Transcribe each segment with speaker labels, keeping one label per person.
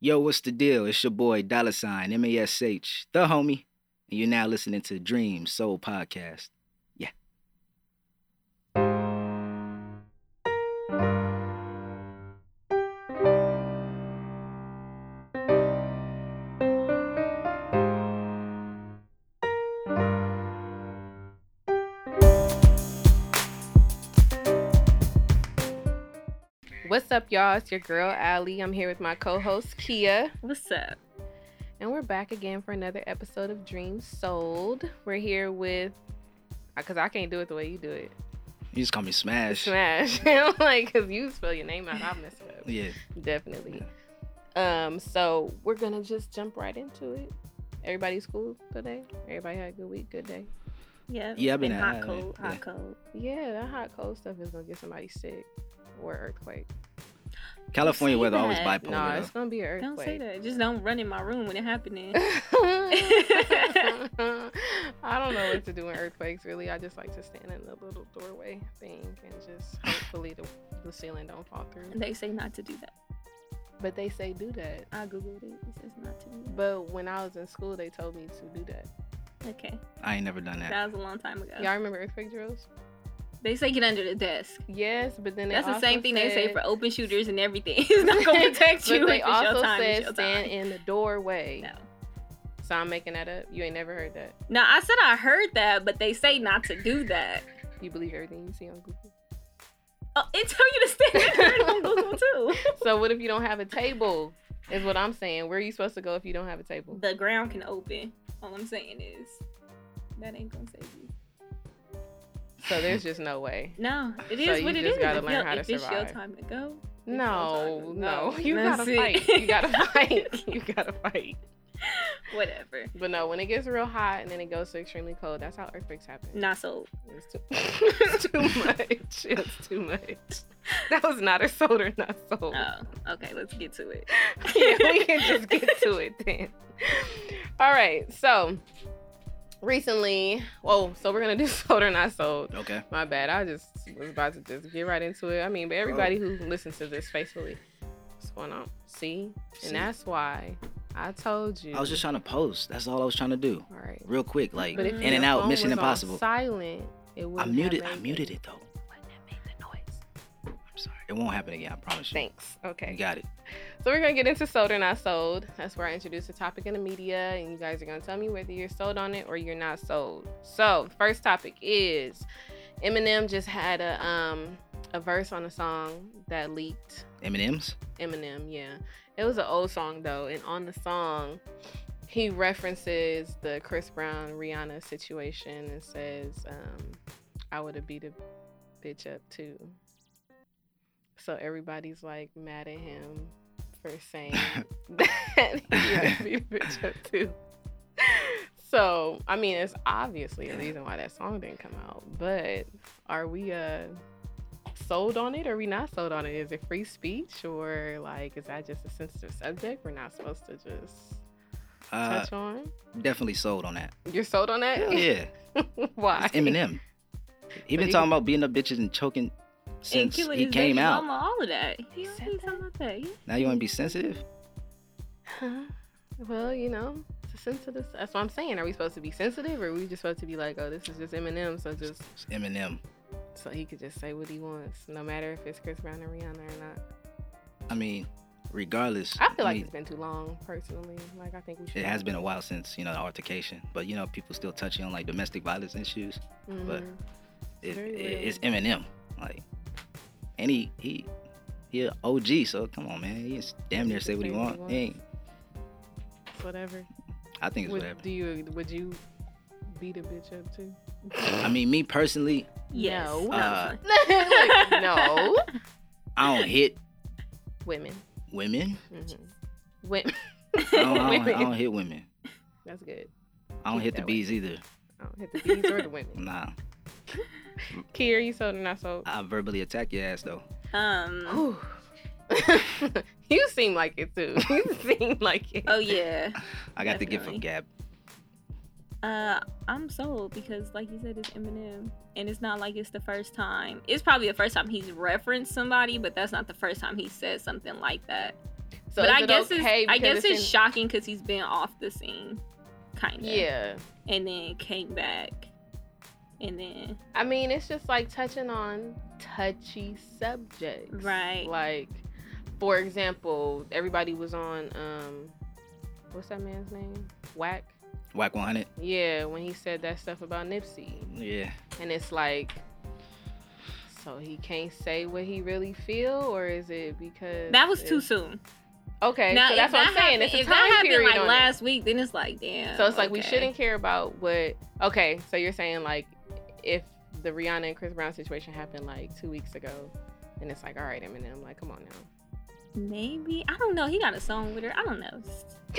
Speaker 1: Yo, what's the deal? It's your boy Dollar Sign M A S H, the homie, and you're now listening to Dream Soul Podcast. Yeah.
Speaker 2: What's up, y'all? It's your girl Allie. I'm here with my co-host Kia,
Speaker 3: What's up?
Speaker 2: and we're back again for another episode of Dreams Sold. We're here with, uh, cause I can't do it the way you do it.
Speaker 1: You just call me Smash.
Speaker 2: Smash. I'm like, cause you spell your name out, I mess it up.
Speaker 1: Yeah.
Speaker 2: Definitely. Um, so we're gonna just jump right into it. Everybody's cool today. Everybody had a good week, good day.
Speaker 3: Yeah.
Speaker 1: Yeah, I've been
Speaker 3: hot,
Speaker 1: at-
Speaker 3: cold, hot,
Speaker 1: yeah.
Speaker 3: cold.
Speaker 2: Yeah, that hot cold stuff is gonna get somebody sick or earthquake.
Speaker 1: California
Speaker 3: say
Speaker 1: weather always
Speaker 3: that.
Speaker 1: bipolar.
Speaker 2: Nah,
Speaker 1: though.
Speaker 2: it's gonna be an
Speaker 3: Don't say
Speaker 2: earthquake.
Speaker 3: that. Just don't run in my room when it happening.
Speaker 2: I don't know what to do in earthquakes. Really, I just like to stand in the little doorway thing and just hopefully the, the ceiling don't fall through.
Speaker 3: they say not to do that.
Speaker 2: But they say do that.
Speaker 3: I googled it. It says not to do that.
Speaker 2: But when I was in school, they told me to do that.
Speaker 3: Okay.
Speaker 1: I ain't never done that.
Speaker 3: That was a long time ago.
Speaker 2: Y'all remember earthquake drills?
Speaker 3: They say get under the desk.
Speaker 2: Yes, but then they
Speaker 3: That's the
Speaker 2: also
Speaker 3: same thing they say
Speaker 2: said-
Speaker 3: for open shooters and everything. it's not gonna protect you.
Speaker 2: but they
Speaker 3: if it's
Speaker 2: also
Speaker 3: your time,
Speaker 2: said
Speaker 3: it's your
Speaker 2: stand
Speaker 3: time.
Speaker 2: in the doorway.
Speaker 3: No.
Speaker 2: So I'm making that up. You ain't never heard that.
Speaker 3: No, I said I heard that, but they say not to do that.
Speaker 2: You believe everything you see on Google.
Speaker 3: Oh, it tell you to stand there on Google too.
Speaker 2: so what if you don't have a table? Is what I'm saying. Where are you supposed to go if you don't have a table?
Speaker 3: The ground can open. All I'm saying is that ain't gonna save you.
Speaker 2: So there's just no way.
Speaker 3: No, it
Speaker 2: So
Speaker 3: is
Speaker 2: you
Speaker 3: what it
Speaker 2: just
Speaker 3: is.
Speaker 2: gotta
Speaker 3: if
Speaker 2: learn
Speaker 3: your-
Speaker 2: how to
Speaker 3: if it's your
Speaker 2: survive.
Speaker 3: time to go. it's your
Speaker 2: No,
Speaker 3: time to
Speaker 2: no,
Speaker 3: go.
Speaker 2: you
Speaker 3: That's
Speaker 2: gotta
Speaker 3: it.
Speaker 2: fight. You gotta fight. You gotta fight.
Speaker 3: Whatever.
Speaker 2: But no, when it gets real hot and then it goes to extremely cold, that's how earthquakes happen.
Speaker 3: Not sold.
Speaker 2: It's too, it's too much. It's too much. That was not a sold or not sold.
Speaker 3: Oh, okay. Let's get to it.
Speaker 2: yeah, we can just get to it then. All right. So recently, oh, so we're gonna do sold or not sold.
Speaker 1: Okay.
Speaker 2: My bad. I just was about to just get right into it. I mean,
Speaker 1: Oh.
Speaker 2: but everybody who listens to this faithfully, what's going on? See?
Speaker 1: See?
Speaker 2: And that's why I told you.
Speaker 1: I was just trying to post. That's all I was trying to do.
Speaker 2: all right.
Speaker 1: Real quick, like
Speaker 2: But if
Speaker 1: in
Speaker 2: your
Speaker 1: and out,
Speaker 2: phone
Speaker 1: Mission
Speaker 2: was on
Speaker 1: Impossible.
Speaker 2: Silent. It
Speaker 1: I
Speaker 2: wouldn't have
Speaker 1: muted.
Speaker 2: made
Speaker 1: I
Speaker 2: it.
Speaker 1: muted it though.
Speaker 2: Wouldn't have made the noise.
Speaker 1: I'm sorry. It won't happen again. I promise you.
Speaker 2: Thanks. Okay.
Speaker 1: You got it.
Speaker 2: So we're gonna get into sold or not sold. That's where I introduce a topic in the media, and you guys are gonna tell me whether you're sold on it or you're not sold. So the first topic is Eminem just had a um a verse on a song that leaked.
Speaker 1: M&M's.
Speaker 2: Eminem, yeah, it was an old song though, and on the song he references the Chris Brown Rihanna situation and says, um, "I would have beat a bitch up too." So everybody's like mad at him for saying that he would beat a bitch up too. So I mean, it's obviously a reason why that song didn't come out. But are we uh sold on it? Or are we not sold on it? Is it free speech or like is that just a sensitive subject we're not supposed to just
Speaker 1: Uh,
Speaker 2: touch on?
Speaker 1: definitely sold on that.
Speaker 2: You're sold on that?
Speaker 1: Hell yeah.
Speaker 2: Why?
Speaker 1: It's Eminem. He
Speaker 2: But
Speaker 1: been
Speaker 2: he-
Speaker 1: talking about beating up bitches and choking
Speaker 3: And
Speaker 1: since
Speaker 3: killing
Speaker 1: he
Speaker 3: his
Speaker 1: came
Speaker 3: baby
Speaker 1: out.
Speaker 3: mama, all of that. He,
Speaker 2: He
Speaker 3: he
Speaker 2: said
Speaker 3: talking about that. Yeah.
Speaker 1: Now you want to be sensitive?
Speaker 2: Huh? Well, you know, it's a sensitive. That's what I'm saying. Are we supposed to be sensitive or are we just supposed to be like, oh, this is just Eminem, so just
Speaker 1: It's Eminem.
Speaker 2: so he could just say what he wants, no matter if it's Chris Brown and Rihanna or not.
Speaker 1: I mean, regardless.
Speaker 2: I feel like
Speaker 1: mean,
Speaker 2: it's been too long, personally. Like I think we should.
Speaker 1: it has been a while since you know the altercation, but you know people still touching on like domestic violence issues. but
Speaker 2: Mhm.
Speaker 1: It,
Speaker 2: Very
Speaker 1: it- it's
Speaker 2: real.
Speaker 1: Eminem, like, and he he he a OG. So come on, man, he's damn near
Speaker 2: He
Speaker 1: say
Speaker 2: can
Speaker 1: what he
Speaker 2: say what
Speaker 1: want.
Speaker 2: he
Speaker 1: He ain't,
Speaker 2: It's whatever.
Speaker 1: I think it's
Speaker 2: Would,
Speaker 1: whatever.
Speaker 2: Do you? Would you beat a bitch up too?
Speaker 1: I mean, me personally,
Speaker 3: Yes.
Speaker 2: No.
Speaker 3: That was
Speaker 1: Uh,
Speaker 3: fun.
Speaker 2: Like, no,
Speaker 1: I don't hit
Speaker 2: women.
Speaker 1: women.
Speaker 2: Mm-hmm. Women.
Speaker 1: I don't, I don't, I
Speaker 2: Women.
Speaker 1: don't hit women.
Speaker 2: That's good.
Speaker 1: I don't
Speaker 2: Keep
Speaker 1: hit the
Speaker 2: that way.
Speaker 1: bees either.
Speaker 2: I don't hit the bees or the women.
Speaker 1: Nah,
Speaker 2: Kia, are you sold or not sold?
Speaker 1: I verbally attack your ass though.
Speaker 3: Um.
Speaker 2: Whew. you seem like it too. You seem like it.
Speaker 3: Oh yeah.
Speaker 1: I got the gift
Speaker 3: Definitely.
Speaker 1: of gab.
Speaker 3: Uh, I'm sold because, like you said, it's Eminem, and it's not like it's the first time. It's probably the first time he's referenced somebody, but that's not the first time he said something like that.
Speaker 2: So
Speaker 3: but
Speaker 2: is
Speaker 3: I
Speaker 2: it
Speaker 3: guess
Speaker 2: okay
Speaker 3: it's I
Speaker 2: because
Speaker 3: guess it's
Speaker 2: in-
Speaker 3: shocking because he's been off the scene, kind of.
Speaker 2: yeah.
Speaker 3: And then came back, and then
Speaker 2: I mean, it's just like touching on touchy subjects.
Speaker 3: Right.
Speaker 2: Like, for example, everybody was on um what's that man's name? Whack.
Speaker 1: Whack 100.
Speaker 2: Yeah, when he said that stuff about Nipsey.
Speaker 1: Yeah.
Speaker 2: And it's like so he can't say what he really feel or is it because
Speaker 3: that was too
Speaker 2: it's-
Speaker 3: soon.
Speaker 2: Okay, so
Speaker 3: if
Speaker 2: that's what I'm saying.
Speaker 3: that happened-
Speaker 2: it's a
Speaker 3: if
Speaker 2: time
Speaker 3: that happened
Speaker 2: period
Speaker 3: like
Speaker 2: on it.
Speaker 3: last week, then it's like damn.
Speaker 2: So it's like we
Speaker 3: okay.
Speaker 2: shouldn't care about what. Okay, so you're saying like if the Rihanna and Chris Brown situation happened like two weeks ago, and it's like, all right, Eminem, like come on now.
Speaker 3: Maybe I don't know. He got a song with her. I don't know.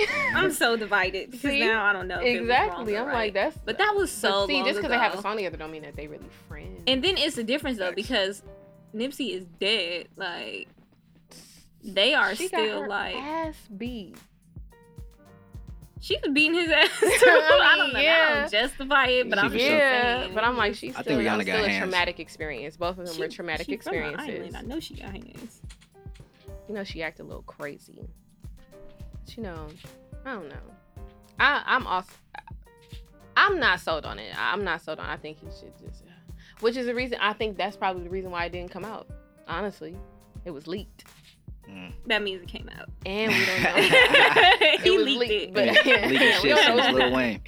Speaker 3: I'm so divided because
Speaker 2: See?
Speaker 3: now I don't know. if it was wrong
Speaker 2: exactly.
Speaker 3: or
Speaker 2: I'm like
Speaker 3: right.
Speaker 2: that's.
Speaker 3: But that was so
Speaker 2: but see,
Speaker 3: long
Speaker 2: just because they have a
Speaker 3: ago.
Speaker 2: song together don't mean that they really friends.
Speaker 3: And then it's the difference though
Speaker 1: Facts.
Speaker 3: because Nipsey is dead. Like they are
Speaker 2: she got
Speaker 3: still
Speaker 2: her
Speaker 3: like
Speaker 2: ass beat.
Speaker 3: she was beating his ass.
Speaker 2: I
Speaker 3: Too. I,
Speaker 2: mean,
Speaker 3: don't know. I
Speaker 2: yeah.
Speaker 3: don't justify it, but
Speaker 1: She
Speaker 3: I'm
Speaker 1: for
Speaker 3: just
Speaker 1: sure.
Speaker 2: yeah,
Speaker 3: saying.
Speaker 2: but I'm like she's
Speaker 1: I
Speaker 2: still,
Speaker 1: think Rihanna
Speaker 2: that's
Speaker 1: got
Speaker 2: still a
Speaker 1: hands.
Speaker 2: traumatic experience. Both of them
Speaker 3: She-
Speaker 2: were traumatic
Speaker 3: she from the island.
Speaker 2: experiences.
Speaker 3: I know she got hands.
Speaker 2: you know she act a little crazy but, you know i don't know i i'm also i'm not sold on it i'm not sold on it. i think he should just which is the reason i think that's probably the reason why it didn't come out honestly it was leaked
Speaker 1: Mm.
Speaker 3: That means it came out.
Speaker 2: and we don't know
Speaker 3: he
Speaker 2: was
Speaker 3: leaked, it.
Speaker 2: but-
Speaker 1: Yeah, leaking
Speaker 2: we
Speaker 1: shit
Speaker 2: don't know
Speaker 1: since
Speaker 2: what's
Speaker 1: Lil Wayne.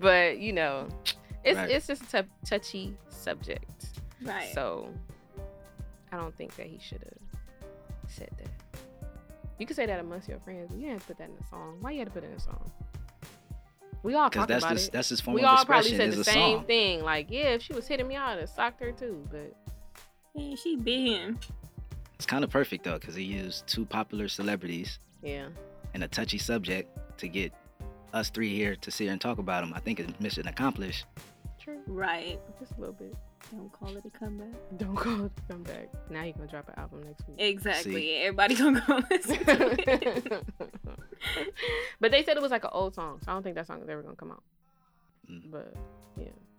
Speaker 2: but you know it's
Speaker 1: Right.
Speaker 2: it's just a tou- touchy subject
Speaker 3: right.
Speaker 2: so i don't think that he should have said that you could say that amongst your friends but you didn't put that in a song why you had to put it in a song we all
Speaker 1: Because
Speaker 2: talked
Speaker 1: that's
Speaker 2: about
Speaker 1: the,
Speaker 2: it
Speaker 1: that's his form
Speaker 2: we
Speaker 1: of
Speaker 2: all probably
Speaker 1: expression
Speaker 2: said
Speaker 1: is
Speaker 2: the
Speaker 1: a
Speaker 2: same
Speaker 1: song.
Speaker 2: thing like yeah if she was hitting me i'd have socked her too but
Speaker 3: Man, she bit him.
Speaker 1: It's kind of perfect though, because he used two popular celebrities
Speaker 2: yeah
Speaker 1: and a touchy subject to get us three here to sit here and talk about him. I think it's mission accomplished.
Speaker 2: true
Speaker 3: Right.
Speaker 2: just a little bit
Speaker 3: Don't call it a comeback.
Speaker 2: don't call it come back now you're gonna drop an album next week
Speaker 3: Exactly.
Speaker 1: See?
Speaker 3: Everybody gonna go listen to it.
Speaker 2: but they said it was like an old song so i don't think that song is ever gonna come out
Speaker 1: Mm.
Speaker 2: but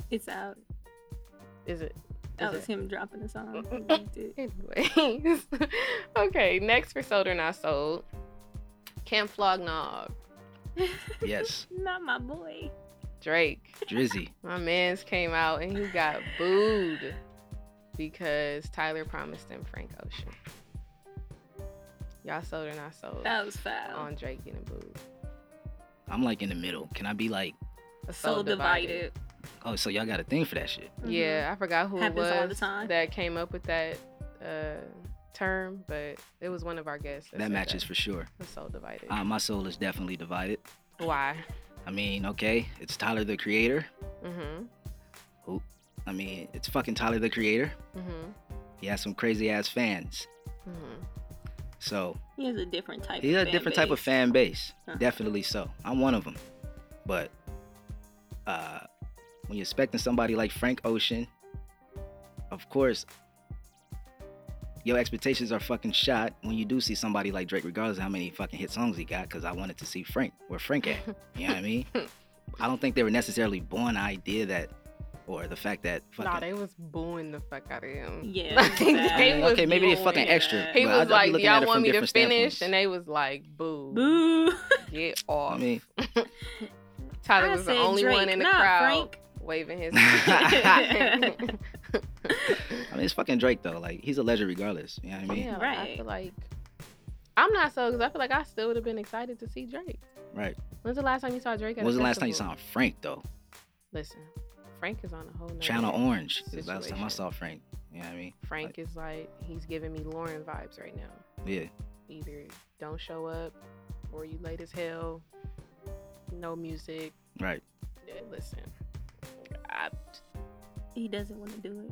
Speaker 3: it's out.
Speaker 2: is it
Speaker 3: That
Speaker 2: Is
Speaker 3: was
Speaker 2: it?
Speaker 3: him dropping a song. He leaked it.
Speaker 2: Anyways, okay, next for sold or not sold, Camp Flognog,
Speaker 1: Yes,
Speaker 3: Not my boy.
Speaker 2: Drake.
Speaker 1: Drizzy.
Speaker 2: My man's came out and he got booed because Tyler promised him Frank Ocean. Y'all sold or not sold
Speaker 3: That was foul.
Speaker 2: on Drake getting booed.
Speaker 1: I'm like in the middle. Can I be like,
Speaker 2: A
Speaker 3: so
Speaker 2: soul
Speaker 3: divided. Mm-hmm.
Speaker 1: oh, so y'all got a thing for that shit?
Speaker 2: Yeah, I forgot who
Speaker 3: Happens
Speaker 2: it was
Speaker 3: all the time.
Speaker 2: that came up with that uh, term, but it was one of our guests.
Speaker 1: That matches for sure.
Speaker 2: for soul divided.
Speaker 1: Uh, my soul is definitely divided.
Speaker 2: Why?
Speaker 1: I mean, okay, it's Tyler the Creator.
Speaker 2: Mm-hmm.
Speaker 1: I mean, it's fucking Tyler the Creator.
Speaker 2: Mm-hmm.
Speaker 1: He has some crazy ass fans.
Speaker 2: Mm-hmm.
Speaker 1: So
Speaker 3: He has a different type.
Speaker 1: he's
Speaker 3: of
Speaker 1: a
Speaker 3: fan
Speaker 1: different type of
Speaker 3: base.
Speaker 1: fan base.
Speaker 3: Uh-huh.
Speaker 1: Definitely so. I'm one of them. But uh, when you're expecting somebody like Frank Ocean, of course, your expectations are fucking shot when you do see somebody like Drake, regardless of how many fucking hit songs he got, because I wanted to see Frank, where Frank at. You know what I mean? I don't think they were necessarily born idea that, or the fact that fucking.
Speaker 2: Nah, they was booing the fuck out of him.
Speaker 3: Yeah,
Speaker 2: Like,
Speaker 3: it was
Speaker 1: I
Speaker 2: they
Speaker 1: mean,
Speaker 2: was
Speaker 1: okay, maybe they're
Speaker 2: booing.
Speaker 1: fucking
Speaker 3: yeah.
Speaker 1: extra.
Speaker 3: He
Speaker 2: He
Speaker 1: but I- I
Speaker 2: was
Speaker 1: be
Speaker 2: like,
Speaker 1: looking at
Speaker 2: "Y'all
Speaker 1: it from
Speaker 2: want me to finish,"
Speaker 1: different standpoints.
Speaker 2: and they was like, "Boo,
Speaker 3: Boo.
Speaker 2: get off."
Speaker 1: I mean,
Speaker 2: Tyler
Speaker 3: I
Speaker 2: was the
Speaker 3: said
Speaker 2: only one
Speaker 3: Drake,
Speaker 2: in the
Speaker 3: not
Speaker 2: crowd
Speaker 3: Frank.
Speaker 2: waving his.
Speaker 1: I mean, it's fucking Drake though. Like he's a legend regardless. You know what I mean?
Speaker 2: yeah, I
Speaker 3: Right.
Speaker 2: feel like I'm not so because I feel like I still would have been excited to see Drake.
Speaker 1: Right.
Speaker 2: When's the last time you saw Drake? At
Speaker 1: When
Speaker 2: a
Speaker 1: was the last time you saw
Speaker 2: festival?
Speaker 1: him? Frank though?
Speaker 2: Listen, Frank is on a whole. nother-
Speaker 1: Channel Orange is the last time I
Speaker 2: Situation.
Speaker 1: saw Frank. You know what I mean?
Speaker 2: Frank is like he's giving me Lauren vibes right now.
Speaker 1: Yeah.
Speaker 2: Either don't show up, or you late as hell. No music.
Speaker 1: Right.
Speaker 2: Yeah, listen, I,
Speaker 3: He doesn't want to do it.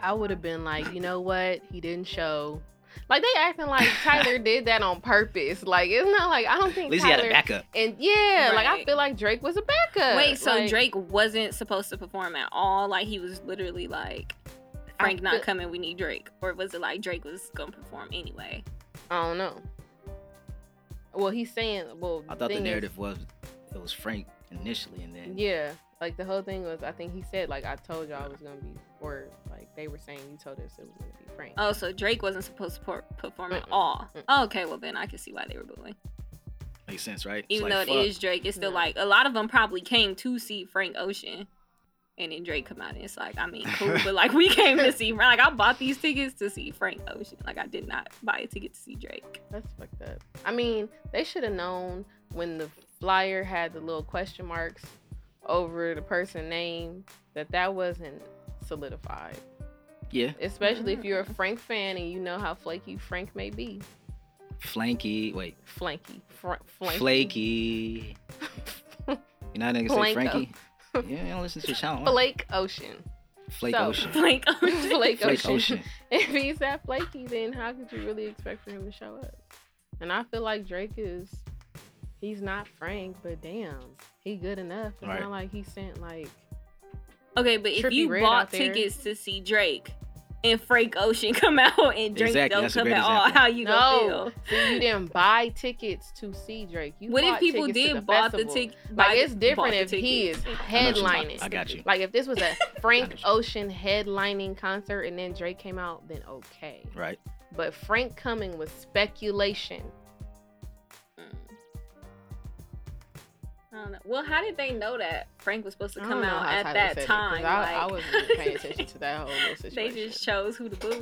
Speaker 2: I would have been like, you know what? He didn't show. Like they acting like Tyler did that on purpose. Like it's not like I don't think
Speaker 1: At least he
Speaker 2: Tyler
Speaker 1: had a backup.
Speaker 2: and yeah, like I
Speaker 3: Right.
Speaker 2: feel like Drake was a backup.
Speaker 3: Wait, so
Speaker 2: Like,
Speaker 3: Drake wasn't supposed to perform at all? Like he was literally like,
Speaker 2: I
Speaker 3: Frank not
Speaker 2: feel-
Speaker 3: coming. We need Drake. Or was it like Drake was gonna perform anyway?
Speaker 2: I don't know. Well, he's saying well.
Speaker 1: I thought the
Speaker 2: thing is-
Speaker 1: narrative was it was Frank initially, and then
Speaker 2: Yeah, like the whole thing was. I think he said like I told y'all it was gonna be or like they were saying you told us it was gonna be Frank.
Speaker 3: Oh, so Drake wasn't supposed to por- perform at
Speaker 2: Mm-mm.
Speaker 3: all.
Speaker 2: Mm-mm.
Speaker 3: Oh, okay, well then I can see why they were booing.
Speaker 1: makes sense, right? It's
Speaker 3: Even
Speaker 1: like,
Speaker 3: though
Speaker 1: fuck.
Speaker 3: it is Drake, it's still
Speaker 2: No.
Speaker 3: like a lot of them probably came to see Frank Ocean, and then Drake come out and it's like, I mean, cool, but like we came to see like I bought these tickets to see Frank Ocean. Like I did not buy a ticket to see Drake.
Speaker 2: That's fucked up. I mean, they should have known when the flyer had the little question marks over the person name that that wasn't solidified.
Speaker 1: yeah,
Speaker 2: Especially if you're a
Speaker 3: Mm.
Speaker 2: Frank fan and you know how flaky Frank may be.
Speaker 1: flanky. Wait,
Speaker 2: Flanky. Fr- flanky.
Speaker 1: flaky. You know how niggas say
Speaker 2: Flanko.
Speaker 1: Frankie? Yeah, I don't listen to your channel.
Speaker 2: Flake Ocean.
Speaker 1: Flake
Speaker 2: so-
Speaker 1: Ocean.
Speaker 3: Frank Ocean.
Speaker 2: Flake
Speaker 1: Flake
Speaker 2: Ocean.
Speaker 1: Ocean.
Speaker 2: if he's that flaky, then how could you really expect for him to show up? And I feel like Drake is he's not Frank, but damn, he good enough. It's
Speaker 1: Right.
Speaker 2: not like he sent like
Speaker 3: Okay, but if
Speaker 2: Trippie
Speaker 3: you
Speaker 2: Redd
Speaker 3: bought
Speaker 2: out there.
Speaker 3: tickets to see Drake and Frank Ocean come out and Drake
Speaker 1: Exactly,
Speaker 3: don't
Speaker 1: that's a
Speaker 3: come
Speaker 1: great
Speaker 3: at all,
Speaker 1: example.
Speaker 3: how you
Speaker 2: no.
Speaker 3: gonna
Speaker 2: See, you didn't buy tickets to see Drake. You
Speaker 3: feel? What if
Speaker 2: bought
Speaker 3: people
Speaker 2: tickets to
Speaker 3: did bought the,
Speaker 2: festival.
Speaker 3: ticket?
Speaker 2: Like it's different if he is
Speaker 1: I know what you're talking- I
Speaker 2: headlining.
Speaker 1: got you.
Speaker 2: Like if this was a
Speaker 1: I
Speaker 2: Frank
Speaker 1: know what
Speaker 2: Ocean headlining concert and then Drake came out, then okay.
Speaker 1: Right.
Speaker 2: But Frank coming was speculation.
Speaker 3: Mm. I don't know. Well, how did they know that Frank was supposed to
Speaker 2: I
Speaker 3: come
Speaker 2: don't know
Speaker 3: out
Speaker 2: how
Speaker 3: at
Speaker 2: Tyler said
Speaker 3: that
Speaker 2: it, 'cause I,
Speaker 3: time?
Speaker 2: I
Speaker 3: like-
Speaker 2: wasn't paying attention to that whole little
Speaker 3: They
Speaker 2: situation.
Speaker 3: just chose who to boo.
Speaker 1: You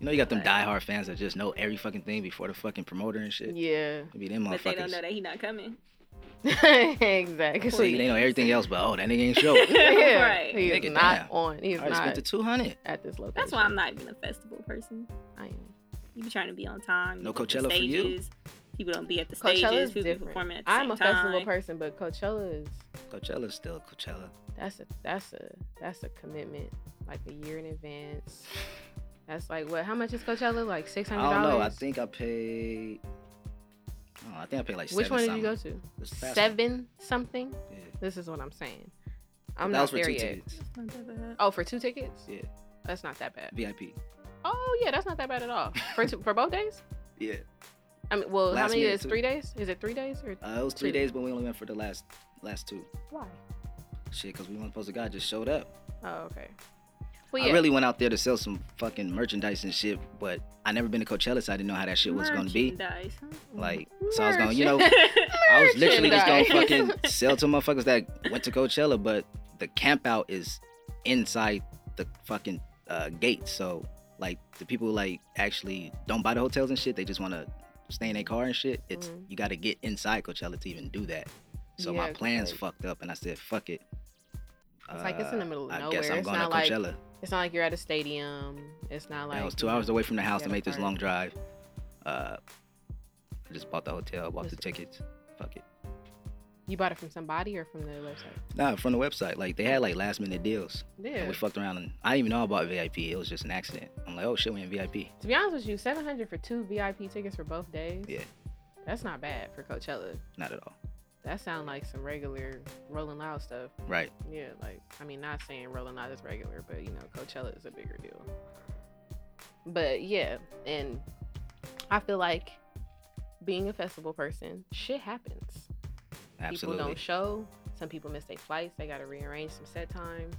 Speaker 1: know you got them
Speaker 3: Right.
Speaker 1: diehard fans that just know every fucking thing before the fucking promoter and shit.
Speaker 2: Yeah.
Speaker 1: It be them
Speaker 3: But they don't
Speaker 1: motherfuckers.
Speaker 3: know that he not coming.
Speaker 1: So they
Speaker 2: exactly.
Speaker 1: know everything else, but oh, that nigga ain't show.
Speaker 2: Yeah.
Speaker 3: Right.
Speaker 2: He is
Speaker 1: Nigga,
Speaker 2: not
Speaker 1: damn.
Speaker 2: on. He is
Speaker 1: I
Speaker 2: not
Speaker 1: spent the two hundred.
Speaker 2: at this location.
Speaker 3: That's why I'm not even a festival person.
Speaker 2: I am.
Speaker 3: You be trying to be on time.
Speaker 1: No
Speaker 3: you get the
Speaker 1: Coachella for you.
Speaker 3: stages, People don't be at the
Speaker 2: Coachella
Speaker 3: stages.
Speaker 2: is
Speaker 3: People be
Speaker 2: different.
Speaker 3: performing at the
Speaker 2: I'm
Speaker 3: same
Speaker 2: a festival
Speaker 3: time.
Speaker 2: person, but Coachella is
Speaker 1: Coachella's still Coachella.
Speaker 2: that's a that's a that's a commitment like a year in advance. That's like what? How much is Coachella? Like six hundred
Speaker 1: I don't
Speaker 2: dollars.
Speaker 1: know. I think I paid. Oh, I think I paid like.
Speaker 2: Which
Speaker 1: seven
Speaker 2: one did
Speaker 1: something.
Speaker 2: you go to?
Speaker 1: This last one.
Speaker 2: Seven something.
Speaker 1: Yeah.
Speaker 2: This is what I'm saying. I'm
Speaker 1: that
Speaker 2: not
Speaker 1: was for
Speaker 2: there
Speaker 1: two
Speaker 2: yet.
Speaker 1: tickets.
Speaker 3: It's not that bad.
Speaker 2: Oh, for two tickets?
Speaker 1: Yeah.
Speaker 2: That's not that bad.
Speaker 1: VIP.
Speaker 2: Oh yeah, that's not that bad at all. For two, for both days?
Speaker 1: Yeah.
Speaker 2: I mean, well,
Speaker 1: Last
Speaker 2: how many
Speaker 1: minute
Speaker 2: is
Speaker 1: too.
Speaker 2: three days? Is it three days or
Speaker 1: Uh, it was three
Speaker 2: Two.
Speaker 1: days, but we only went for the last last two.
Speaker 2: why?
Speaker 1: Shit, because we weren't supposed to go. I just showed up.
Speaker 2: Oh okay. Well, yeah.
Speaker 1: I really went out there to sell some fucking merchandise and shit, but I never been to Coachella, so I didn't know how that shit was gonna be.
Speaker 3: Merchandise, huh?
Speaker 1: Like, so I was gonna, you know,
Speaker 3: Merchandise.
Speaker 1: I was literally just gonna fucking
Speaker 2: Merchandise.
Speaker 1: sell to motherfuckers that went to Coachella, but the camp out is inside the fucking uh, gate. So like the people like actually don't buy the hotels and shit. They just wanna stay in their car and shit. It's
Speaker 2: Mhm.
Speaker 1: you gotta get inside Coachella to even do that. So
Speaker 2: Yeah,
Speaker 1: my
Speaker 2: 'cause,
Speaker 1: plans
Speaker 2: like,
Speaker 1: fucked up, and I said fuck it.
Speaker 2: It's like it's in the
Speaker 1: Uh,
Speaker 2: middle of
Speaker 1: I
Speaker 2: nowhere.
Speaker 1: guess I'm
Speaker 2: it's
Speaker 1: going to
Speaker 2: not like
Speaker 1: Coachella.
Speaker 2: it's not like you're at a stadium. It's not like
Speaker 1: I was two
Speaker 2: you
Speaker 1: hours
Speaker 2: know,
Speaker 1: away from the house
Speaker 2: yeah,
Speaker 1: to
Speaker 2: the
Speaker 1: make this
Speaker 2: park.
Speaker 1: long drive. Uh, I just bought the hotel, bought the
Speaker 2: Listen.
Speaker 1: tickets. Fuck it.
Speaker 2: You bought it from somebody or from the website?
Speaker 1: Nah, from the website, like they had like last minute deals. And
Speaker 2: Yeah.
Speaker 1: we fucked around, and I didn't even know about VIP. It was just an accident. I'm like, oh shit, we in VIP.
Speaker 2: To be honest with you, seven hundred for two VIP tickets for both days.
Speaker 1: Yeah.
Speaker 2: That's not bad for Coachella.
Speaker 1: Not at all.
Speaker 2: That sound like some regular Rolling Loud stuff.
Speaker 1: Right.
Speaker 2: Yeah, like I mean, not saying Rolling Loud is regular, but you know, Coachella is a bigger deal. But yeah, and I feel like being a festival person, shit happens.
Speaker 1: Absolutely.
Speaker 2: People don't show. Some people miss their flights. They got to rearrange some set times.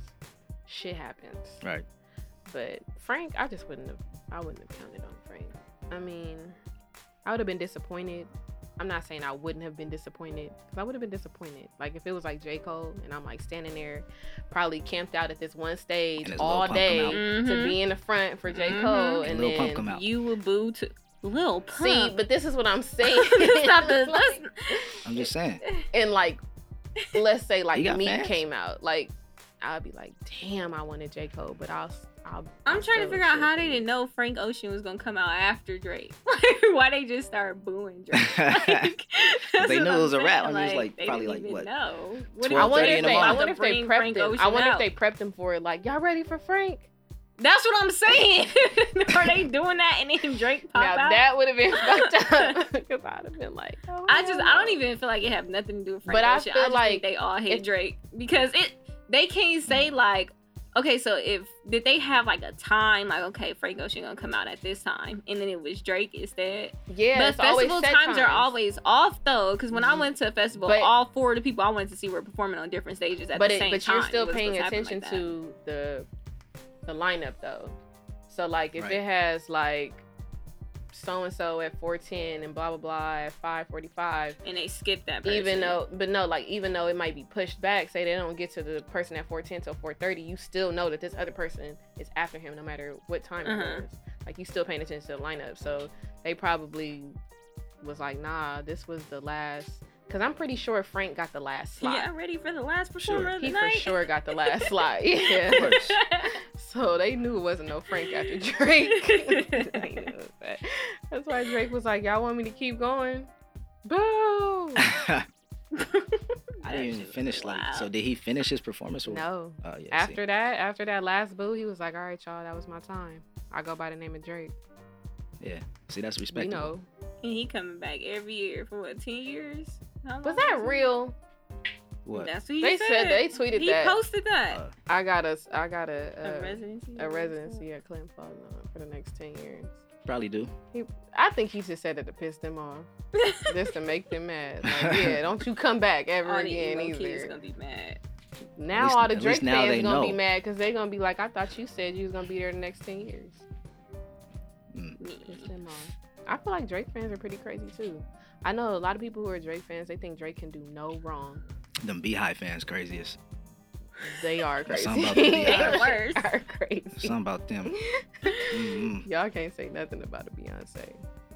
Speaker 2: Shit happens.
Speaker 1: Right.
Speaker 2: But Frank, I just wouldn't have. I wouldn't have counted on Frank. I mean, I would have been disappointed. I'm not saying I wouldn't have been disappointed because I would have been disappointed. Like if it was like J Cole and I'm like standing there, probably camped out at this one stage
Speaker 1: And it's Lil
Speaker 2: all
Speaker 1: Pump come out.
Speaker 2: day to
Speaker 3: Mhm.
Speaker 2: be in the front for J
Speaker 3: Mhm.
Speaker 2: Cole
Speaker 1: And
Speaker 2: and,
Speaker 1: Lil Pump
Speaker 2: then
Speaker 1: come out.
Speaker 3: You will boo to Lil Pump.
Speaker 2: see. But this is what I'm saying.
Speaker 3: That's not the-
Speaker 2: It's like-
Speaker 1: I'm just saying.
Speaker 2: and like let's say like
Speaker 1: You got
Speaker 2: Meek
Speaker 1: fans?
Speaker 2: came out, like I'd be like, damn, I wanted J Cole, but I'll. I'll
Speaker 3: I'm trying to figure out how they didn't know Frank Ocean was gonna come out after Drake. Like, why they just started booing Drake? Like, that's
Speaker 1: They
Speaker 3: what
Speaker 1: knew it
Speaker 3: I'm
Speaker 1: was a rap
Speaker 3: saying,
Speaker 1: when he was, like,
Speaker 3: they
Speaker 1: probably,
Speaker 3: didn't
Speaker 1: like,
Speaker 3: even
Speaker 1: what,
Speaker 3: know. if-
Speaker 1: 12:30
Speaker 2: I wonder
Speaker 1: in
Speaker 2: if
Speaker 1: the
Speaker 2: they, I
Speaker 1: morning.
Speaker 2: wonder if they
Speaker 3: Bring
Speaker 2: prepped
Speaker 3: Frank
Speaker 2: them. I
Speaker 3: Ocean
Speaker 2: wonder if
Speaker 3: out.
Speaker 2: they prepped them for it. Like, y'all ready for Frank?
Speaker 3: That's what I'm saying. Are they doing that and then Drake pop
Speaker 2: now
Speaker 3: out?
Speaker 2: that would have been fucked up because I'd have been like, oh,
Speaker 3: I just I
Speaker 2: hell
Speaker 3: don't
Speaker 2: no.
Speaker 3: even feel like it have nothing to do with Frank
Speaker 2: But I
Speaker 3: Ocean.
Speaker 2: feel
Speaker 3: just
Speaker 2: like
Speaker 3: think they all hate
Speaker 2: it-
Speaker 3: Drake because it they can't say like okay, so if did they have like a time, like okay, Frank Ocean gonna come out at this time, and then it was Drake instead.
Speaker 2: Yeah,
Speaker 3: but
Speaker 2: it's always
Speaker 3: festival
Speaker 2: set
Speaker 3: times, are always off though, because when I
Speaker 2: Mhm.
Speaker 3: went to a festival,
Speaker 2: But-
Speaker 3: all four of the people I went to see were performing on different stages at
Speaker 2: but
Speaker 3: the
Speaker 2: it,
Speaker 3: same
Speaker 2: but
Speaker 3: time.
Speaker 2: you're still
Speaker 3: was
Speaker 2: paying
Speaker 3: what's happening
Speaker 2: attention
Speaker 3: like that.
Speaker 2: to the the lineup though. So like if
Speaker 1: Right.
Speaker 2: it has like so and so at 410 and blah blah blah at 545
Speaker 3: and they skipped that. Person.
Speaker 2: even though but no like even though it might be pushed back say they don't get to the person at 410 till 430 you still know that this other person is after him no matter what time
Speaker 3: Uh-huh.
Speaker 2: it is like you still paying attention to the lineup so they probably was like nah this was the last because i'm pretty sure frank got the last slot
Speaker 3: yeah, ready for the last
Speaker 1: Sure.
Speaker 3: performer of the
Speaker 2: he
Speaker 3: night.
Speaker 2: for sure got the last slot yeah
Speaker 1: Of course.
Speaker 2: so they knew it wasn't no Frank after Drake. They knew it was that. That's why Drake was like, "Y'all want me to keep going? Boo!"
Speaker 1: I
Speaker 3: That
Speaker 1: didn't even
Speaker 3: shit was
Speaker 1: finish. Like, so
Speaker 3: wild.
Speaker 1: did he finish his performance? Or,
Speaker 2: No.
Speaker 1: Oh, yeah, see.
Speaker 2: After that, after that last boo, he was like, "All right, y'all, that was my time. I go by the name of Drake.
Speaker 1: yeah. See, that's
Speaker 2: You
Speaker 1: respectable.
Speaker 2: know,
Speaker 3: and he coming back every year for what ten years? How long
Speaker 2: was that
Speaker 3: it?
Speaker 2: real?
Speaker 1: what?
Speaker 3: That's what he
Speaker 2: They
Speaker 3: said.
Speaker 2: said- they tweeted
Speaker 3: he
Speaker 2: that.
Speaker 3: posted that.
Speaker 1: Uh,
Speaker 2: I got a, I got a,
Speaker 3: a
Speaker 2: uh,
Speaker 3: residency.
Speaker 2: a
Speaker 3: or
Speaker 2: residency at Clinton Fogg for the next ten years.
Speaker 1: probably do.
Speaker 2: I think he just said it to piss them off,
Speaker 3: something.
Speaker 2: just to make them mad. Like, yeah, don't you come back ever
Speaker 3: All the
Speaker 2: again
Speaker 3: emo
Speaker 2: either.
Speaker 3: kids gonna be mad.
Speaker 2: Now
Speaker 1: least-
Speaker 2: all the
Speaker 1: at
Speaker 2: Drake
Speaker 1: least now
Speaker 2: fans
Speaker 1: they
Speaker 2: gonna be
Speaker 1: know.
Speaker 2: mad because they gonna be like, I thought you said you was gonna be there the next ten years. Piss
Speaker 3: Me.
Speaker 2: them off. I feel like Drake fans are pretty crazy too. I know a lot of people who are Drake fans. They think Drake can do no wrong.
Speaker 1: Them Beehive fans craziest.
Speaker 2: They are crazy.
Speaker 1: Something about the Beyonce.
Speaker 2: They
Speaker 3: Worse.
Speaker 2: Are crazy.
Speaker 1: Something about them. Mm-hmm. Mm-mm.
Speaker 2: Y'all can't say nothing about a Beyonce.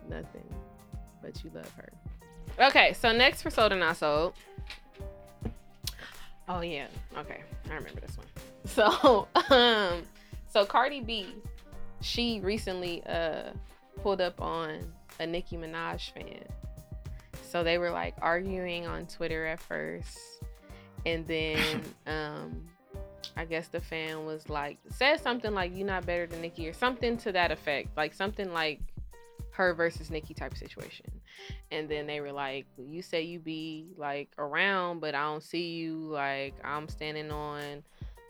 Speaker 2: Nothing. But you love her. Okay, so next for Sold and Not Sold. Oh yeah. Okay. I remember this one. So um so Cardi B, she recently uh pulled up on a Nicki Minaj fan. So they were like arguing on Twitter at first. And then um I guess the fan was like said something like you not better than Nikki or something to that effect. Like something like her versus Nikki type of situation. And then they were like, You say you be like around, but I don't see you. Like I'm standing on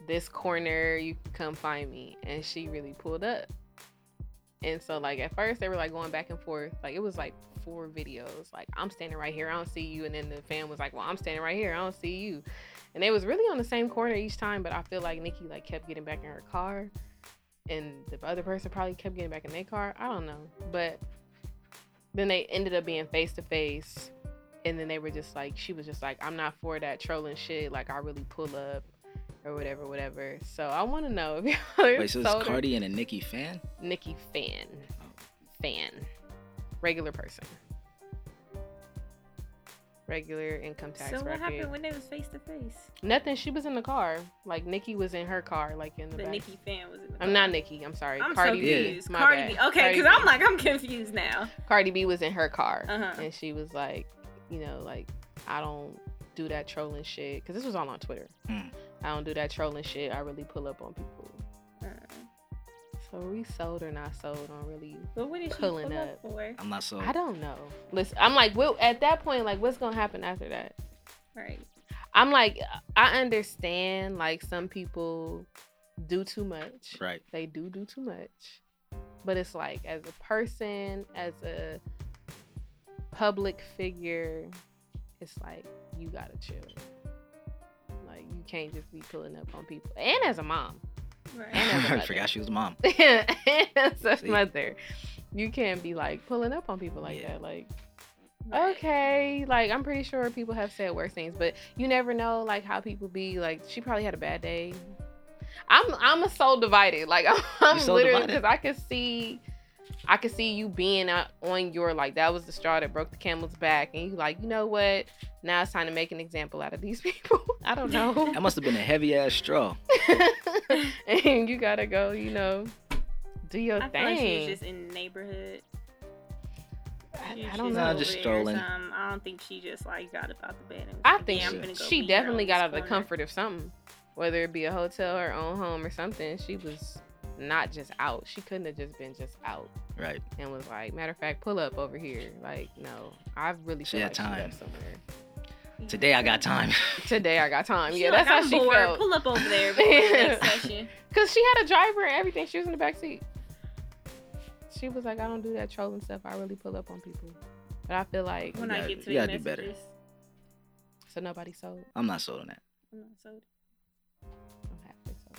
Speaker 2: this corner. You can come find me. And she really pulled up. And so like at first they were like going back and forth. Like it was like four videos. Like I'm standing right here, I don't see you. And then the fan was like, Well, I'm standing right here, I don't see you. And they was really on the same corner each time, but I feel like Nikki like kept getting back in her car. And the other person probably kept getting back in their car. I don't know. But then they ended up being face to face. And then they were just like, she was just like, I'm not for that trolling shit. Like, I really pull up or whatever, whatever. So I want to know if y'all are
Speaker 1: Wait, so
Speaker 2: sold
Speaker 1: it's
Speaker 2: or
Speaker 1: Cardi and a Nicki fan?
Speaker 2: Nikki fan. Fan. Regular person. Regular income tax
Speaker 3: So what
Speaker 2: record.
Speaker 3: happened when they was face to face?
Speaker 2: Nothing. She was in the car. Like Nikki was in her car, like in the,
Speaker 3: The
Speaker 2: back.
Speaker 3: Nikki fan was. In the
Speaker 2: I'm
Speaker 3: car.
Speaker 2: not Nikki. I'm sorry.
Speaker 3: I'm
Speaker 2: Cardi
Speaker 3: so
Speaker 1: B.
Speaker 3: confused.
Speaker 2: My
Speaker 3: Cardi
Speaker 2: bad.
Speaker 3: B. Okay,
Speaker 2: Cardi
Speaker 3: because I'm
Speaker 2: B.
Speaker 3: like I'm confused now.
Speaker 2: Cardi B was in her car,
Speaker 3: Uh-huh.
Speaker 2: and she was like, you know, like I don't do that trolling shit because this was all on Twitter.
Speaker 1: Mm.
Speaker 2: I don't do that trolling shit. I really pull up on people.
Speaker 3: Uh,
Speaker 2: So we sold or not sold on really.
Speaker 3: but what is she
Speaker 2: Pulling
Speaker 3: pull
Speaker 2: up.
Speaker 3: up for?
Speaker 1: I'm not so.
Speaker 2: I don't know. Listen, I'm like, well, at that point, like, what's gonna happen after that?
Speaker 3: Right.
Speaker 2: I'm like, I understand, like, some people do too much.
Speaker 1: Right.
Speaker 2: they do do too much but it's like as a person as a public figure it's like you gotta chill like you can't just be pulling up on people and as a mom
Speaker 3: Right.
Speaker 2: And as a
Speaker 1: I
Speaker 2: mother.
Speaker 1: forgot she was mom.
Speaker 2: and as a
Speaker 1: See?
Speaker 2: mother you can't be like pulling up on people like
Speaker 1: Yeah.
Speaker 2: that like
Speaker 3: Right.
Speaker 2: okay like i'm pretty sure people have said worse things but you never know like how people be like she probably had a bad day i'm i'm a soul divided like i'm, I'm
Speaker 1: soul
Speaker 2: literally
Speaker 1: divided.
Speaker 2: because i could see i could see you being out on your like that was the straw that broke the camel's back and you like you know what now it's time to make an example out of these people i don't know
Speaker 1: That must have been a heavy ass straw.
Speaker 2: and you gotta go you know do your
Speaker 3: I feel like she was
Speaker 2: thing
Speaker 3: just in the neighborhood. She-
Speaker 2: I, I
Speaker 3: she
Speaker 2: don't
Speaker 3: was
Speaker 1: Nah,
Speaker 2: know
Speaker 3: over
Speaker 1: just
Speaker 3: it or
Speaker 1: strolling.
Speaker 3: something. I don't think she just like got up out the bed. And was
Speaker 2: I
Speaker 3: like,
Speaker 2: think
Speaker 3: "Yeah, I'm
Speaker 1: she-
Speaker 3: finna go
Speaker 2: she
Speaker 3: be here on
Speaker 2: definitely
Speaker 3: this
Speaker 2: got out of the
Speaker 3: corner."
Speaker 2: comfort of something, whether it be a hotel, her own home, or something. She was not just out. She couldn't have just been just out
Speaker 1: Right.
Speaker 2: and was like, matter of fact, pull up over here. Like, no, I really
Speaker 1: She
Speaker 2: feel
Speaker 1: had
Speaker 2: like
Speaker 1: time.
Speaker 2: she left somewhere.
Speaker 1: Today I got time.
Speaker 2: Today I got time.
Speaker 3: She
Speaker 2: yeah,
Speaker 3: like,
Speaker 2: that's how
Speaker 3: I'm
Speaker 2: she
Speaker 3: bored.
Speaker 2: felt.
Speaker 3: Pull up over there before the next session.
Speaker 2: Cause she had a driver and everything. She was in the back seat. She was like, I don't do that trolling stuff. I really pull up on people. But I feel like
Speaker 3: When
Speaker 1: Yeah,
Speaker 3: I get to
Speaker 1: you
Speaker 3: the
Speaker 1: gotta do better.
Speaker 3: messages.
Speaker 2: so nobody sold.
Speaker 1: I'm not sold on that.
Speaker 3: I'm not sold.
Speaker 2: I'm halfway sold.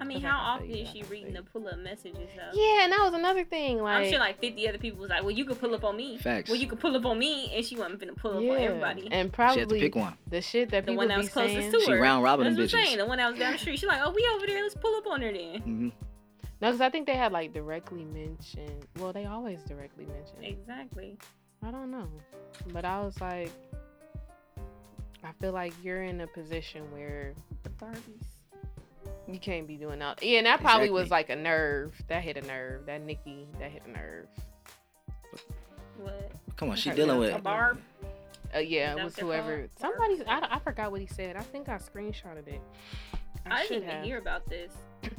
Speaker 3: I mean,
Speaker 2: Cause I
Speaker 3: how
Speaker 2: can
Speaker 3: often
Speaker 2: tell you
Speaker 3: is
Speaker 2: that
Speaker 3: she
Speaker 2: I'm
Speaker 3: reading the
Speaker 2: fake.
Speaker 3: pull up messages though?
Speaker 2: Yeah, and that was another thing. Like,
Speaker 3: I'm sure like 50 other people was like, well, you could pull up on me.
Speaker 1: Facts.
Speaker 3: Well, you could pull up on me, and she wasn't finna pull up on
Speaker 2: yeah.
Speaker 3: everybody.
Speaker 2: And
Speaker 1: she had to
Speaker 2: probably
Speaker 1: pick one.
Speaker 2: the shit that
Speaker 3: The
Speaker 2: people
Speaker 3: one that
Speaker 2: be
Speaker 3: was closest
Speaker 2: saying.
Speaker 3: to
Speaker 1: She
Speaker 3: her.
Speaker 1: round robbing
Speaker 3: That's what
Speaker 1: bitches.
Speaker 3: I'm saying. The one that was down the street, she's like, oh, we over there. Let's pull up on her then.
Speaker 1: hmm
Speaker 2: No, because I think they had like directly mentioned. Well, they always directly mention.
Speaker 3: Exactly.
Speaker 2: I don't know. But I was like, I feel like you're in a position where
Speaker 3: The Barbies.
Speaker 2: you can't be doing that. Yeah, and that probably was
Speaker 1: Exactly.
Speaker 2: like a nerve. That hit a nerve. That Nikki, that hit a nerve.
Speaker 3: What?
Speaker 1: Come on, she
Speaker 2: Okay,
Speaker 1: dealing
Speaker 2: yeah,
Speaker 1: with.
Speaker 3: A Barb.
Speaker 2: Uh, yeah,
Speaker 3: Is
Speaker 2: it was
Speaker 3: that what they're
Speaker 2: whoever.
Speaker 3: called?
Speaker 2: Somebody, I, I forgot what he said. I think I screenshotted it.
Speaker 3: I,
Speaker 2: should
Speaker 3: didn't even
Speaker 2: have.
Speaker 3: hear about this.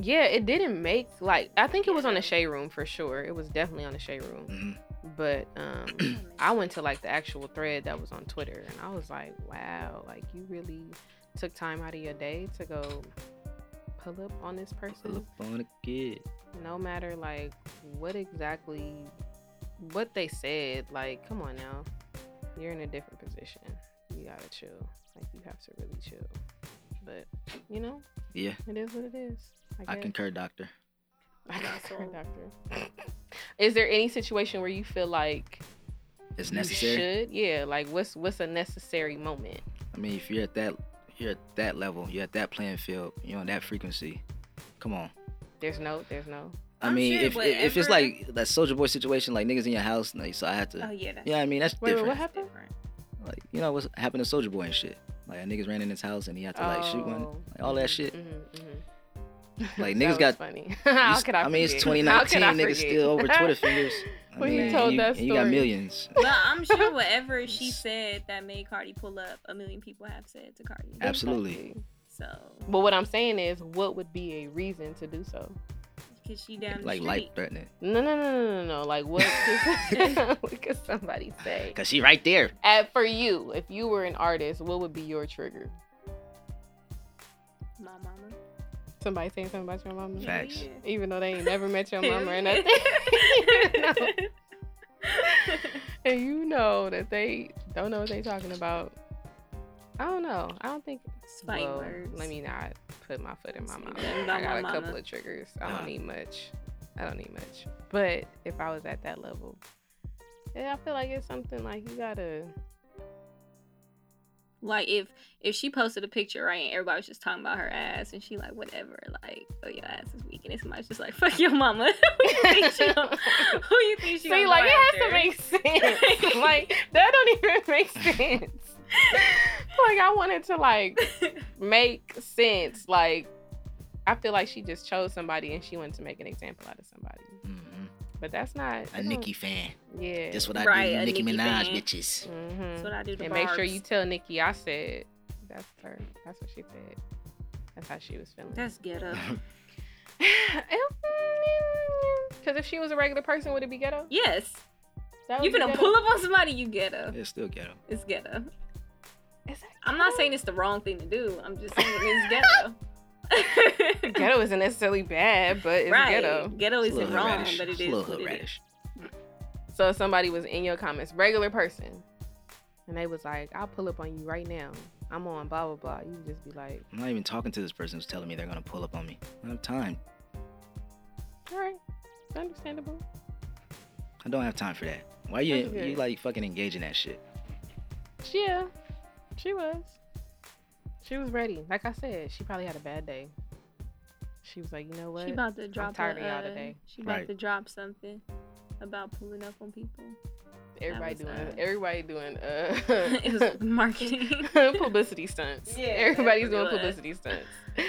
Speaker 2: Yeah, it didn't make like I think it was on the shade room for sure. It was definitely on the shade room.
Speaker 1: hmm
Speaker 2: But um
Speaker 3: Oh,
Speaker 2: I went to like the actual thread that was on Twitter and I was like, wow, like you really took time out of your day to go pull up on this person,
Speaker 1: Look on a kid.
Speaker 2: no matter like what exactly what they said. Like, come on now, you're in a different position. You gotta chill. Like, you have to really chill. But you know,
Speaker 1: Yeah,
Speaker 2: it is what it is.
Speaker 1: I
Speaker 2: guess.
Speaker 1: concur, doctor.
Speaker 2: I
Speaker 3: Yeah,
Speaker 2: concur,
Speaker 3: so-
Speaker 2: doctor. is there any situation where you feel like
Speaker 1: It's
Speaker 2: you
Speaker 1: necessary.
Speaker 2: should? Yeah, like what's what's a necessary moment?
Speaker 1: I mean, if you're at that, you're at that level. You're at that playing field. You're on that frequency. Come on.
Speaker 2: There's no, there's no.
Speaker 1: I
Speaker 3: I'm
Speaker 1: mean,
Speaker 3: sure
Speaker 1: if if it's
Speaker 3: whatever-
Speaker 1: like that soldier boy situation, like niggas in your house, like, so I had to.
Speaker 3: Oh, yeah. That's
Speaker 1: yeah, I mean that's
Speaker 2: Wait, wait,
Speaker 1: different.
Speaker 2: what happened?
Speaker 3: different.
Speaker 1: Like you know what's happened to soldier boy and shit. Like niggas ran in his house and he had to like shoot one.
Speaker 2: Oh,
Speaker 1: like, all that
Speaker 2: mhm,
Speaker 1: shit.
Speaker 2: mhm, mhm.
Speaker 1: Like,
Speaker 2: That
Speaker 1: niggas
Speaker 2: was
Speaker 1: got-
Speaker 2: funny. How
Speaker 1: s-
Speaker 2: could I?
Speaker 1: I mean, it's
Speaker 2: forget? How could
Speaker 1: 2019.
Speaker 2: I
Speaker 1: Niggas
Speaker 2: forget?
Speaker 1: still over Twitter fingers. I
Speaker 2: When
Speaker 3: you
Speaker 1: mean,
Speaker 2: told
Speaker 1: you,
Speaker 2: that
Speaker 1: and you got
Speaker 2: story.
Speaker 1: millions.
Speaker 3: But I'm sure whatever she said that made Cardi pull up, a million people have said to Cardi.
Speaker 1: Absolutely.
Speaker 3: So,
Speaker 2: But what I'm saying is, what would be a reason to do so?
Speaker 3: because she down the
Speaker 1: Like
Speaker 3: street.
Speaker 1: life threatening.
Speaker 2: No, no, no, no, no, no. Like, what could, what could somebody say?
Speaker 1: Cause she right there.
Speaker 2: At, for you, if you were an artist, what would be your trigger?
Speaker 3: My mama.
Speaker 2: Somebody saying something about your mama?
Speaker 1: Fact. Facts.
Speaker 3: Yeah.
Speaker 2: Even though they ain't never met your mama or
Speaker 3: Hell
Speaker 2: nothing. You
Speaker 3: yeah.
Speaker 2: know? and you know that they don't know what they talking about. I don't know. I don't think.
Speaker 3: Spite
Speaker 2: well,
Speaker 3: words.
Speaker 2: Let me not put my foot in my
Speaker 3: Say
Speaker 2: mouth.
Speaker 3: nothing
Speaker 2: I
Speaker 3: about
Speaker 2: got
Speaker 3: my
Speaker 2: a couple
Speaker 3: mama.
Speaker 2: of triggers. I don't
Speaker 1: Uh.
Speaker 2: need much. I don't need much. But if I was at that level, yeah, I feel like it's something like you gotta.
Speaker 3: Like if if she posted a picture right and everybody was just talking about her ass and she like whatever like oh your ass is weak and then somebody's just like fuck your mama who you think she gonna, who you think she
Speaker 2: See,
Speaker 3: gonna
Speaker 2: like
Speaker 3: go
Speaker 2: it has
Speaker 3: after?
Speaker 2: to make sense. like that don't even make sense. like I wanted to like make sense. Like I feel like she just chose somebody and she wanted to make an example out of somebody.
Speaker 1: Mm-hmm.
Speaker 2: But that's not
Speaker 1: A Nicki fan.
Speaker 2: Yeah.
Speaker 1: That's what I
Speaker 3: Right,
Speaker 1: do.
Speaker 3: a
Speaker 1: Nicki
Speaker 3: Nicki
Speaker 1: Minaj
Speaker 3: fan.
Speaker 1: bitches.
Speaker 3: That's
Speaker 2: hmm
Speaker 3: what I do. To
Speaker 2: And make sure
Speaker 3: Barbs.
Speaker 2: you tell Nikki I said. That's her. That's what she said. That's how she was feeling.
Speaker 3: That's ghetto.
Speaker 2: Because if she was a regular person, would it be ghetto?
Speaker 3: Yes,
Speaker 2: That
Speaker 3: you
Speaker 2: would be
Speaker 3: finna
Speaker 2: ghetto?
Speaker 3: pull up on somebody. You ghetto.
Speaker 1: It's still ghetto.
Speaker 3: It's ghetto.
Speaker 2: Is that
Speaker 3: I'm not
Speaker 2: ghetto?
Speaker 3: saying it's the wrong thing to do. I'm just saying it's ghetto.
Speaker 2: ghetto isn't necessarily bad, but it's
Speaker 3: right.
Speaker 2: ghetto.
Speaker 1: It's a
Speaker 3: isn't
Speaker 1: little
Speaker 3: wrong,
Speaker 1: radish.
Speaker 3: but it
Speaker 1: It's
Speaker 3: is
Speaker 1: a little hood
Speaker 3: what it is.
Speaker 1: radish.
Speaker 2: So if somebody was in your comments, regular person, and they was like, "I'll pull up on you right now. I'm on blah blah blah." You just be like,
Speaker 1: I'm not even talking to this person who's telling me they're gonna pull up on me. I don't have time.
Speaker 2: "All right, it's understandable."
Speaker 1: I don't have time for that. Why you
Speaker 2: That's okay.
Speaker 1: you like fucking engaging that shit?
Speaker 2: Yeah, she was. She was ready. Like I said, she probably had a bad day. She was like, "You know what?
Speaker 3: She about to drop.
Speaker 2: tired
Speaker 3: a,
Speaker 2: of y'all
Speaker 3: uh,
Speaker 2: today.
Speaker 3: She about
Speaker 1: Right.
Speaker 3: to drop something about pulling up on people.
Speaker 2: everybody
Speaker 3: was,
Speaker 2: doing,
Speaker 3: uh,
Speaker 2: everybody doing, uh,
Speaker 3: it was marketing.
Speaker 2: publicity stunts.
Speaker 3: Yeah,
Speaker 2: everybody's
Speaker 3: that's what
Speaker 2: doing
Speaker 3: it was.
Speaker 2: publicity stunts."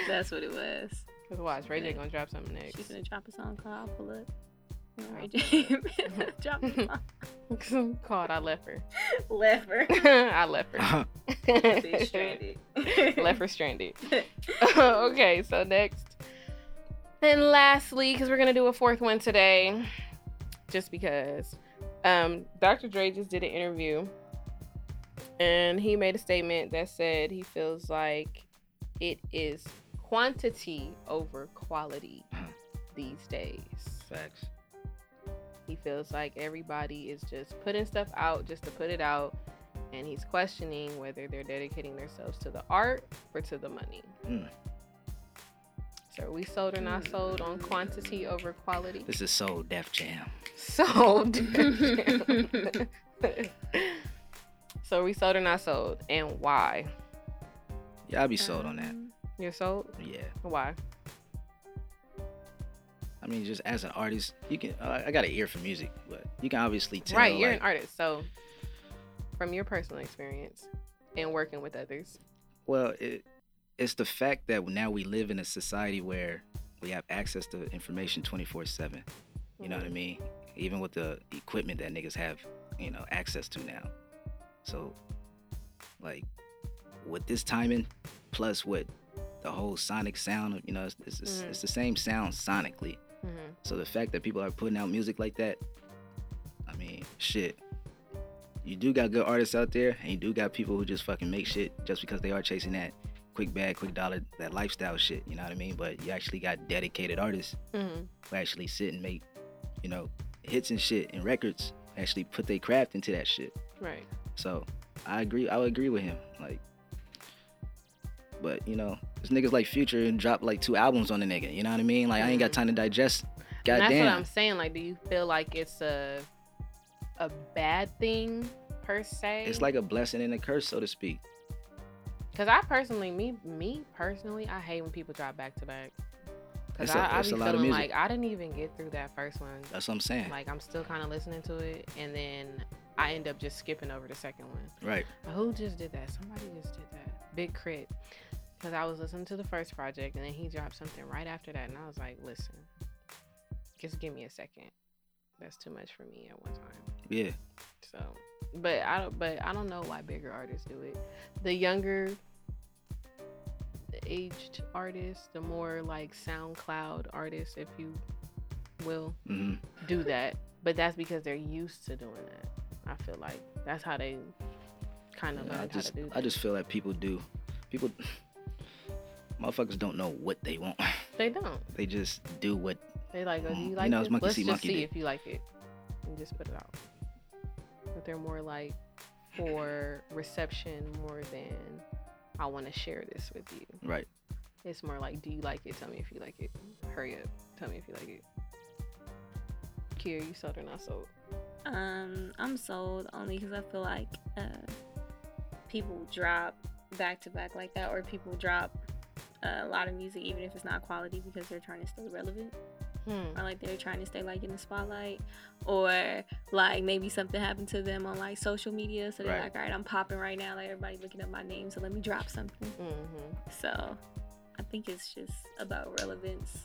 Speaker 3: That's what it was.
Speaker 2: Cause watch, Ray J
Speaker 3: Yeah.
Speaker 2: gonna drop something next.
Speaker 3: She's gonna drop a song called "I'll Pull Up." You know,
Speaker 2: I'll
Speaker 3: Ray J. drop a song.
Speaker 2: Called, I left her.
Speaker 3: Left her.
Speaker 2: I left her.
Speaker 1: I
Speaker 3: Bitch stranded.
Speaker 2: Left her stranded. okay, so next. And lastly, because we're gonna do a fourth one today, just because. Um, Dr. Dre just did an interview And he made a statement that said he feels like it is quantity over quality these days.
Speaker 1: Facts.
Speaker 2: He feels like everybody is just putting stuff out just to put it out. And he's questioning whether they're dedicating themselves to the art or to the money.
Speaker 1: Mm.
Speaker 2: So are we sold or not sold on quantity over quality?
Speaker 1: This is Soul Def Jam.
Speaker 2: Sold. so are we sold or not sold? And why?
Speaker 1: Yeah, I'll be sold on that.
Speaker 3: Um,
Speaker 2: You're sold?
Speaker 1: Yeah.
Speaker 2: Why?
Speaker 1: I mean, just as an artist, you can. Uh, I got an ear for music, but you can obviously tell.
Speaker 2: right, you're
Speaker 1: like,
Speaker 2: an artist. So from your personal experience and working with others.
Speaker 1: Well, it, it's the fact that now we live in a society where we have access to information 24 7. You know what I mean? Even with the equipment that niggas have, you know, access to now. So, like, with this timing, plus with the whole sonic sound, of you know, it's, it's, it's,
Speaker 2: Mhm.
Speaker 1: it's the same sound sonically.
Speaker 2: Mhm.
Speaker 1: So the fact that people are putting out music like that, I mean, shit. You do got good artists out there, and you do got people who just fucking make shit just because they are chasing that quick bag, quick dollar, that lifestyle shit. You know what I mean? But you actually got dedicated artists
Speaker 2: Mhm.
Speaker 1: who actually sit and make, you know, hits and shit and records. Actually put their craft into that shit.
Speaker 2: Right.
Speaker 1: So I agree. I would agree with him. Like, but you know, there's niggas like Future and drop like two albums on the nigga. You know what I mean? Like I ain't got
Speaker 2: Mhm.
Speaker 1: time to digest.
Speaker 2: And that's
Speaker 1: Goddamn.
Speaker 2: what I'm saying. Like, do you feel like it's a a bad thing per se?
Speaker 1: it's like a blessing and a curse, so to speak.
Speaker 2: because I personally, me, me personally, I hate when people drop back to back. Because
Speaker 1: It's a-
Speaker 2: I, I be
Speaker 1: it's a lot of
Speaker 2: feeling
Speaker 1: music.
Speaker 2: like I didn't even get through that first one.
Speaker 1: That's what I'm saying.
Speaker 2: Like I'm still kind of listening to it, and then I end up just skipping over the second one.
Speaker 1: right.
Speaker 2: Who just did that? Somebody just did that. Big crit. Because I was listening to the first project and then he dropped something right after that. And I was like, listen, just give me a second. That's too much for me at one time.
Speaker 1: Yeah.
Speaker 2: So, but I don't, but I don't know why bigger artists do it. The younger the aged artists, the more like SoundCloud artists, if you will,
Speaker 1: hmm
Speaker 2: do that, but that's because they're used to doing that. I feel like that's how they kind of
Speaker 1: I
Speaker 2: learn how
Speaker 1: just
Speaker 2: to do that.
Speaker 1: I just feel that people do. People motherfuckers don't know what they want.
Speaker 2: they don't.
Speaker 1: they just do what
Speaker 2: They like, oh, do
Speaker 1: Mm,
Speaker 2: you
Speaker 1: you
Speaker 2: like
Speaker 1: know, it's
Speaker 2: this?
Speaker 1: monkey
Speaker 2: Let's
Speaker 1: see,
Speaker 2: just
Speaker 1: monkey
Speaker 2: see
Speaker 1: do."
Speaker 2: if you like it, and just put it out. But they're more like for reception more than I want to share this with you.
Speaker 1: right.
Speaker 2: It's more like, do you like it? Tell me if you like it. Hurry up. Tell me if you like it. Kira, you sold or not sold?
Speaker 3: Um, I'm sold only because I feel like uh, people drop back to back like that, or people drop uh, a lot of music even if it's not quality because they're trying to stay relevant,
Speaker 2: Hmm.
Speaker 3: or like they're trying to stay like in the spotlight, or like maybe something happened to them on like social media, so they're
Speaker 1: Right.
Speaker 3: like, all right, I'm popping right now, like everybody looking up my name, so let me drop something.
Speaker 2: Mm-hmm.
Speaker 3: So I think it's just about relevance,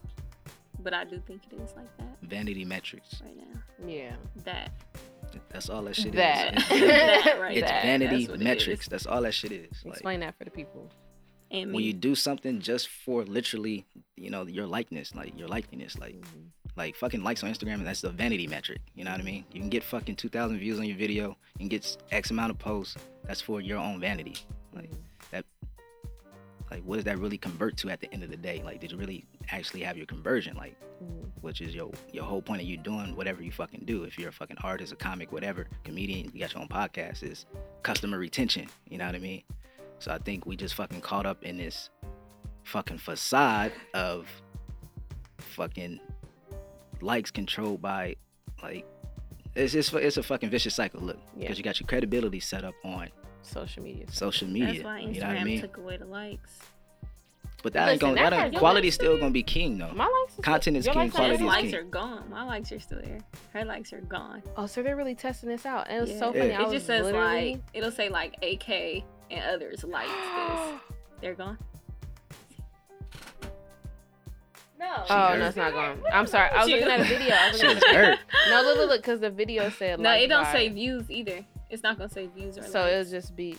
Speaker 3: but I do think it is like that
Speaker 1: Vanity metrics.
Speaker 3: right now.
Speaker 2: Yeah.
Speaker 3: That
Speaker 1: That's all that shit is.
Speaker 2: That.
Speaker 1: It's-
Speaker 3: That right
Speaker 1: It's
Speaker 3: there.
Speaker 1: vanity
Speaker 3: That's what it
Speaker 1: metrics.
Speaker 3: is.
Speaker 1: That's all that shit is. Like,
Speaker 2: Explain that for the people.
Speaker 3: and
Speaker 1: when
Speaker 3: me.
Speaker 1: you do something just for literally, you know, your likeness, like your likeliness, like
Speaker 2: Mhm.
Speaker 1: like fucking likes on Instagram, and that's the vanity metric. You know what I mean? You can get fucking 2,000 views on your video, you can get X amount of posts. That's for your own vanity. Like
Speaker 2: Mhm.
Speaker 1: like what does that really convert to at the end of the day? Like did you really actually have your conversion? Like
Speaker 2: Mhm.
Speaker 1: which is your your whole point of you doing whatever you fucking do. If you're a fucking artist, a comic, whatever, comedian, you got your own podcast, is customer retention. You know what I mean? So I think we just fucking caught up in this fucking facade of fucking likes controlled by like it's it's, it's a fucking vicious cycle. Look,
Speaker 2: Yeah.
Speaker 1: because you got your credibility set up on
Speaker 2: Social media.
Speaker 1: social media.
Speaker 3: That's why Instagram
Speaker 1: you know what I mean?
Speaker 3: took away the likes.
Speaker 1: but that ain't gonna
Speaker 2: Listen, that
Speaker 1: that
Speaker 2: has
Speaker 1: ain't,
Speaker 2: your
Speaker 1: quality's
Speaker 2: likes to
Speaker 1: still
Speaker 2: me.
Speaker 1: gonna be king though.
Speaker 2: My likes.
Speaker 1: Content is
Speaker 2: your
Speaker 1: king,
Speaker 2: likes are-
Speaker 1: quality
Speaker 3: His
Speaker 1: is
Speaker 3: likes
Speaker 1: king.
Speaker 3: are gone. My likes are still there. Her likes are gone.
Speaker 2: Oh, so they're really testing this out. And it was so
Speaker 1: Yeah.
Speaker 2: funny.
Speaker 1: Yeah.
Speaker 2: I
Speaker 3: It
Speaker 2: was
Speaker 3: just says
Speaker 2: literally...
Speaker 3: like it'll say like AK and others likes this. They're gone. No.
Speaker 2: Oh
Speaker 1: hurt.
Speaker 2: no, it's not gone. I'm sorry. I was
Speaker 3: She-
Speaker 2: looking at a video. I was
Speaker 1: She
Speaker 2: looking
Speaker 1: was
Speaker 2: at a
Speaker 1: hurt.
Speaker 2: No, look, look, look, because the video said
Speaker 3: No,
Speaker 2: like,
Speaker 3: it don't
Speaker 2: by-
Speaker 3: say views either. It's not gonna say views or
Speaker 2: So
Speaker 3: likes.
Speaker 2: it'll just be.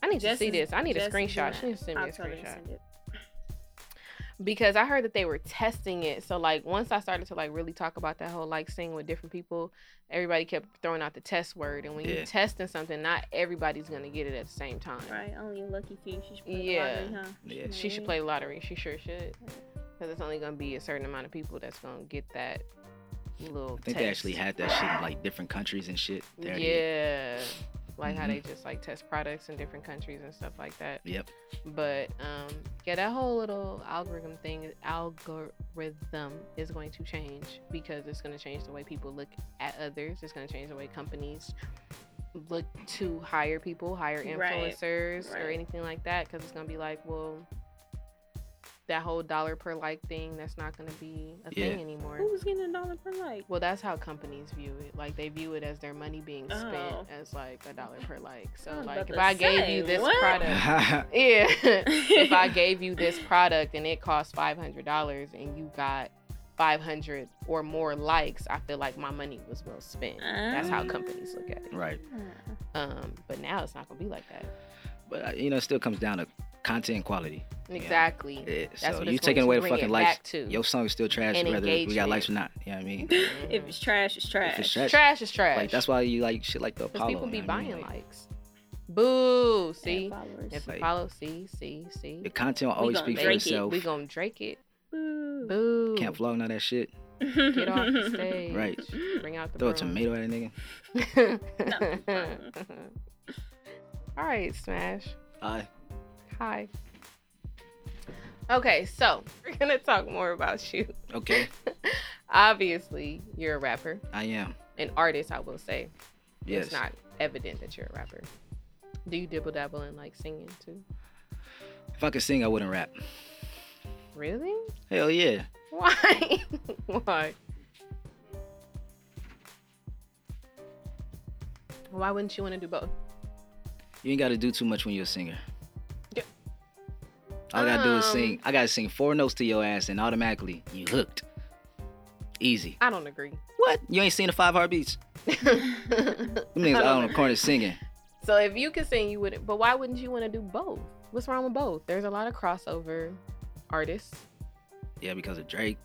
Speaker 2: I need to
Speaker 3: Jess
Speaker 2: see
Speaker 3: is-
Speaker 2: this. I need a
Speaker 3: Jess is doing
Speaker 2: screenshot.
Speaker 3: that.
Speaker 2: She needs to send me
Speaker 3: I'll
Speaker 2: a
Speaker 3: tell her to
Speaker 2: screenshot.
Speaker 3: send it.
Speaker 2: because I heard that they were testing it. So like once I started to like really talk about that whole like sing with different people, everybody kept throwing out the test word. And when
Speaker 1: Yeah.
Speaker 2: you're testing something, not everybody's gonna get it at the same time.
Speaker 3: Right, only a lucky few. She should play the
Speaker 2: Yeah.
Speaker 3: lottery, huh?
Speaker 1: Yeah.
Speaker 2: She
Speaker 3: Mm-hmm.
Speaker 2: should play lottery. She sure should, because it's only gonna be a certain amount of people that's gonna get that little.
Speaker 1: I think they
Speaker 2: taste.
Speaker 1: actually had that shit in like different countries and shit. They already-
Speaker 2: Yeah. Like how they
Speaker 1: Mm-hmm.
Speaker 2: just like test products in different countries and stuff like that.
Speaker 1: Yep.
Speaker 2: But um yeah, that whole little algorithm thing algorithm is going to change because it's gonna change the way people look at others. It's gonna change the way companies look to hire people, hire
Speaker 3: Right,
Speaker 2: influencers or
Speaker 3: right.
Speaker 2: anything like that. Cause it's gonna be like, well, that whole dollar per like thing, that's not gonna be a thing anymore.
Speaker 3: Who was getting a dollar per like?
Speaker 2: Well, that's how companies view it. Like they view it as their money being spent
Speaker 3: Oh.
Speaker 2: as like a dollar per like. So
Speaker 3: I was
Speaker 2: like
Speaker 3: about
Speaker 2: if
Speaker 3: to
Speaker 2: I
Speaker 3: say,
Speaker 2: gave you this
Speaker 3: what?
Speaker 2: product,
Speaker 1: yeah.
Speaker 2: yeah, if I gave you this product and it cost five hundred dollars and you got five hundred or more likes, I feel like my money was well spent. That's how companies look at it.
Speaker 1: right.
Speaker 3: Ah.
Speaker 2: Um, but now it's not gonna be like that.
Speaker 1: But uh, you know, it still comes down to content quality.
Speaker 2: Exactly.
Speaker 1: Yeah.
Speaker 2: That's
Speaker 1: so
Speaker 2: what
Speaker 1: you
Speaker 2: it's going
Speaker 1: taking
Speaker 2: to
Speaker 1: away the
Speaker 2: bring it
Speaker 1: fucking
Speaker 2: back
Speaker 1: likes.
Speaker 2: to.
Speaker 1: Your song is still trash
Speaker 2: And
Speaker 1: whether we got
Speaker 2: engagement.
Speaker 1: likes or not. You know what I mean?
Speaker 3: if it's trash, it's trash.
Speaker 1: it's
Speaker 2: trash.
Speaker 1: trash.
Speaker 2: is trash.
Speaker 1: Like that's why you like shit like the
Speaker 2: because
Speaker 1: Apollo.
Speaker 2: people be
Speaker 1: you know what I
Speaker 2: buying
Speaker 1: mean?
Speaker 2: likes. Boo.
Speaker 3: And
Speaker 2: See.
Speaker 3: followers.
Speaker 2: If
Speaker 1: Like-
Speaker 2: Apollo, see, see, see.
Speaker 1: The content will
Speaker 3: We
Speaker 1: always
Speaker 3: gonna
Speaker 1: speak for
Speaker 3: drink it.
Speaker 1: itself.
Speaker 2: We gonna Drake it.
Speaker 3: Boo.
Speaker 2: Boo.
Speaker 1: Can't vlog none of that shit.
Speaker 2: Get off the stage.
Speaker 1: Right.
Speaker 2: Bring out the
Speaker 1: Throw a
Speaker 2: broom.
Speaker 1: tomato at a nigga.
Speaker 3: That'd be fun.
Speaker 2: All right, Smash.
Speaker 1: Aye.
Speaker 2: Hi. Okay, so we're gonna talk more about you.
Speaker 1: Okay.
Speaker 2: Obviously, you're a rapper,
Speaker 1: I am.
Speaker 2: an artist. I will say
Speaker 1: Yes.
Speaker 2: it's not evident that you're a rapper. Do you dibble dabble in like singing too?
Speaker 1: If I could sing, I wouldn't rap.
Speaker 2: Really?
Speaker 1: Hell yeah.
Speaker 2: Why? Why? Why wouldn't you want to do both?
Speaker 1: You ain't gotta do too much when you're a singer.
Speaker 2: Yeah.
Speaker 1: All I gotta do is
Speaker 2: Um,
Speaker 1: sing. I gotta sing four notes to your ass, and automatically you hooked. Easy.
Speaker 2: I don't agree.
Speaker 1: What? You ain't seen the five heartbeats?
Speaker 2: so
Speaker 1: Them niggas
Speaker 2: I
Speaker 1: out
Speaker 2: don't
Speaker 1: on the
Speaker 2: know.
Speaker 1: corner singing.
Speaker 2: if you could sing, you wouldn't. But why wouldn't you want to do both? What's wrong with both? There's a lot of crossover artists.
Speaker 1: Yeah, because of Drake.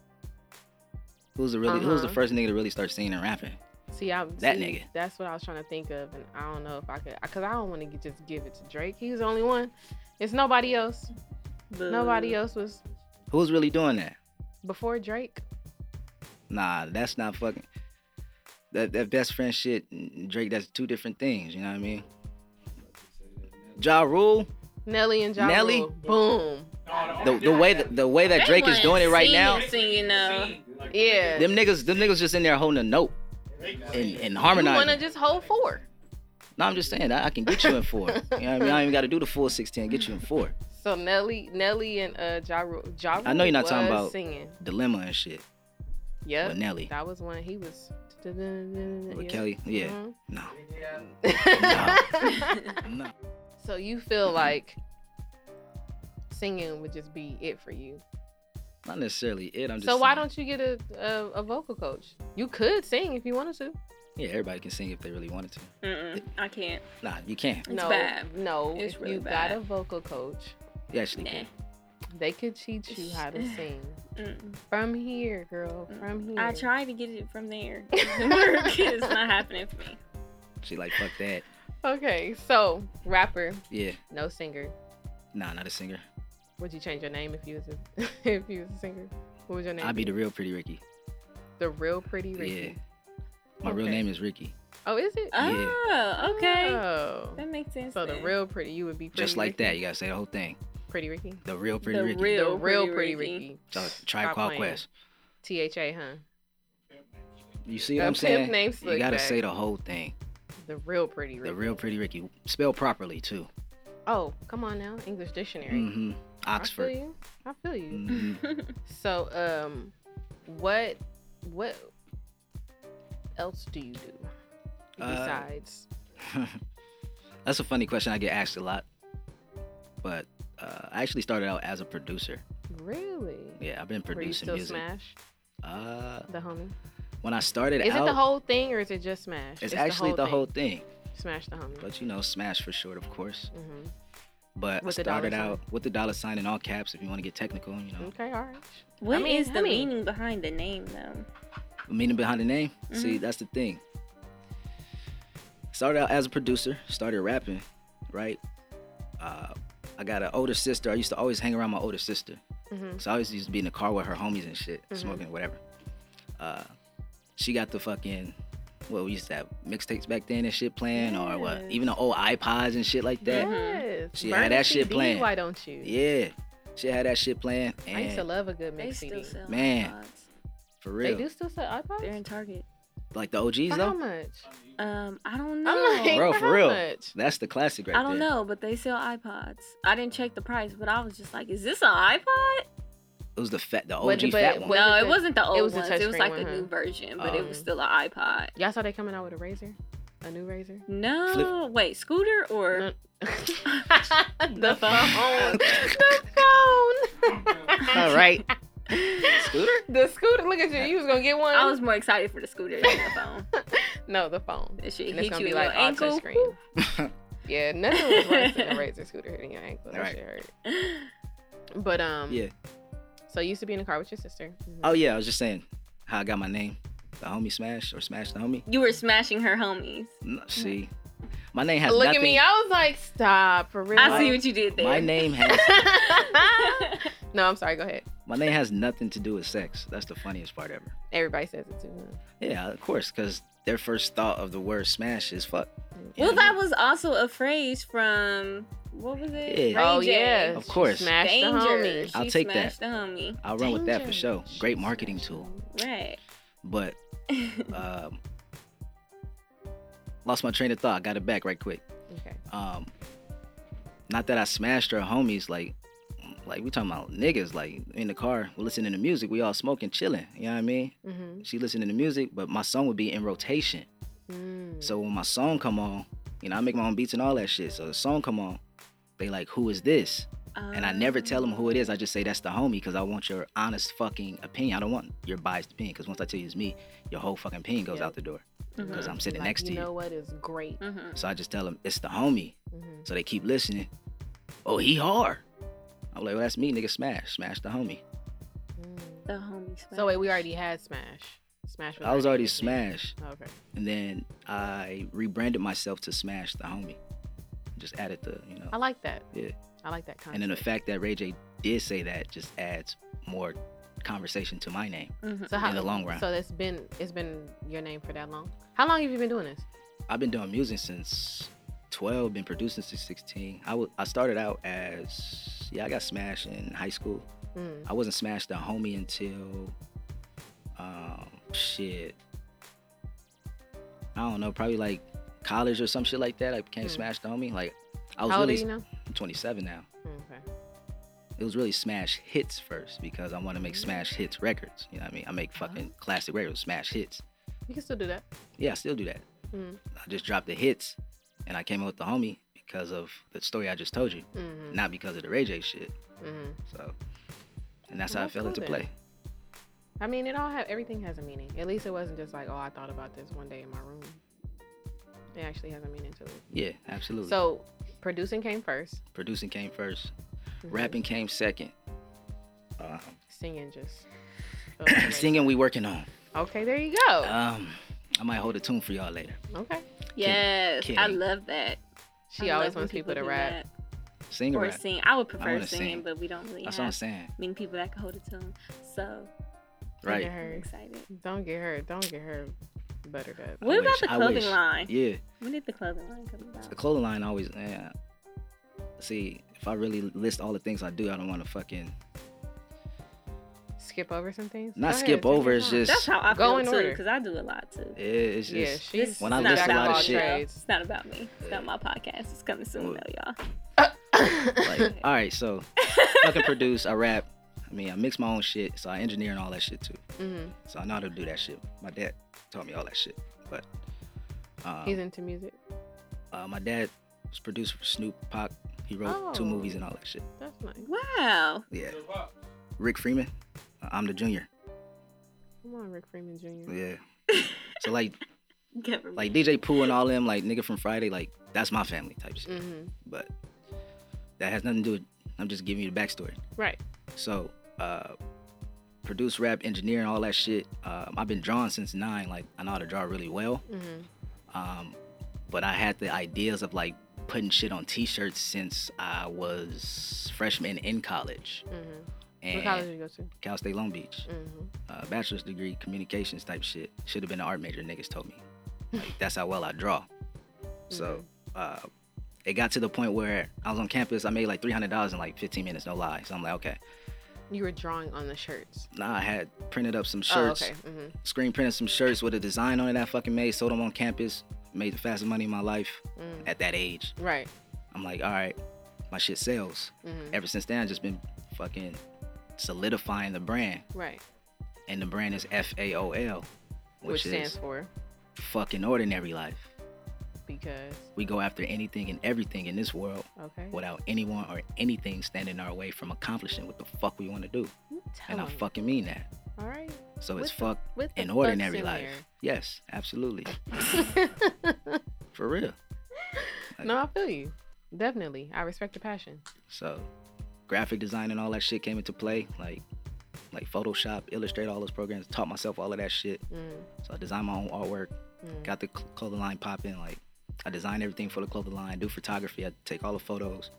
Speaker 1: Who's the really? Who's the
Speaker 2: Uh-huh.
Speaker 1: first nigga to really start singing and rapping?
Speaker 2: See, I
Speaker 1: That
Speaker 2: see,
Speaker 1: nigga.
Speaker 2: That's what I was trying to think of, and I don't know if I could, cause I don't want to just give it to Drake. He's the only one. It's nobody else.
Speaker 3: Boo.
Speaker 2: Nobody else was
Speaker 1: Who's really doing that?
Speaker 2: before Drake.
Speaker 1: Nah, that's not fucking. That that best friend shit, and Drake. That's two different things. You know what I mean? Ja Rule,
Speaker 2: Nelly and Ja
Speaker 1: Nelly?
Speaker 2: Rule. Boom.
Speaker 1: the, the way that, the way that Drake is doing it right now,
Speaker 3: Singing now.
Speaker 2: Yeah.
Speaker 1: them niggas them niggas just in there holding a note and, and
Speaker 2: You want to
Speaker 1: harmonizing.
Speaker 2: just hold four.
Speaker 1: No, I'm just saying I, I can get you in four. You know what I mean? I don't even got to do the full sixteen. Get you in four.
Speaker 2: So Nelly, Nelly and uh, Ja Rule. Ja Rule
Speaker 1: I know you're not talking
Speaker 2: was
Speaker 1: about-
Speaker 2: singing.
Speaker 1: Dilemma and shit
Speaker 2: Yep.
Speaker 1: with Nelly,
Speaker 2: That was when he was.
Speaker 1: with
Speaker 2: With
Speaker 1: Kelly. Yeah,
Speaker 2: Mm-hmm.
Speaker 1: no, no.
Speaker 2: so you feel like singing would just be it for you.
Speaker 1: Not necessarily it. I'm just.
Speaker 2: So why
Speaker 1: saying.
Speaker 2: don't you get a, a a vocal coach? You could sing if you wanted to.
Speaker 1: Yeah, everybody can sing if they really wanted to.
Speaker 3: Mm-mm, I can't.
Speaker 1: Nah, you can't.
Speaker 3: It's bad.
Speaker 2: no.
Speaker 3: It's
Speaker 2: if
Speaker 3: really
Speaker 2: you
Speaker 3: bad.
Speaker 2: got a vocal coach,
Speaker 1: You actually
Speaker 3: Nah.
Speaker 1: can.
Speaker 2: they could teach you how to sing
Speaker 3: Mm-mm.
Speaker 2: from here, girl. From here.
Speaker 3: I tried to get it from there. it's not happening for me.
Speaker 1: She like fuck that.
Speaker 2: Okay, so rapper,
Speaker 1: Yeah,
Speaker 2: no singer.
Speaker 1: nah, not a singer.
Speaker 2: Would you change your name if you was a if you was a singer? What would your name?
Speaker 1: I'd be the real Pretty Ricky.
Speaker 2: the real pretty Ricky.
Speaker 1: My real
Speaker 2: Okay.
Speaker 1: name is Ricky.
Speaker 2: Oh, is it?
Speaker 1: Yeah.
Speaker 3: Oh, okay.
Speaker 2: Oh.
Speaker 3: That makes sense.
Speaker 2: So the
Speaker 3: then.
Speaker 2: real pretty, you would be pretty
Speaker 1: Just like
Speaker 2: Ricky.
Speaker 1: that, you gotta say the whole thing.
Speaker 2: Pretty Ricky.
Speaker 1: The real Pretty
Speaker 3: The
Speaker 1: Ricky.
Speaker 2: The
Speaker 3: real-
Speaker 2: real pretty,
Speaker 3: Pretty
Speaker 2: Ricky.
Speaker 3: Ricky.
Speaker 1: So, Tribe
Speaker 2: Stop
Speaker 1: Called
Speaker 2: playing.
Speaker 1: Quest.
Speaker 2: T H A, huh?
Speaker 1: You see what I'm
Speaker 2: pimp
Speaker 1: saying?
Speaker 2: name
Speaker 1: You
Speaker 2: slick
Speaker 1: gotta
Speaker 2: back.
Speaker 1: say the whole thing.
Speaker 2: the real pretty Ricky.
Speaker 1: The real Pretty Ricky. Spelled properly too.
Speaker 2: Oh, come on now, English dictionary.
Speaker 1: hmm
Speaker 2: I
Speaker 1: Oxford.
Speaker 2: feel you. I feel you.
Speaker 1: hmm
Speaker 2: So, um, what, what else do you do
Speaker 1: Uh,
Speaker 2: besides?
Speaker 1: That's a funny question I get asked a lot. But uh, I actually started out as a producer.
Speaker 2: really?
Speaker 1: Yeah, I've been
Speaker 2: Were you
Speaker 1: producing
Speaker 2: still
Speaker 1: music.
Speaker 2: Smash
Speaker 1: Uh,
Speaker 2: the homie?
Speaker 1: when I started
Speaker 2: Is
Speaker 1: out,
Speaker 2: it the whole thing or is it just Smash?
Speaker 1: it's, actually the whole, thing.
Speaker 2: Smash the homie.
Speaker 1: But you know, Smash for short, of course.
Speaker 2: hmm
Speaker 1: But I
Speaker 2: With the dollar
Speaker 1: started
Speaker 2: sign.
Speaker 1: out with the dollar sign in all caps if you want to get technical, you know.
Speaker 2: Okay, all right.
Speaker 3: What is
Speaker 2: mean, I
Speaker 3: the
Speaker 2: mean-
Speaker 3: meaning behind the name, though?
Speaker 1: The meaning behind the name.
Speaker 2: Mm-hmm.
Speaker 1: See, that's the thing. Started out as a producer, started rapping, right? Uh, I got an older sister. I used to always hang around my older sister.
Speaker 2: Mm-hmm.
Speaker 1: So I always used to be in the car with her homies and shit,
Speaker 2: Mhm.
Speaker 1: smoking whatever. Uh, she got the fucking what we used to have mixtapes back then and shit playing, or what?
Speaker 2: Yes.
Speaker 1: Even the old iPods and shit like that.
Speaker 2: Yes.
Speaker 1: She
Speaker 2: Burn
Speaker 1: had
Speaker 2: the
Speaker 1: that shit
Speaker 2: CD,
Speaker 1: playing.
Speaker 2: Why don't you?
Speaker 1: Yeah, she had that shit playing,
Speaker 2: I used to
Speaker 1: and
Speaker 2: love a good
Speaker 3: They
Speaker 2: mix CD.
Speaker 3: still sell
Speaker 1: Man.
Speaker 3: iPods.
Speaker 1: for
Speaker 2: They
Speaker 1: real,
Speaker 2: do still sell
Speaker 3: They're in
Speaker 2: iPods.
Speaker 3: Target.
Speaker 1: like the OGs
Speaker 2: For how
Speaker 1: though.
Speaker 2: much?
Speaker 3: Um, I don't know.
Speaker 2: I'm like,
Speaker 1: Bro,
Speaker 2: for,
Speaker 1: for
Speaker 2: how
Speaker 1: real.
Speaker 2: Much?
Speaker 1: That's the classic right
Speaker 3: I don't
Speaker 1: there.
Speaker 3: know, but they sell iPods. I didn't check the price, but I was just like, "Is this an iPod?"
Speaker 1: It was the fat, the OG
Speaker 2: But- but-
Speaker 1: fat one.
Speaker 2: Was
Speaker 3: no,
Speaker 2: it
Speaker 3: it
Speaker 2: the-
Speaker 3: wasn't the old
Speaker 2: was the
Speaker 3: ones. It was
Speaker 2: touchscreen
Speaker 3: like
Speaker 2: one,
Speaker 3: the new
Speaker 2: huh?
Speaker 3: version, but it was
Speaker 2: Oh.
Speaker 3: still an iPod.
Speaker 2: Y'all saw they coming out with a razor, a new razor.
Speaker 3: No, wait, scooter or
Speaker 2: No. the phone.
Speaker 1: phone.
Speaker 2: the phone.
Speaker 1: All right,
Speaker 2: Scooter? The scooter. Look at you. You was gonna get one.
Speaker 3: I was more excited for the scooter than the phone.
Speaker 2: no the phone.
Speaker 3: It should
Speaker 2: And it's
Speaker 3: hit
Speaker 2: gonna
Speaker 3: you
Speaker 2: be
Speaker 3: in
Speaker 2: like
Speaker 3: your
Speaker 2: auto
Speaker 3: ankle.
Speaker 2: screen. Yeah, nothing was worse than a razor scooter hitting your ankle. That
Speaker 1: Right.
Speaker 2: shit hurt. But um,
Speaker 1: yeah.
Speaker 2: So you used to be in the car with your sister. Mhm.
Speaker 1: Oh yeah, I was just saying how I got my name, the homie smash or smash the homie.
Speaker 3: You were smashing her homies.
Speaker 1: No, See, my name has
Speaker 2: Look
Speaker 1: nothing.
Speaker 2: at me. I was like, stop for real.
Speaker 3: I see what you did there.
Speaker 1: my name has
Speaker 2: no, I'm sorry. Go ahead.
Speaker 1: my name has nothing to do with sex. That's the funniest part ever.
Speaker 2: Everybody says it too. huh?
Speaker 1: Yeah, of course, because their first thought of the word smash is fuck.
Speaker 3: well, that was also a phrase from what was it?
Speaker 1: Yeah.
Speaker 3: Ray
Speaker 2: oh
Speaker 3: J.
Speaker 2: yeah,
Speaker 1: Of
Speaker 2: she
Speaker 1: course.
Speaker 2: smashed the
Speaker 3: Danger.
Speaker 2: homie.
Speaker 1: I'll
Speaker 3: She
Speaker 1: take that.
Speaker 3: smashed The homie.
Speaker 1: I'll run with that for
Speaker 2: Danger.
Speaker 1: sure.
Speaker 2: She
Speaker 1: Great marketing
Speaker 2: smashed the
Speaker 1: tool.
Speaker 2: homie.
Speaker 3: Right.
Speaker 1: But um, lost my train of thought. Got it back right quick.
Speaker 2: Okay.
Speaker 1: Um, not that I smashed her homies. Like, like we talking about niggas. Like in the car, we listening to music. We all smoking, chilling. You know what I mean?
Speaker 2: Mm-hmm.
Speaker 1: She listening to music, but my song would be in rotation.
Speaker 2: Mm.
Speaker 1: So when my song come on, you know I make my own beats and all that shit. So the song come on, they like, who is this? And I never tell
Speaker 3: Um,
Speaker 1: them who it is. I just say that's the homie because I want your honest fucking opinion. I don't want your biased opinion because once I tell you it's me, your whole fucking opinion goes
Speaker 2: Yeah.
Speaker 1: out the door
Speaker 3: Mhm.
Speaker 1: because I'm sitting
Speaker 2: Like,
Speaker 1: next to you.
Speaker 2: You know what is great.
Speaker 3: Mhm.
Speaker 1: So I just tell them it's the homie.
Speaker 2: Mhm.
Speaker 1: So they keep listening. Oh, he hard. I'm like, well, that's me, nigga. Smash, smash the homie.
Speaker 2: Mm.
Speaker 3: The homie smash.
Speaker 2: So wait, we already had smash. Smash.
Speaker 1: I was already
Speaker 2: his name.
Speaker 1: smash,
Speaker 2: Okay.
Speaker 1: and then I rebranded myself to smash the homie. Just added the, you know.
Speaker 2: I like that.
Speaker 1: Yeah.
Speaker 2: I like that concept.
Speaker 1: And then the fact that Ray J did say that just adds more conversation to my name
Speaker 3: Mhm.
Speaker 2: so how,
Speaker 1: in the long run.
Speaker 2: So it's been it's been your name for that long. How long have you been doing this?
Speaker 1: I've been doing music since 12, been producing since 16. I wa- I started out as, yeah, I got smashed in high school.
Speaker 2: Mm.
Speaker 1: I wasn't smashed the homie until, um, shit. I don't know, probably like college or some shit like that. I became
Speaker 2: Hmm.
Speaker 1: smashed the homie. Like, I was
Speaker 2: How old are
Speaker 1: really
Speaker 2: you now?
Speaker 1: I'm 27 now.
Speaker 2: Okay.
Speaker 1: It was really smash hits first because I want to make
Speaker 2: Mm.
Speaker 1: smash hits records. You know what I mean? I make fucking
Speaker 2: Oh.
Speaker 1: classic records, smash hits.
Speaker 2: You can still do that.
Speaker 1: Yeah, I still do that.
Speaker 2: Mm.
Speaker 1: I just dropped the hits and I came up with the homie because of the story I just told you,
Speaker 2: Mm-hmm.
Speaker 1: not because of the Ray J shit.
Speaker 2: Mm-hmm.
Speaker 1: So, and that's
Speaker 2: Well,
Speaker 1: how I
Speaker 2: that's
Speaker 1: fell
Speaker 2: cool
Speaker 1: into
Speaker 2: then.
Speaker 1: play.
Speaker 2: I mean, it all have everything has a meaning. At least it wasn't just like, oh, I thought about this one day in my room. It actually has a meaning to it.
Speaker 1: Yeah, absolutely.
Speaker 2: So, producing came 1st
Speaker 1: Producing came 1st rapping came second. Um,
Speaker 2: singing just. felt the way.
Speaker 1: singing, we working on.
Speaker 2: Okay, there you go.
Speaker 1: Um, I might hold a tune for y'all later.
Speaker 2: okay.
Speaker 3: Yes,
Speaker 1: Kidding.
Speaker 3: I love that.
Speaker 2: She
Speaker 3: I
Speaker 2: always
Speaker 3: love when
Speaker 2: wants people to
Speaker 3: do
Speaker 2: rap.
Speaker 1: Sing
Speaker 3: that.
Speaker 1: or
Speaker 3: or
Speaker 1: rap.
Speaker 3: sing. I would prefer
Speaker 1: wanna
Speaker 3: singing,
Speaker 1: sing.
Speaker 3: but we don't really
Speaker 1: That's what I'm
Speaker 3: have
Speaker 1: saying,
Speaker 3: many people that can hold a tune. So
Speaker 2: Don't
Speaker 1: right?
Speaker 2: get
Speaker 3: I'm
Speaker 2: her.
Speaker 3: excited.
Speaker 2: Don't get her. Don't get her buttered up.
Speaker 3: What about
Speaker 1: wish,
Speaker 3: the
Speaker 1: I
Speaker 3: clothing
Speaker 1: wish.
Speaker 3: line?
Speaker 1: Yeah,
Speaker 3: When did the clothing line come about?
Speaker 1: the clothing line always. Yeah. See, if I really list all the things I do, I don't want to fucking
Speaker 2: Skip over some things.
Speaker 1: not
Speaker 2: Go ahead,
Speaker 1: skip
Speaker 2: take your
Speaker 1: over. It's
Speaker 2: time.
Speaker 1: just
Speaker 3: That's how I
Speaker 2: Go
Speaker 3: feel
Speaker 2: in
Speaker 3: too,
Speaker 2: order.
Speaker 3: because I do a lot too.
Speaker 1: yeah, it's
Speaker 2: yeah,
Speaker 1: just
Speaker 2: she's
Speaker 3: This
Speaker 1: when I
Speaker 3: is
Speaker 2: she's
Speaker 1: list
Speaker 3: not
Speaker 1: a lot of
Speaker 2: jack all
Speaker 3: about
Speaker 1: shit.
Speaker 3: y'all.
Speaker 2: trades.
Speaker 3: It's not about me. It's not my podcast. It's coming soon
Speaker 1: Well,
Speaker 3: though, y'all.
Speaker 1: like, all right, so fucking produce, I rap. I mean, I mix my own shit, so I engineer and all that shit too.
Speaker 2: Mhm.
Speaker 1: So I know how to do that shit. My dad taught me all that shit, but um,
Speaker 2: He's into music.
Speaker 1: uh, my dad was producer for Snoop Pop. He wrote two
Speaker 2: Oh.
Speaker 1: movies and all that shit.
Speaker 2: That's nice.
Speaker 3: Wow.
Speaker 1: Yeah, Rick Freeman. Uh, I'm the junior.
Speaker 2: Come on, Rick Freeman Jr.
Speaker 1: Yeah. So like
Speaker 3: Government.
Speaker 2: Mm.
Speaker 1: like DJ Pooh and all them like nigga from Friday like that's my family type shit.
Speaker 2: Mm-hmm.
Speaker 1: But that has nothing to do with. I'm just giving you the backstory.
Speaker 2: Right.
Speaker 1: So, uh, produce, rap, engineer, and all that shit. Um, I've been drawing since nine. Like I know how to draw really well.
Speaker 2: Mm-hmm.
Speaker 1: Um, but I had the ideas of like putting shit on T-shirts since I was freshman in college.
Speaker 2: Mm-hmm.
Speaker 1: And
Speaker 2: What college did you go to?
Speaker 1: Cal State Long Beach.
Speaker 2: Mm-hmm.
Speaker 1: uh, bachelor's degree, communications type shit. Should have been an art major, niggas told me. Like, that's how well I draw. So
Speaker 2: Mm-hmm.
Speaker 1: uh, it got to the point where I was on campus. I made like $300 in like 15 minutes, no lie. So I'm like, okay.
Speaker 2: Mm-hmm. You were drawing on the shirts.
Speaker 1: Nah, I had printed up some shirts,
Speaker 2: Oh, okay. Mm-hmm.
Speaker 1: screen printed some shirts with a design on it that I fucking made, sold them on campus, made the fastest money in my life
Speaker 2: Mm.
Speaker 1: at that age.
Speaker 2: Right.
Speaker 1: I'm like, all right, my shit sells.
Speaker 2: Mm-hmm.
Speaker 1: Ever since then, I've just been fucking solidifying the brand.
Speaker 2: Right.
Speaker 1: And the brand is F A O L, which,
Speaker 2: Which, stands
Speaker 1: is
Speaker 2: for
Speaker 1: fucking ordinary life.
Speaker 2: because.
Speaker 1: We go after anything and everything in this world
Speaker 2: Okay.
Speaker 1: without anyone or anything standing in our way from accomplishing what the fuck we want to do.
Speaker 2: You
Speaker 1: And I
Speaker 2: telling me.
Speaker 1: fucking mean that.
Speaker 2: All right.
Speaker 1: So it's
Speaker 2: Oh What
Speaker 1: fuck
Speaker 2: With the
Speaker 1: an
Speaker 2: fucks
Speaker 1: ordinary
Speaker 2: in
Speaker 1: life. Yes, absolutely.
Speaker 2: there.
Speaker 1: For real.
Speaker 2: no, I feel you. Definitely. I respect the passion.
Speaker 1: So graphic design and all that shit came into play. Like like Photoshop, Illustrator, all those programs. Taught myself all of that shit.
Speaker 2: Mm,
Speaker 1: So I designed my own artwork.
Speaker 2: mm,
Speaker 1: Got the cl- clothing line popping. Like I designed everything for the clothing line. Do photography. I take all the photos.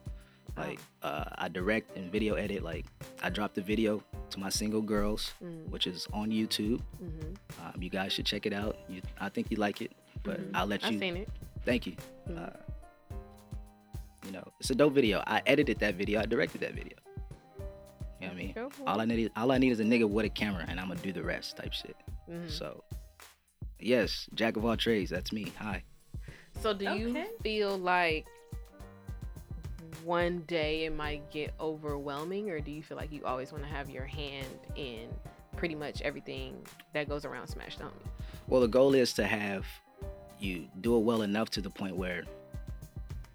Speaker 1: Like uh, I direct and video edit. Like I dropped the video to my single girls,
Speaker 2: mm,
Speaker 1: which is on YouTube.
Speaker 2: mhm.
Speaker 1: Um, you guys should check it out. You, I think you like it, but
Speaker 2: Mhm.
Speaker 1: I'll let
Speaker 2: I've
Speaker 1: you.
Speaker 2: seen it.
Speaker 1: Thank you.
Speaker 2: Mm.
Speaker 1: Uh, you know, it's a dope video. I edited that video. I directed that video. You know what I mean?
Speaker 2: Go for
Speaker 1: All
Speaker 2: it.
Speaker 1: I need, is, all I need is a nigga with a camera, and I'm gonna do the rest, type shit.
Speaker 2: Mhm.
Speaker 1: So, yes, jack of all trades. That's me. Hi.
Speaker 2: So do you
Speaker 3: Okay.
Speaker 2: feel like one day it might get overwhelming or do you feel like you always want to have your hand in pretty much everything that goes around Smash Dummy?
Speaker 1: Well, the goal is to have you do it well enough to the point where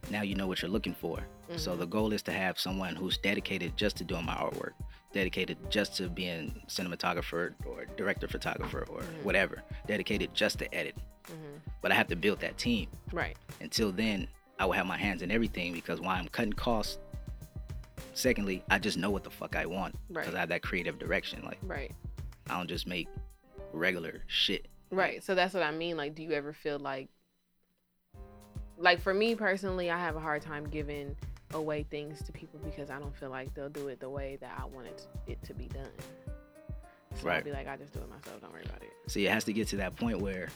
Speaker 1: now you know what you're looking for. So
Speaker 2: Mhm.
Speaker 1: the goal is to have someone who's dedicated just to doing my artwork, dedicated just to being cinematographer or director photographer or
Speaker 2: Mhm.
Speaker 1: whatever, dedicated just to edit.
Speaker 2: Mhm.
Speaker 1: But I have to build that team.
Speaker 2: Right.
Speaker 1: Until then, I will have my hands in everything because while I'm cutting costs, secondly, I just know what the fuck I want because
Speaker 2: Right.
Speaker 1: I have that creative direction. Like
Speaker 2: right.
Speaker 1: I don't just make regular shit.
Speaker 2: Right. So that's what I mean. Like, do you ever feel like, like for me personally, I have a hard time giving away things to people because I don't feel like they'll do it the way that I want it, it to be done. So I'll
Speaker 1: Right.
Speaker 2: be like, I just do it myself. Don't worry about it.
Speaker 1: See, it has to get to that point where,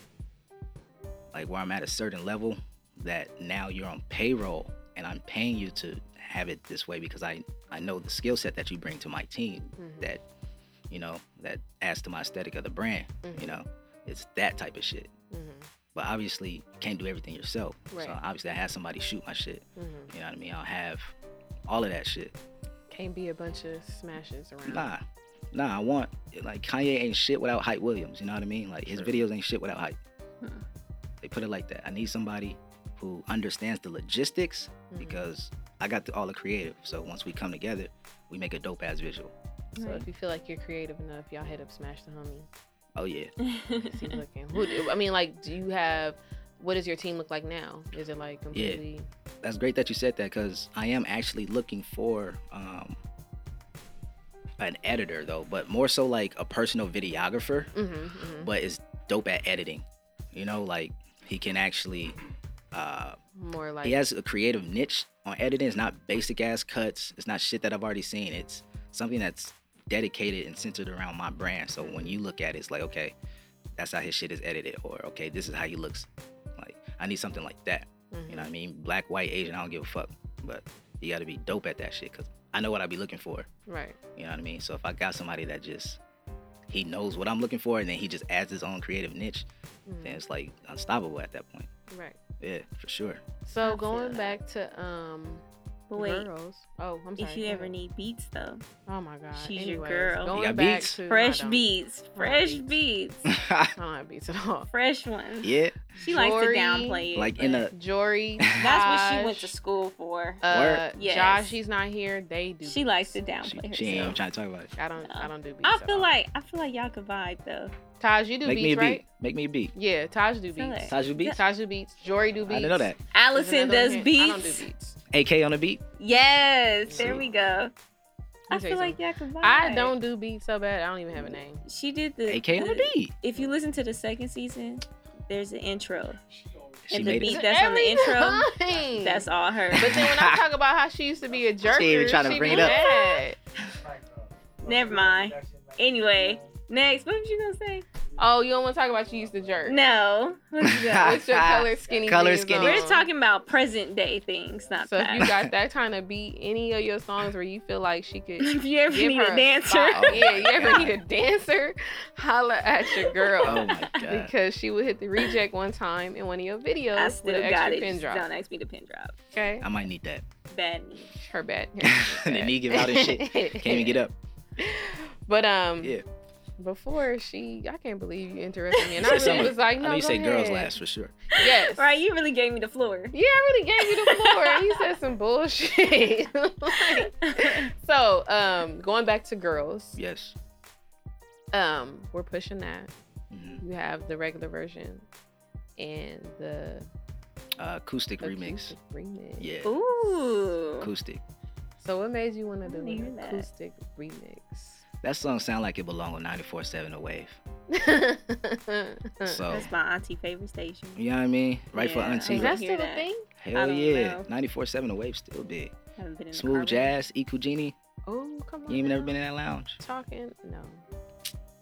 Speaker 1: like, where I'm at a certain level that now you're on payroll and I'm paying you to have it this way because I I know the skill set that you bring to my team
Speaker 2: Mhm.
Speaker 1: that you know that adds to my aesthetic of the brand.
Speaker 2: Mhm.
Speaker 1: You know, it's that type of shit.
Speaker 3: Mm-hmm,
Speaker 2: Mhm.
Speaker 1: But obviously, you can't do everything yourself.
Speaker 2: Right.
Speaker 1: So obviously, I have somebody shoot my shit.
Speaker 3: mm-hmm.
Speaker 2: Mhm.
Speaker 1: You know what I mean? I'll have all of that shit.
Speaker 2: Can't be a bunch of smashes around.
Speaker 1: Nah, nah. I want like Kanye ain't shit without Hype Williams. You know what I mean? Like his
Speaker 2: True.
Speaker 1: videos ain't shit without hype.
Speaker 3: Mm.
Speaker 1: They put it like that. I need somebody who understands the logistics
Speaker 2: Mhm.
Speaker 1: because I got the, all the creative. So once we come together, we make a dope ass visual.
Speaker 2: So
Speaker 3: Right.
Speaker 2: if you feel like you're creative enough, y'all hit up Smash the Homie.
Speaker 1: Oh yeah.
Speaker 2: See who's looking. Who, do- I mean, like, do you have? What does your team look like now? Is it like completely?
Speaker 1: that's great that you said that because I am actually looking for um, an editor though, but more so like a personal videographer,
Speaker 2: Mhm, mhm.
Speaker 1: but is dope at editing. You know, like he can actually. Uh,
Speaker 2: More like
Speaker 1: he has a creative niche on editing. It's not basic ass cuts. It's not shit that I've already seen. It's something that's dedicated and centered around my brand. So when you look at it, it's like, okay, that's how his shit is edited, or okay, this is how he looks. Like I need something like that.
Speaker 2: mhm.
Speaker 1: You know what I mean? Black, white, Asian, I don't give a fuck. But you got to be dope at that shit because I know what I be looking for.
Speaker 2: right.
Speaker 1: You know what I mean? So if I got somebody that just he knows what I'm looking for, and then he just adds his own creative niche,
Speaker 2: Mhm.
Speaker 1: then it's like unstoppable at that point.
Speaker 2: Right.
Speaker 1: Yeah, for sure.
Speaker 3: I
Speaker 2: So
Speaker 3: feel
Speaker 2: going
Speaker 3: that.
Speaker 2: back to um
Speaker 3: But wait,
Speaker 2: girls. Oh, I'm sorry.
Speaker 3: if you
Speaker 2: go
Speaker 3: ever
Speaker 2: ahead.
Speaker 3: need beats though,
Speaker 2: Oh my god.
Speaker 3: she's your
Speaker 2: Anyways,
Speaker 3: girl. You
Speaker 2: Going
Speaker 1: got
Speaker 2: back
Speaker 1: beats?
Speaker 2: to I
Speaker 3: fresh
Speaker 2: don't-
Speaker 3: beats, fresh beats,
Speaker 2: I don't have beats at all.
Speaker 3: fresh ones.
Speaker 1: yeah,
Speaker 3: She likes to
Speaker 2: Jory,
Speaker 3: downplay it.
Speaker 1: like in
Speaker 3: but
Speaker 1: a
Speaker 2: Jory.
Speaker 3: That's what she went to
Speaker 2: Taj,
Speaker 3: school for.
Speaker 2: Uh,
Speaker 1: Work.
Speaker 3: Yes.
Speaker 2: Josh, he's not here. They do.
Speaker 3: she likes to
Speaker 2: beats.
Speaker 1: She,
Speaker 3: downplay
Speaker 1: she ain't even
Speaker 3: herself.
Speaker 1: trying to talk about it.
Speaker 2: I don't. I
Speaker 3: No.
Speaker 2: don't do beats.
Speaker 3: I
Speaker 2: at
Speaker 3: feel
Speaker 2: all.
Speaker 3: like I feel like y'all could vibe though.
Speaker 2: Taj, you do
Speaker 1: Make me a
Speaker 2: beats,
Speaker 1: beat.
Speaker 2: right?
Speaker 1: Make me a beat.
Speaker 2: Yeah, Taj do
Speaker 3: Feel
Speaker 2: beats.
Speaker 3: it.
Speaker 1: Taj, you beat?
Speaker 2: Taj do beats. Jory do
Speaker 1: I
Speaker 2: beats.
Speaker 1: didn't know that.
Speaker 2: There's
Speaker 3: Allison
Speaker 2: another
Speaker 3: does
Speaker 2: one here. I don't do
Speaker 3: beats.
Speaker 2: beats.
Speaker 1: AK on the beat.
Speaker 3: Yes, there
Speaker 1: See.
Speaker 3: we go. I
Speaker 2: me tell you
Speaker 3: feel like y'all can
Speaker 2: I
Speaker 3: vibe.
Speaker 2: don't do beats so bad. I don't even have a name.
Speaker 3: She did the.
Speaker 1: AK on the beat.
Speaker 3: If you listen to the second season, there's an intro.
Speaker 1: She
Speaker 3: and the
Speaker 1: made
Speaker 3: beat
Speaker 1: it.
Speaker 3: that's on the
Speaker 2: Every
Speaker 3: intro.
Speaker 2: time.
Speaker 3: That's all her.
Speaker 2: Hmm. But then when I talk about how she used to be a jerk,
Speaker 1: even trying to bring it up.
Speaker 3: Never mind. Anyway. Next, what was you gonna say?
Speaker 2: Oh, you don't want to talk about you used to jerk.
Speaker 3: No. Let's go.
Speaker 2: What's your color skinny?
Speaker 1: Color
Speaker 2: jeans
Speaker 1: skinny.
Speaker 2: on?
Speaker 3: We're talking about present day things, not
Speaker 2: Um, So if
Speaker 3: past.
Speaker 2: you got that kind of beat, any of your songs where you feel like she could
Speaker 3: if you ever
Speaker 2: give
Speaker 3: need
Speaker 2: her
Speaker 3: a dancer,
Speaker 2: spot. yeah, you ever
Speaker 1: God.
Speaker 2: need a dancer, holla at your girl.
Speaker 1: Oh my god.
Speaker 2: Because she would hit the reject one time in one of your videos
Speaker 3: I
Speaker 2: with
Speaker 3: still
Speaker 2: an
Speaker 3: got
Speaker 2: extra
Speaker 3: it.
Speaker 2: pin
Speaker 3: Just
Speaker 2: drop.
Speaker 3: Don't ask me to pin drop.
Speaker 2: Okay,
Speaker 1: I might need that.
Speaker 3: Bad knee.
Speaker 2: her bad.
Speaker 1: the knee give out and shit. Can't even get up.
Speaker 2: But um,
Speaker 1: Yeah.
Speaker 2: before she, I can't believe you interrupted me, and I
Speaker 1: You said
Speaker 2: really
Speaker 1: some-
Speaker 2: was like,
Speaker 1: I
Speaker 2: no,
Speaker 1: know you
Speaker 2: go
Speaker 1: say girls
Speaker 2: ahead.
Speaker 1: last for sure.
Speaker 2: Yes,
Speaker 3: Right, you really gave me the floor.
Speaker 2: Yeah, I really gave you the floor. he said some bullshit. Like, so, um, going back to girls,
Speaker 1: Yes.
Speaker 2: um, we're pushing that.
Speaker 1: Mhm.
Speaker 2: You have the regular version and the
Speaker 1: Uh, acoustic remix.
Speaker 2: acoustic remix.
Speaker 1: Yeah.
Speaker 3: Ooh.
Speaker 1: Acoustic.
Speaker 2: So, what made you want to
Speaker 3: I
Speaker 2: do
Speaker 3: wanna hear
Speaker 2: an
Speaker 3: that.
Speaker 2: acoustic
Speaker 1: That song sound like it belong on 94.7 The Wave.
Speaker 2: remix?
Speaker 1: So,
Speaker 3: That's my auntie favorite station.
Speaker 1: you know what I mean? Right for
Speaker 3: Yeah.
Speaker 2: Is
Speaker 1: auntie.
Speaker 3: Exactly.
Speaker 2: that still a
Speaker 3: that.
Speaker 2: thing?
Speaker 1: Hell
Speaker 3: don't
Speaker 1: yeah.
Speaker 3: know.
Speaker 1: 94.7 The Wave still big.
Speaker 3: Haven't been in the car
Speaker 1: Smooth
Speaker 3: with-
Speaker 1: jazz, Ikujini.
Speaker 2: Oh, come on.
Speaker 1: You ain't never
Speaker 2: now.
Speaker 1: been in that lounge.
Speaker 2: talking? No.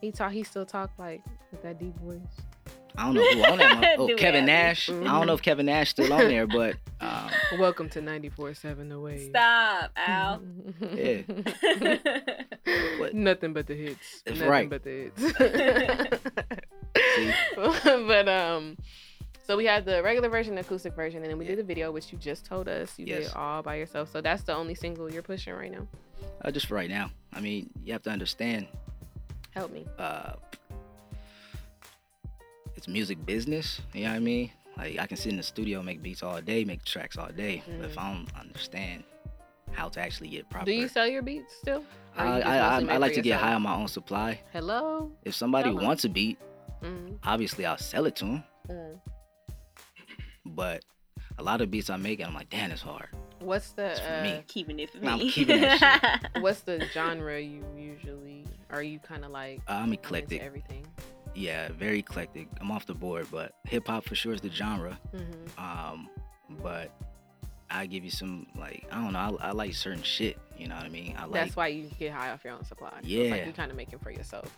Speaker 2: He talk. He still talk like with that deep voice.
Speaker 1: I don't know who on that. mother- Oh,
Speaker 3: Do
Speaker 1: Kevin
Speaker 3: it.
Speaker 1: Nash. I don't know if Kevin Nash still on there, but um,
Speaker 2: Welcome to ninety four seven The Wave.
Speaker 3: Stop, Al.
Speaker 1: Yeah. What?
Speaker 2: Nothing but the hits.
Speaker 1: That's
Speaker 2: Nothing
Speaker 1: right.
Speaker 2: but the hits. but um so we had the regular version, the acoustic version, and then we did a video which you just told us you did
Speaker 1: Yes.
Speaker 2: all by yourself. So that's the only single you're pushing right now.
Speaker 1: uh, just for right now. I mean, you have to understand
Speaker 2: Help me.
Speaker 1: uh it's music business you know what i mean like i can sit in the studio make beats all day make tracks all day but
Speaker 3: Mm.
Speaker 1: if i don't understand how to actually get proper
Speaker 2: Do you sell your beats still?
Speaker 1: I,
Speaker 2: or you just
Speaker 1: I, I,
Speaker 2: mostly
Speaker 1: I
Speaker 2: make
Speaker 1: like
Speaker 2: for
Speaker 1: to get
Speaker 2: yourself?
Speaker 1: high on my own supply
Speaker 2: Hello.
Speaker 1: if somebody
Speaker 3: Uh-huh.
Speaker 2: Sell 'em.
Speaker 1: wants a beat
Speaker 2: Mm,
Speaker 1: obviously i'll sell it to them
Speaker 2: mm.
Speaker 1: but a lot of beats i make and i'm like damn it's hard
Speaker 2: What's the
Speaker 1: It's for
Speaker 2: uh,
Speaker 1: me.
Speaker 3: keeping it for me.
Speaker 1: No, I'm keeping that
Speaker 2: what's the genre you usually are you kind of like
Speaker 1: Uh, i'm
Speaker 2: I'm into
Speaker 1: eclectic
Speaker 2: everything
Speaker 1: yeah very eclectic i'm off the board but hip-hop for sure is the genre
Speaker 2: Mhm.
Speaker 1: um but i give you some like i don't know i, I like certain shit you know what i mean i like
Speaker 2: that's why you get high off your own supply So it's like
Speaker 1: Yeah.
Speaker 2: you kind of making for yourself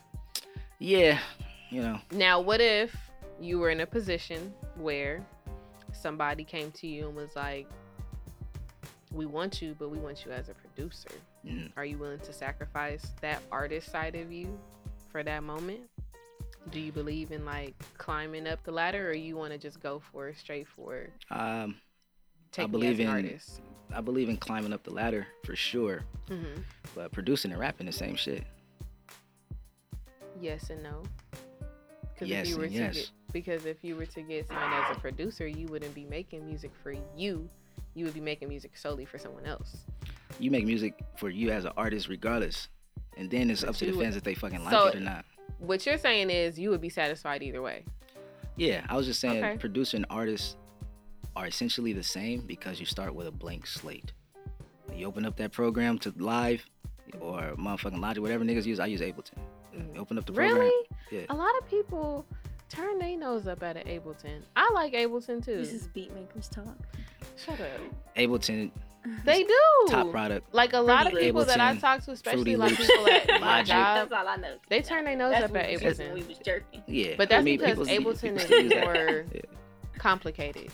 Speaker 1: yeah you know
Speaker 2: now what if you were in a position where somebody came to you and was like we want you but we want you as a producer
Speaker 1: mhm.
Speaker 2: are you willing to sacrifice that artist side of you for that moment do you believe in like climbing up the ladder or you want to just go for it straight for
Speaker 1: um
Speaker 2: take me
Speaker 1: believe
Speaker 2: as an
Speaker 1: in-
Speaker 2: artist
Speaker 1: i believe in climbing up the ladder for sure
Speaker 2: hmm
Speaker 1: but producing and rapping the same shit
Speaker 2: Yes and no. 'Cause
Speaker 1: Yes
Speaker 2: if you were
Speaker 1: and
Speaker 2: to
Speaker 1: yes.
Speaker 2: get, because if you were to get signed as a producer, you wouldn't be making music for you. You would be making music solely for someone else.
Speaker 1: you make music for you as an artist regardless and then it's
Speaker 2: But
Speaker 1: up to the
Speaker 2: you-
Speaker 1: fans if they fucking like
Speaker 2: so-
Speaker 1: it or not
Speaker 2: What you're saying is you would be satisfied either way.
Speaker 1: yeah i was just saying
Speaker 2: Okay.
Speaker 1: producer and artist are essentially the same because you start with a blank slate you open up that program to live or motherfucking logic whatever niggas use i use ableton
Speaker 2: Mhm.
Speaker 1: open up Mm, the program
Speaker 2: Really? Oh.
Speaker 1: Yeah.
Speaker 2: A lot of people turn their nose up at Ableton. I like Ableton too.
Speaker 3: This is Beatmakers talk.
Speaker 2: Shut up.
Speaker 1: Ableton,
Speaker 2: They do.
Speaker 1: top product.
Speaker 2: Like a lot of
Speaker 3: Fruity
Speaker 2: people that I
Speaker 1: Ableton,
Speaker 2: talk to, especially
Speaker 1: Fruity
Speaker 2: like
Speaker 1: Loops,
Speaker 2: people at my
Speaker 1: Logic.
Speaker 2: job,
Speaker 3: That's all I know.
Speaker 2: Uh, they turn their nose
Speaker 3: That's
Speaker 2: up
Speaker 3: what
Speaker 2: at
Speaker 3: we was doing when
Speaker 2: Ableton.
Speaker 3: We was jerking.
Speaker 1: Yeah.
Speaker 2: But that's
Speaker 1: I mean,
Speaker 2: because
Speaker 1: people-
Speaker 2: Ableton
Speaker 1: people
Speaker 2: is
Speaker 1: use that.
Speaker 2: more
Speaker 1: Yeah.
Speaker 2: complicated.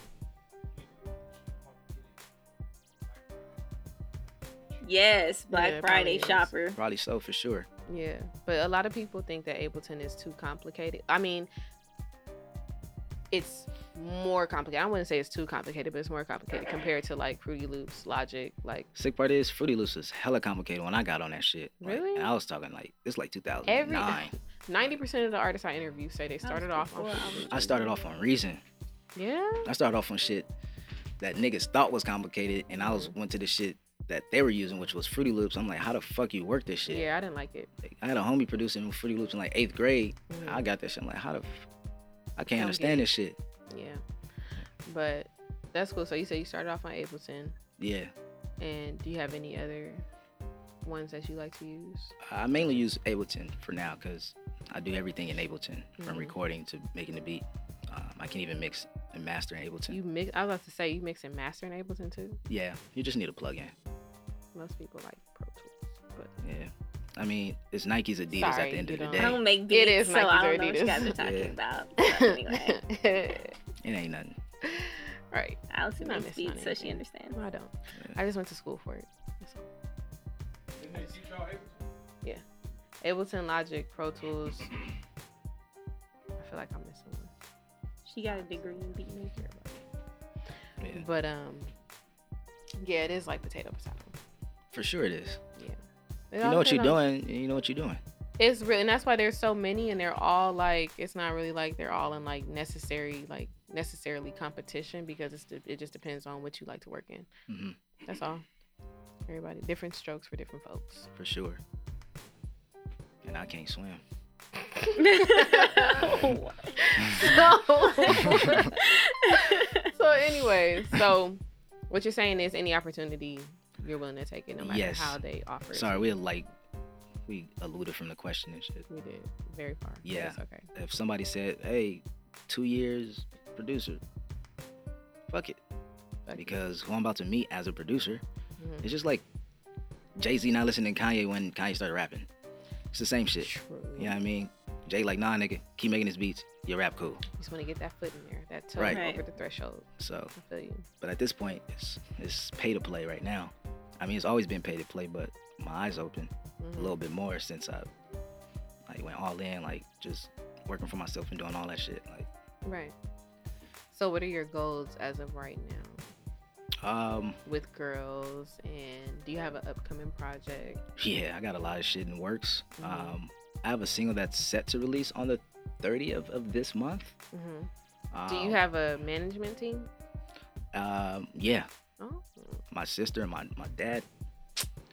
Speaker 3: Yes,
Speaker 2: Yeah,
Speaker 3: Black
Speaker 2: it probably
Speaker 3: Friday
Speaker 2: is.
Speaker 3: shopper.
Speaker 1: Probably so for sure.
Speaker 2: Yeah, but a lot of people think that Ableton is too complicated. I mean, it's more complicated. I wouldn't say it's too complicated, but it's more complicated compared to like Fruity Loops, Logic. Like
Speaker 1: Sick part is Fruity Loops was hella complicated when I got on that shit. Like,
Speaker 2: Really?
Speaker 1: And I was talking like it's like 2009.
Speaker 2: ninety percent of the artists I interview say they started off on.
Speaker 3: before um,
Speaker 2: Fruity
Speaker 3: I was
Speaker 2: Loops.
Speaker 1: I started off on Reason.
Speaker 2: Yeah,
Speaker 1: I started off on shit that niggas thought was complicated, and I was went to the shit that they were using, which was Fruity Loops. I'm like, how the fuck you work this shit?
Speaker 2: yeah, I didn't like it.
Speaker 1: Like, I had a homie producing Fruity Loops in like eighth grade.
Speaker 2: Mhm.
Speaker 1: I got that shit. I'm like, how the? F- I can't
Speaker 2: Don't get
Speaker 1: understand
Speaker 2: it.
Speaker 1: this shit.
Speaker 2: Yeah, but That's cool. So you said you started off on Ableton,
Speaker 1: Yeah,
Speaker 2: and do you have any other ones that you like to use?
Speaker 1: I mainly use Ableton for now because I do everything in Ableton, from
Speaker 2: Mhm.
Speaker 1: recording to making the beat. Um, I can even mix and master in Ableton.
Speaker 2: You mix. I was about to say you mix and master in Ableton too.
Speaker 1: yeah, you just need a plug-in.
Speaker 2: Most people like Pro Tools, but
Speaker 1: Yeah, I mean it's Nike's Adidas at
Speaker 2: Sorry,
Speaker 1: the end
Speaker 2: you
Speaker 1: of the
Speaker 2: don't-
Speaker 1: day.
Speaker 3: I don't make beats,
Speaker 2: It is
Speaker 3: so
Speaker 2: Nike's
Speaker 3: I
Speaker 2: or
Speaker 3: don't know what you
Speaker 2: Adidas.
Speaker 3: guys are talking
Speaker 1: Yeah.
Speaker 3: about. But anyway,
Speaker 1: It ain't nothing.
Speaker 2: right.
Speaker 3: Allison
Speaker 2: Not
Speaker 3: makes
Speaker 2: missing on
Speaker 3: beats, so she
Speaker 2: anything.
Speaker 3: understands.
Speaker 2: No, I don't.
Speaker 1: Yeah.
Speaker 2: I just went to school for it. That's all.
Speaker 4: Didn't they teach y'all Ableton?
Speaker 2: Ableton, Logic, Pro Tools. I feel like I'm missing one.
Speaker 3: She got a degree in beat making.
Speaker 1: Yeah,
Speaker 2: But um, yeah, it is like potato potato.
Speaker 1: for sure it is.
Speaker 2: Yeah. It
Speaker 1: You
Speaker 2: all
Speaker 1: know what you're
Speaker 2: depends on-
Speaker 1: doing. You know what you're doing.
Speaker 2: It's really, and that's why there's so many, and they're all like, it's not really like they're all in like necessary, like necessarily competition because it's de- it just depends on what you like to work in.
Speaker 1: hmm
Speaker 2: That's all. Everybody, different strokes for different folks.
Speaker 1: for sure. And I can't swim.
Speaker 2: so, so anyway, so what you're saying is any opportunity you're willing to take it, no matter
Speaker 1: Yes.
Speaker 2: how they offer. it.
Speaker 1: Sorry, we're like we eluded from the question and shit.
Speaker 2: we did very far. but
Speaker 1: Yeah.
Speaker 2: it's okay.
Speaker 1: If somebody said, "Hey, two years producer," fuck it,
Speaker 2: Fuck it.
Speaker 1: because who I'm about to meet as a producer,
Speaker 2: Mhm.
Speaker 1: it's just like Jay Z not listening to Kanye when Kanye started rapping. It's the same shit.
Speaker 2: True.
Speaker 1: You know what I mean? Jay like, nah, nigga, keep making his beats. Your rap cool.
Speaker 2: You just want to get that foot in there, that toe
Speaker 1: Right.
Speaker 2: over
Speaker 3: Right.
Speaker 2: the threshold.
Speaker 1: So,
Speaker 2: I feel you.
Speaker 1: but at this point, it's it's pay to play right now. I mean, it's always been pay to play, but my eyes open.
Speaker 2: Mhm.
Speaker 1: a little bit more since I like went all in, like just working for myself and doing all that shit. Like,
Speaker 2: Right. So, what are your goals as of right now
Speaker 1: um,
Speaker 2: with girls? And do you have an upcoming project?
Speaker 1: yeah, I got a lot of shit in works.
Speaker 2: Mhm.
Speaker 1: Um, I have a single that's set to release on the 30th of, of this month. Um,
Speaker 2: Do you have a management team?
Speaker 1: Um, yeah,
Speaker 2: Oh,
Speaker 1: my sister and my my dad.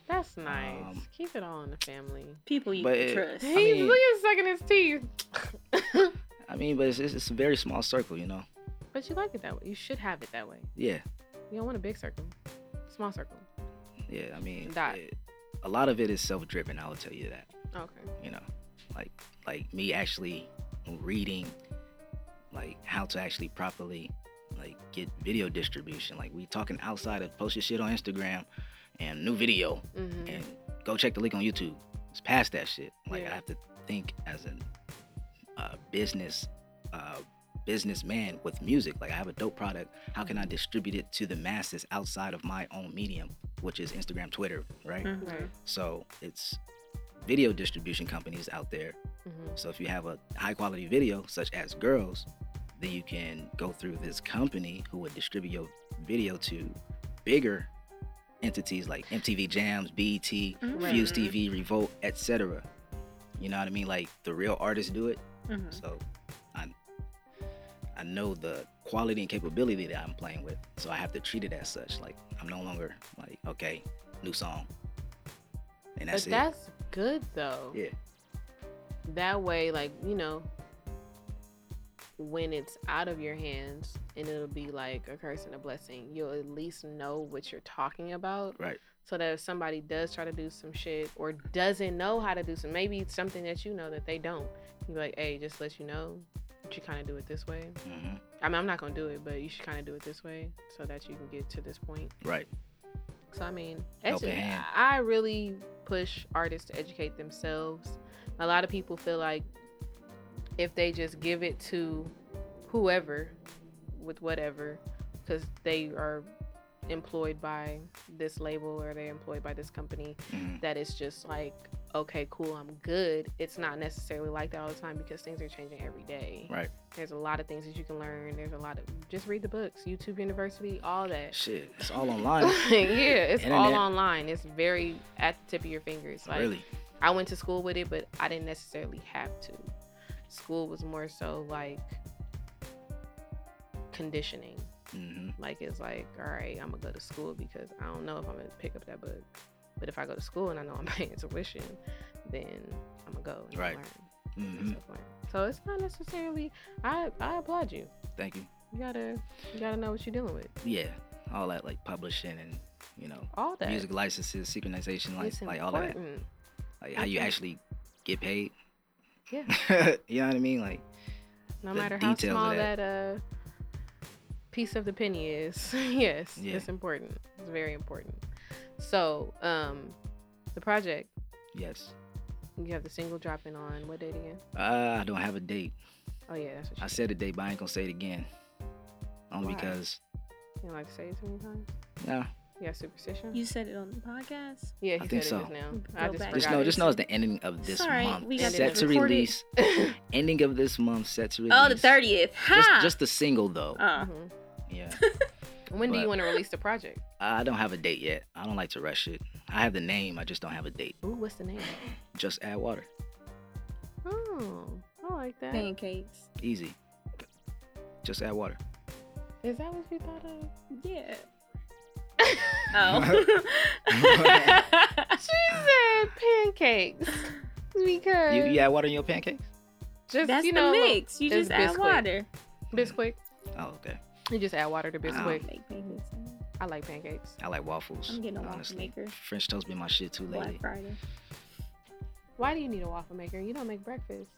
Speaker 2: that's nice.
Speaker 1: Um,
Speaker 2: Keep it all in the family.
Speaker 3: People you
Speaker 1: But
Speaker 3: can
Speaker 1: it-
Speaker 3: trust.
Speaker 2: He's
Speaker 1: mean-
Speaker 2: look at sucking his teeth.
Speaker 1: I mean, but it's, it's it's a very small circle, you know.
Speaker 2: but you like it that way. You should have it that way.
Speaker 1: Yeah,
Speaker 2: You don't want a big circle, small circle.
Speaker 1: yeah. I mean,
Speaker 2: That-
Speaker 1: it- a lot of it is self-driven. I will tell you that.
Speaker 2: Okay.
Speaker 1: you know like like me actually reading like how to actually properly like get video distribution like we talking outside of post your shit on instagram and new video
Speaker 2: Mm-hmm.
Speaker 1: and go check the link on youtube it's past that shit like
Speaker 2: Yeah.
Speaker 1: i have to think as a uh, business uh, businessman with music like i have a dope product how can i distribute it to the masses outside of my own medium which is instagram twitter right
Speaker 3: Mhm.
Speaker 2: Right.
Speaker 1: so it's video distribution companies out there.
Speaker 2: Mm-hmm.
Speaker 1: So if you have a high quality video, such as girls, then you can go through this company who would distribute your video to bigger entities like MTV Jams, BET,
Speaker 2: Right.
Speaker 3: Mm-hmm.
Speaker 1: Fuse TV, Revolt, etc. You know what I mean? Like the real artists do it.
Speaker 3: Mhm.
Speaker 2: Mm-hmm.
Speaker 1: So I I know the quality and capability that I'm playing with. So I have to treat it as such. Like I'm no longer like, okay, new song. And that's
Speaker 2: but
Speaker 1: it.
Speaker 2: that's good though.
Speaker 1: Yeah.
Speaker 2: That way, like you know, when it's out of your hands, and it'll be like a curse and a blessing. You'll at least know what you're talking about.
Speaker 1: Right.
Speaker 2: So that if somebody does try to do some shit or doesn't know how to do some, maybe it's something that you know that they don't. You be like, hey, just let you know that you kind of do it this way.
Speaker 1: hmm
Speaker 2: I mean, I'm not gonna do it, but you should kind of do it this way so that you can get to this point.
Speaker 1: Right.
Speaker 2: So I mean,
Speaker 1: Helping
Speaker 2: edu-
Speaker 1: hand.
Speaker 2: I really push artists to educate themselves. A lot of people feel like if they just give it to whoever with whatever, because they are employed by this label or they're employed by this company,
Speaker 1: hmm
Speaker 2: that it's just like, okay, cool, I'm good. It's not necessarily like that all the time because things are changing every day.
Speaker 1: Right.
Speaker 2: There's a lot of things that you can learn. There's a lot of just read the books, YouTube University, all that.
Speaker 1: Shit, it's all online.
Speaker 2: Like, yeah, it's all
Speaker 1: Internet.
Speaker 2: online. It's very at the tip of your fingers. Like
Speaker 1: really?
Speaker 2: I went to school with it, but I didn't necessarily have to. School was more so like conditioning.
Speaker 1: hmm
Speaker 2: Like it's like, all right, I'm gonna go to school because I don't know if I'm gonna pick up that book. But if I go to school and I know I'm paying tuition, then I'm gonna go and
Speaker 1: Right.
Speaker 2: learn. and
Speaker 1: hmm
Speaker 2: self-learn. So it's not necessarily. I I applaud you.
Speaker 1: Thank you.
Speaker 2: You gotta you gotta know what you're dealing with.
Speaker 1: Yeah, all that like publishing and you know
Speaker 2: All that.
Speaker 1: music licenses, synchronization, like
Speaker 2: It's
Speaker 1: like all of that,
Speaker 2: important. Mm-hmm.
Speaker 1: like how you actually get paid.
Speaker 2: Yeah.
Speaker 1: you know what I mean? Like
Speaker 2: No
Speaker 1: the
Speaker 2: matter how
Speaker 1: details of
Speaker 2: small
Speaker 1: that.
Speaker 2: that. uh piece of the penny is. yes,
Speaker 1: Yeah.
Speaker 2: it's important. It's very important. So, um the project
Speaker 1: yes,
Speaker 2: you have the single dropping on what date again?
Speaker 1: uh, I don't have a date.
Speaker 2: Oh yeah, that's what you
Speaker 1: I said a date, but I ain't gonna say it again, only
Speaker 2: Why?
Speaker 1: because
Speaker 2: You don't like to say it so many times?
Speaker 1: yeah,
Speaker 2: You Mm-hmm. got superstition?
Speaker 3: You said it on the podcast.
Speaker 2: yeah,
Speaker 1: I
Speaker 2: he
Speaker 1: think
Speaker 2: said it just
Speaker 1: so.
Speaker 2: now.
Speaker 3: Go
Speaker 2: I just
Speaker 3: back.
Speaker 1: just
Speaker 2: forgot
Speaker 1: know,
Speaker 2: it.
Speaker 1: just know it's the ending of this
Speaker 3: Sorry,
Speaker 1: month.
Speaker 3: we
Speaker 2: gotta
Speaker 1: set
Speaker 2: get
Speaker 1: to
Speaker 3: recorded.
Speaker 1: release. ending of this month set to release.
Speaker 3: Oh, the thirtieth.
Speaker 1: Just,
Speaker 3: Ha!
Speaker 1: just the single though.
Speaker 3: uh,
Speaker 2: Mhm.
Speaker 1: Yeah.
Speaker 2: When do
Speaker 1: but-
Speaker 2: you want to release the project?
Speaker 1: I don't have a date yet. I don't like to rush it. I have the name. I just don't have a date.
Speaker 2: Ooh, what's the name?
Speaker 1: Just add water.
Speaker 2: Oh, I like that. Is
Speaker 3: pancakes.
Speaker 1: Easy. Just add water.
Speaker 2: that what you thought of?
Speaker 3: Yeah. Oh.
Speaker 2: She said pancakes because
Speaker 1: You, you add water in your pancakes?
Speaker 2: just
Speaker 3: That's
Speaker 2: you know
Speaker 3: the
Speaker 2: look,
Speaker 3: mix. You
Speaker 2: it's
Speaker 3: just add
Speaker 2: Bisquick.
Speaker 3: water.
Speaker 2: Bisquick.
Speaker 1: Oh, okay.
Speaker 2: You just add water to bisquick.
Speaker 1: Wow.
Speaker 3: Make pancakes.
Speaker 2: I like pancakes.
Speaker 1: I like waffles.
Speaker 3: I'm getting a waffle
Speaker 1: honestly.
Speaker 3: maker.
Speaker 1: French toast been my shit too lately.
Speaker 3: Black Friday.
Speaker 2: Why do you need a waffle maker? You don't make breakfast.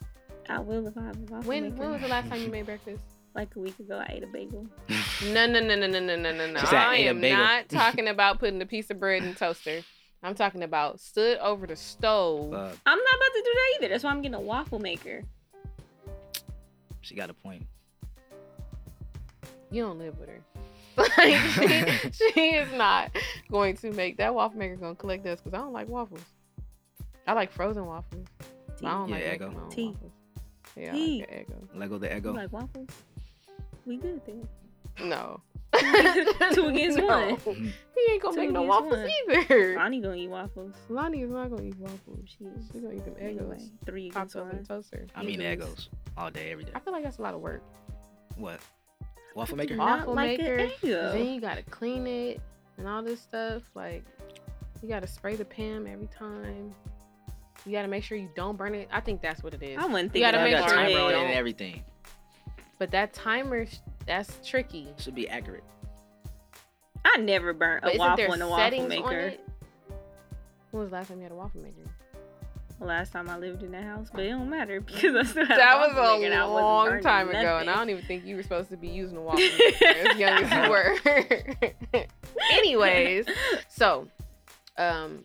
Speaker 3: I will if I have a waffle
Speaker 2: when
Speaker 3: maker.
Speaker 2: when was the last time you made breakfast?
Speaker 3: Like a week ago, I ate a bagel.
Speaker 2: No no no no no no no no no.
Speaker 1: She said,
Speaker 2: I
Speaker 1: "Ate a
Speaker 2: am
Speaker 1: bagel."
Speaker 2: not talking about putting a piece of bread in the toaster. I'm talking about stood over the stove.
Speaker 1: Fuck.
Speaker 3: I'm not about to do that either. That's why I'm getting a waffle maker.
Speaker 1: she got a point.
Speaker 2: you don't live with her. Like she, she is not going to make that waffle maker gonna collect us because I don't like waffles. I like frozen waffles. I don't
Speaker 1: Yeah,
Speaker 2: like
Speaker 1: Eggo.
Speaker 2: making my own
Speaker 3: Tea.
Speaker 2: waffles. Yeah,
Speaker 3: Tea.
Speaker 2: I like the
Speaker 1: Lego the
Speaker 3: You
Speaker 1: Ego.
Speaker 3: like waffles? We good then.
Speaker 2: Eggo. No.
Speaker 3: Two against
Speaker 2: No.
Speaker 1: Mhm.
Speaker 2: He ain't gonna
Speaker 3: Two
Speaker 2: make no
Speaker 3: against
Speaker 2: waffles
Speaker 3: one.
Speaker 2: either.
Speaker 3: Ronnie gonna eat waffles.
Speaker 2: Lonnie is not gonna eat waffles.
Speaker 3: She is.
Speaker 2: She's gonna eat them
Speaker 3: Anyway,
Speaker 2: Eggos.
Speaker 3: three
Speaker 2: Popped
Speaker 3: against
Speaker 2: up in the
Speaker 3: one.
Speaker 2: toaster.
Speaker 1: I mean
Speaker 3: Eagles.
Speaker 1: Egos. All day, every day.
Speaker 2: I feel like that's a lot of work.
Speaker 1: What? Waffle
Speaker 3: I do
Speaker 1: maker?
Speaker 2: Waffle
Speaker 3: not like an
Speaker 2: maker,
Speaker 3: Eggo.
Speaker 2: Then you gotta clean it and all this stuff. Like you gotta spray the Pam every time. You gotta make sure you don't burn it. I think that's what it is.
Speaker 3: I wouldn't
Speaker 2: You
Speaker 3: think
Speaker 2: gotta
Speaker 1: I
Speaker 2: make
Speaker 1: got
Speaker 2: sure
Speaker 1: timer
Speaker 2: they
Speaker 1: on it
Speaker 2: don't-
Speaker 1: and everything.
Speaker 2: But that timer, sh- that's tricky.
Speaker 1: Should be accurate.
Speaker 3: I never burnt
Speaker 2: But
Speaker 3: a
Speaker 2: isn't
Speaker 3: waffle
Speaker 2: there
Speaker 3: in a waffle
Speaker 2: settings on
Speaker 3: maker.
Speaker 2: it? When was the last time you had a waffle maker?
Speaker 3: The last time I lived in that house, but it don't matter because I still had
Speaker 2: That
Speaker 3: a
Speaker 2: was
Speaker 3: waffle maker and I
Speaker 2: a
Speaker 3: wasn't
Speaker 2: long
Speaker 3: burning
Speaker 2: time ago, and I
Speaker 3: nothing.
Speaker 2: don't even think you were supposed to be using a waffle maker as young as you were. Anyways, so um,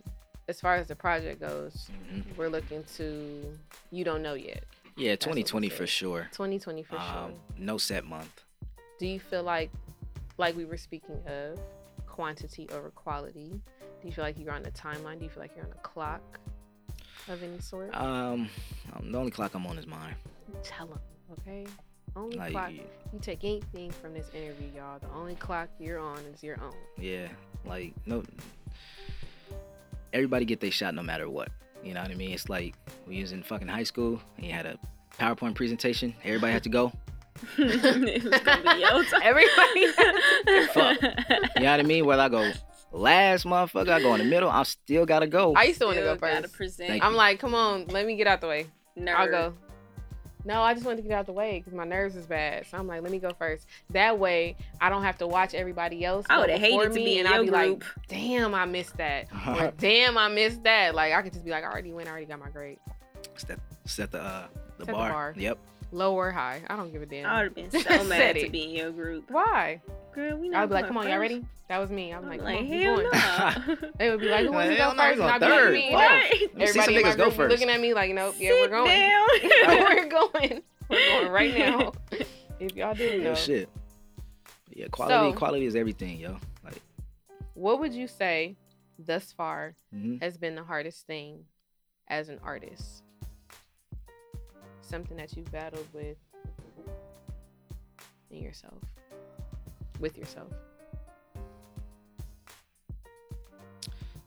Speaker 2: as far as the project goes,
Speaker 1: Mhm.
Speaker 2: we're looking to you don't know yet
Speaker 1: Yeah,
Speaker 2: what we
Speaker 1: 2020 for
Speaker 2: said.
Speaker 1: sure.
Speaker 2: 2020 for
Speaker 1: Um,
Speaker 2: sure.
Speaker 1: no set month.
Speaker 2: Do you feel like, like we were speaking of, quantity over quality? Do you feel like you're on a timeline? Do you feel like you're on a clock of any sort?
Speaker 1: Um, um, the only clock I'm on is mine.
Speaker 2: Tell them, okay? Only
Speaker 1: Like,
Speaker 2: clock. You take anything from this interview, y'all. The only clock you're on is your own.
Speaker 1: yeah, like no. Everybody get their shot no matter what. You know what I mean? It's like we was in fucking high school and you had a PowerPoint presentation. Everybody had to go.
Speaker 3: it was gonna be your time.
Speaker 2: Everybody
Speaker 1: Fuck. You know what I mean? Whether I go last, motherfucker, I go in the middle. I still gotta go.
Speaker 2: I used to want to
Speaker 3: Still
Speaker 2: go
Speaker 3: gotta
Speaker 2: first.
Speaker 3: present
Speaker 1: Thank
Speaker 2: I'm like, come on, let me get out the way.
Speaker 3: nerd.
Speaker 2: I'll go. No, I just wanted to get out the way because my nerves is bad. So I'm like, let me go first. That way, I don't have to watch everybody else.
Speaker 3: I
Speaker 2: go
Speaker 3: would have
Speaker 2: before
Speaker 3: hated to
Speaker 2: me,
Speaker 3: be in
Speaker 2: and I'd
Speaker 3: your
Speaker 2: be
Speaker 3: group.
Speaker 2: like, damn, I missed that. Or damn, I missed that. Like I could just be like, I already went, I already got my grade.
Speaker 1: set, set the uh, the,
Speaker 2: Set the
Speaker 1: bar.
Speaker 2: bar.
Speaker 1: Yep.
Speaker 2: Low or high, I don't give a damn.
Speaker 3: I would have been so
Speaker 2: Said
Speaker 3: mad to
Speaker 2: it.
Speaker 3: be in your group.
Speaker 2: Why?
Speaker 3: Girl, we not
Speaker 2: I'd be like,
Speaker 3: going
Speaker 2: come on, y'all
Speaker 3: first."
Speaker 2: ready? That was me. I'm
Speaker 3: I'm
Speaker 2: like,
Speaker 3: like,
Speaker 2: come on, keep
Speaker 3: hell
Speaker 2: going.
Speaker 3: no.
Speaker 2: They would be like, who wants to go
Speaker 1: Hell no, you
Speaker 2: first? And
Speaker 1: going
Speaker 2: I'd be like,
Speaker 1: third.
Speaker 2: me.
Speaker 1: What?
Speaker 2: No.
Speaker 3: Right.
Speaker 1: You see some
Speaker 2: Everybody in my
Speaker 1: niggas go
Speaker 2: group be
Speaker 1: first.
Speaker 2: looking at me like, nope, yeah,
Speaker 3: Sit
Speaker 2: we're going.
Speaker 3: down.
Speaker 2: we're going. We're going right now. If y'all didn't
Speaker 1: Real
Speaker 2: know.
Speaker 1: shit. Yeah, quality
Speaker 2: So-
Speaker 1: quality is everything, yo. Like,
Speaker 2: What would you say thus far
Speaker 1: mhm.
Speaker 2: has been the hardest thing as an artist? Something that you've battled with in yourself. With yourself.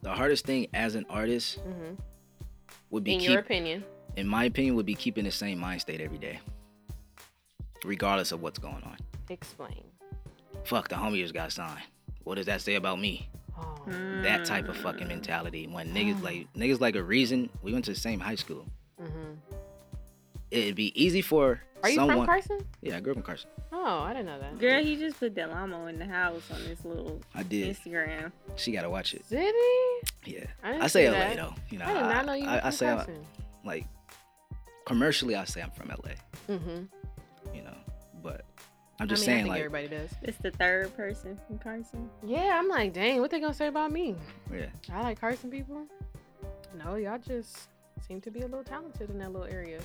Speaker 1: the hardest thing as an artist
Speaker 3: Mm-hmm.
Speaker 2: hmm
Speaker 1: would be
Speaker 2: In
Speaker 1: keep,
Speaker 2: your opinion.
Speaker 1: in my opinion, would be keeping the same mind state every day, regardless of what's going on.
Speaker 2: Explain.
Speaker 1: Fuck, the homie just got signed. What does that say about me?
Speaker 2: Oh.
Speaker 1: That type of
Speaker 3: Mm.
Speaker 1: fucking
Speaker 2: Mm.
Speaker 1: mentality. When niggas like niggas like a reason we went to the same high school.
Speaker 2: Mhm.
Speaker 1: It'd be easy for
Speaker 2: Mm-hmm. Are you
Speaker 1: someone,
Speaker 2: from Carson?
Speaker 1: Yeah, I grew up in Carson.
Speaker 2: Oh, I didn't know that.
Speaker 3: Girl, he just put Delamo in the house on this little
Speaker 1: I did.
Speaker 3: Instagram.
Speaker 1: She got to watch it.
Speaker 2: City?
Speaker 1: Yeah.
Speaker 2: I, didn't
Speaker 1: I say
Speaker 2: see
Speaker 1: LA
Speaker 2: that.
Speaker 1: though. You know,
Speaker 2: I did not know you were
Speaker 1: I, I
Speaker 2: from
Speaker 1: say I'm,
Speaker 2: Carson.
Speaker 1: like commercially, I say I'm from LA.
Speaker 2: Mm-hmm.
Speaker 1: You know, but I'm
Speaker 2: I mean,
Speaker 1: just
Speaker 2: I
Speaker 1: saying
Speaker 2: think
Speaker 1: like
Speaker 2: everybody does.
Speaker 3: It's the third person from Carson.
Speaker 2: Yeah, I'm like, dang, what they gonna say about me?
Speaker 1: yeah.
Speaker 2: I like Carson people. No, y'all just seem to be a little talented in that little area.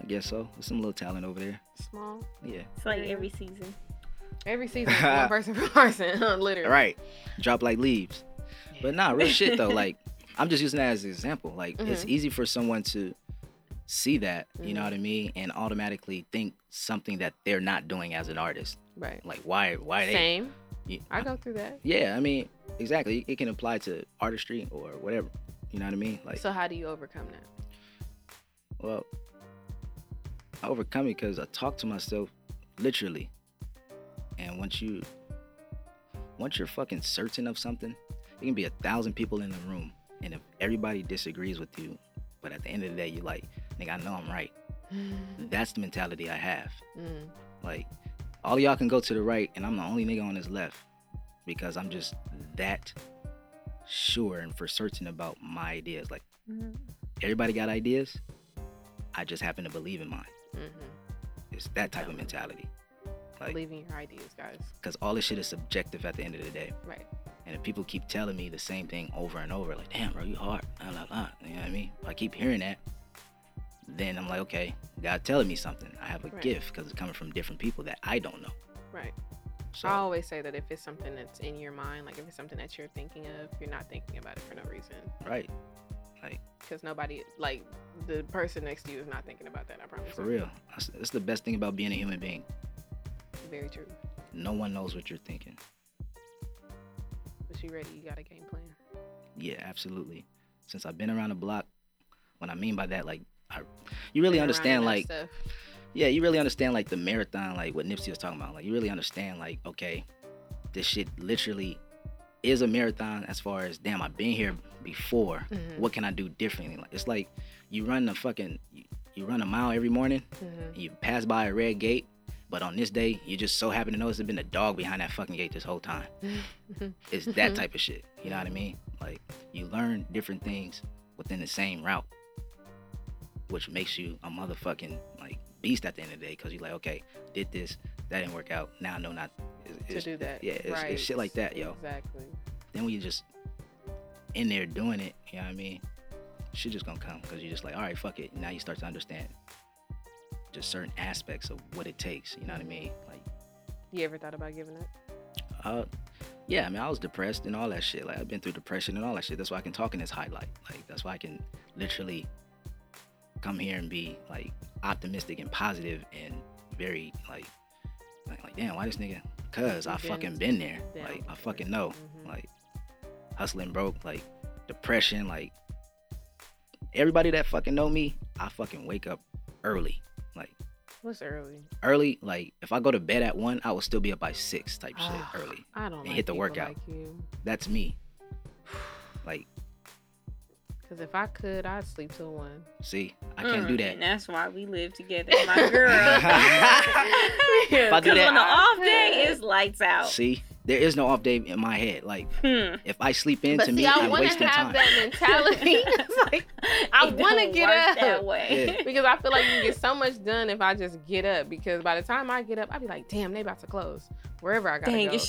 Speaker 1: I guess so. There's some little talent over there.
Speaker 2: Small.
Speaker 1: Yeah.
Speaker 3: It's like
Speaker 2: Yeah.
Speaker 3: every season.
Speaker 2: Every season, it's one person from Carson, literally.
Speaker 1: All right. Drop like leaves. But nah, real shit though. Like I'm just using that as an example. Like it's
Speaker 2: Mhm.
Speaker 1: easy for someone to see that, you know
Speaker 2: Mhm.
Speaker 1: what I mean, and automatically think something that they're not doing as an artist.
Speaker 2: Right.
Speaker 1: Like why why they
Speaker 2: Same.
Speaker 1: Yeah.
Speaker 2: I go through that.
Speaker 1: Yeah, I mean, exactly. It can apply to artistry or whatever. You know what I mean? Like
Speaker 2: so how do you overcome that?
Speaker 1: well I overcome it because I talk to myself literally. And once you once you're fucking certain of something, it can be a thousand people in the room. And if everybody disagrees with you, but at the end of the day you're like, nigga, I know I'm right. That's the mentality I have.
Speaker 2: Mm.
Speaker 1: Like, all y'all can go to the right, and I'm the only nigga on this left because I'm just that sure and for certain about my ideas. Like,
Speaker 3: Mhm.
Speaker 1: everybody got ideas. I just happen to believe in mine.
Speaker 2: Mm-hmm.
Speaker 1: It's that type of mentality. Like,
Speaker 2: Believe in your ideas, guys.
Speaker 1: because all this shit is subjective at the end of the day.
Speaker 2: Right.
Speaker 1: And if people keep telling me the same thing over and over, like, damn, bro, you hard, blah, blah, blah. You know what I mean? If I keep hearing that, then I'm like, okay, God telling me something. I have a
Speaker 2: Right.
Speaker 1: gift because it's coming from different people that I don't know.
Speaker 2: Right.
Speaker 1: So,
Speaker 2: I always say that if it's something that's in your mind, like if it's something that you're thinking of, you're not thinking about it for no reason.
Speaker 1: right.
Speaker 2: Because nobody, like, the person next to you is not thinking about that, I promise.
Speaker 1: For
Speaker 2: you.
Speaker 1: real. That's, that's the best thing about being a human being.
Speaker 2: Very true.
Speaker 1: No one knows what you're thinking.
Speaker 2: But you ready, you got a game plan.
Speaker 1: Yeah, absolutely. Since I've been around the block, what I mean by that, like, I, you really
Speaker 2: Been around
Speaker 1: understand,
Speaker 2: enough
Speaker 1: like,
Speaker 2: stuff.
Speaker 1: yeah, you really understand, like, the marathon, like, what Nipsey was talking about. Like, you really understand, like, okay, this shit literally is a marathon as far as, damn, I've been here before.
Speaker 2: Mhm,
Speaker 1: What can I do differently? Like, it's like you run the fucking, you, you run a mile every morning,
Speaker 2: mhm.
Speaker 1: you pass by a red gate, but on this day, you just so happen to notice there's been a dog behind that fucking gate this whole time. It's that
Speaker 2: Mhm.
Speaker 1: type of shit. You know what I mean? Like you learn different things within the same route, which makes you a motherfucking like beast at the end of the day because you're like, okay, did this, that didn't work out. Now I know not it's-
Speaker 2: to
Speaker 1: it's-
Speaker 2: do that.
Speaker 1: Yeah, it's,
Speaker 2: right.
Speaker 1: it's shit like that, yo.
Speaker 2: Exactly.
Speaker 1: Then when you just in there doing it, you know what I mean? Shit just gonna come because you're just like, all right, fuck it. Now you start to understand just certain aspects of what it takes. You know what I mean? Like.
Speaker 2: You ever thought about giving up?
Speaker 1: Uh, yeah, I mean, I was depressed and all that shit. Like, I've been through depression and all that shit. That's why I can talk in this highlight. Like, that's why I can literally come here and be like optimistic and positive and very like, like, like damn, why this nigga? Cause I
Speaker 2: You've been
Speaker 1: fucking been there.
Speaker 2: down
Speaker 1: Like, I
Speaker 2: before.
Speaker 1: fucking know.
Speaker 2: Mhm.
Speaker 1: Like, hustling broke. Like, depression. Like, everybody that fucking know me, I fucking wake up early. Like,
Speaker 2: What's early?
Speaker 1: early. Like, if I go to bed at one, I will still be up by six. Type shit.
Speaker 2: Ah,
Speaker 1: Early.
Speaker 2: I don't
Speaker 1: And
Speaker 2: like
Speaker 1: hit the
Speaker 2: people
Speaker 1: workout.
Speaker 2: Like you.
Speaker 1: That's me. Like,
Speaker 2: Cause if I could, I'd sleep till one.
Speaker 1: See, I can't do
Speaker 3: Mm,
Speaker 1: that.
Speaker 3: And that's why we live together, my girl.
Speaker 2: if
Speaker 1: I do
Speaker 3: Because
Speaker 1: that-
Speaker 3: on the off day, it's lights out.
Speaker 1: See, there is no off day in my head. Like,
Speaker 3: Hmm.
Speaker 1: if I sleep in,
Speaker 2: but
Speaker 1: to
Speaker 2: see,
Speaker 1: me,
Speaker 2: I
Speaker 1: I'm
Speaker 2: want to
Speaker 1: wasting
Speaker 2: have
Speaker 1: time.
Speaker 2: that mentality. It's like I
Speaker 3: It
Speaker 2: wanna
Speaker 3: don't
Speaker 2: get
Speaker 3: work
Speaker 2: up.
Speaker 3: that way.
Speaker 2: because I feel like you get so much done if I just get up. Because by the time I get up, I'd be like, damn, they about to close wherever I gotta
Speaker 3: Dang,
Speaker 2: go.
Speaker 3: it's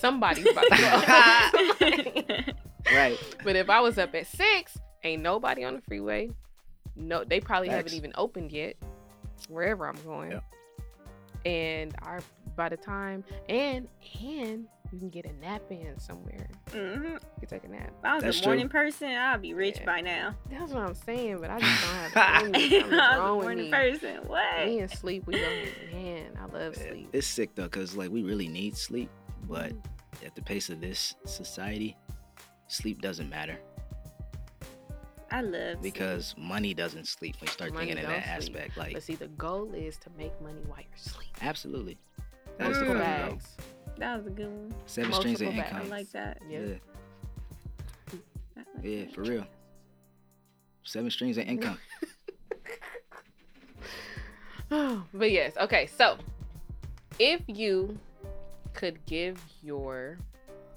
Speaker 2: Somebody's about to close.
Speaker 1: Right.
Speaker 2: But if I was up at six, ain't nobody on the freeway. No, they probably
Speaker 1: Facts.
Speaker 2: haven't even opened yet. Wherever I'm going,
Speaker 1: Yeah.
Speaker 2: and I by the time and and you can get a nap in somewhere.
Speaker 3: Mhm.
Speaker 2: You can take a nap.
Speaker 3: If I was
Speaker 1: That's
Speaker 3: a
Speaker 1: true.
Speaker 3: morning person, I'd be rich
Speaker 2: Yeah.
Speaker 3: by now.
Speaker 2: That's what I'm saying, but I just don't have the energy. Something's
Speaker 3: If I was a
Speaker 2: wrong with
Speaker 3: morning
Speaker 2: me.
Speaker 3: person.
Speaker 2: Me
Speaker 3: What?
Speaker 2: and sleep, we go hand in hand. I love
Speaker 1: Yeah,
Speaker 2: sleep.
Speaker 1: It's sick though, cause like we really need sleep, but at the pace of this society, sleep doesn't matter
Speaker 3: I love
Speaker 1: because money doesn't sleep. When you start
Speaker 2: Money
Speaker 1: thinking in that
Speaker 2: don't sleep.
Speaker 1: aspect, like
Speaker 2: but see, the goal is to make money while you're asleep.
Speaker 1: absolutely, That is the fucking
Speaker 2: Multiple
Speaker 3: Mm.
Speaker 1: goal.
Speaker 2: bags.
Speaker 3: That was a good one.
Speaker 1: Seven strings of
Speaker 2: Multiple
Speaker 1: income.
Speaker 3: I
Speaker 2: Thanks.
Speaker 3: like that.
Speaker 2: Yeah.
Speaker 1: yeah,
Speaker 3: I like
Speaker 1: yeah,
Speaker 3: that.
Speaker 1: for real. Seven strings of income.
Speaker 2: but yes, okay. So, if you could give your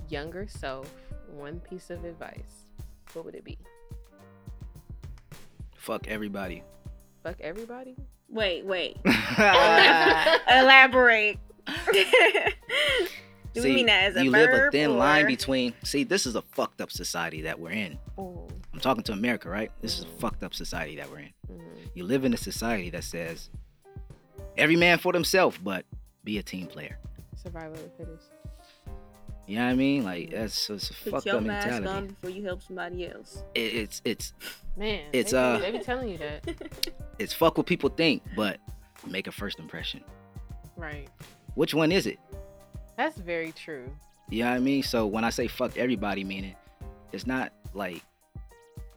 Speaker 2: younger self one piece of advice, what would it be?
Speaker 1: Fuck everybody.
Speaker 2: Fuck everybody.
Speaker 3: Wait, wait.
Speaker 1: See,
Speaker 3: Elaborate. Do we mean that as a
Speaker 1: you live a
Speaker 3: verb
Speaker 1: thin line
Speaker 3: or-
Speaker 1: between. See, this is a fucked up society that we're in.
Speaker 2: Oh,
Speaker 1: I'm talking to America, right? This is a fucked up society that we're in.
Speaker 2: mm,
Speaker 1: You live in a society that says every man for himself, but be a team player.
Speaker 2: survival of the fittest.
Speaker 1: You know what I mean? Like that's it's a
Speaker 3: Put
Speaker 1: fucked
Speaker 3: your
Speaker 1: up
Speaker 3: mask
Speaker 1: mentality.
Speaker 3: on before you help somebody else.
Speaker 1: It- it's it's
Speaker 2: Man,
Speaker 1: It's,
Speaker 2: they, be-
Speaker 1: uh,
Speaker 2: they be telling you that,
Speaker 1: it's fuck what people think, but make a first impression.
Speaker 2: right?
Speaker 1: Which one is it?
Speaker 2: That's very true.
Speaker 1: You know what I mean? So when I say fuck everybody, meaning it's not like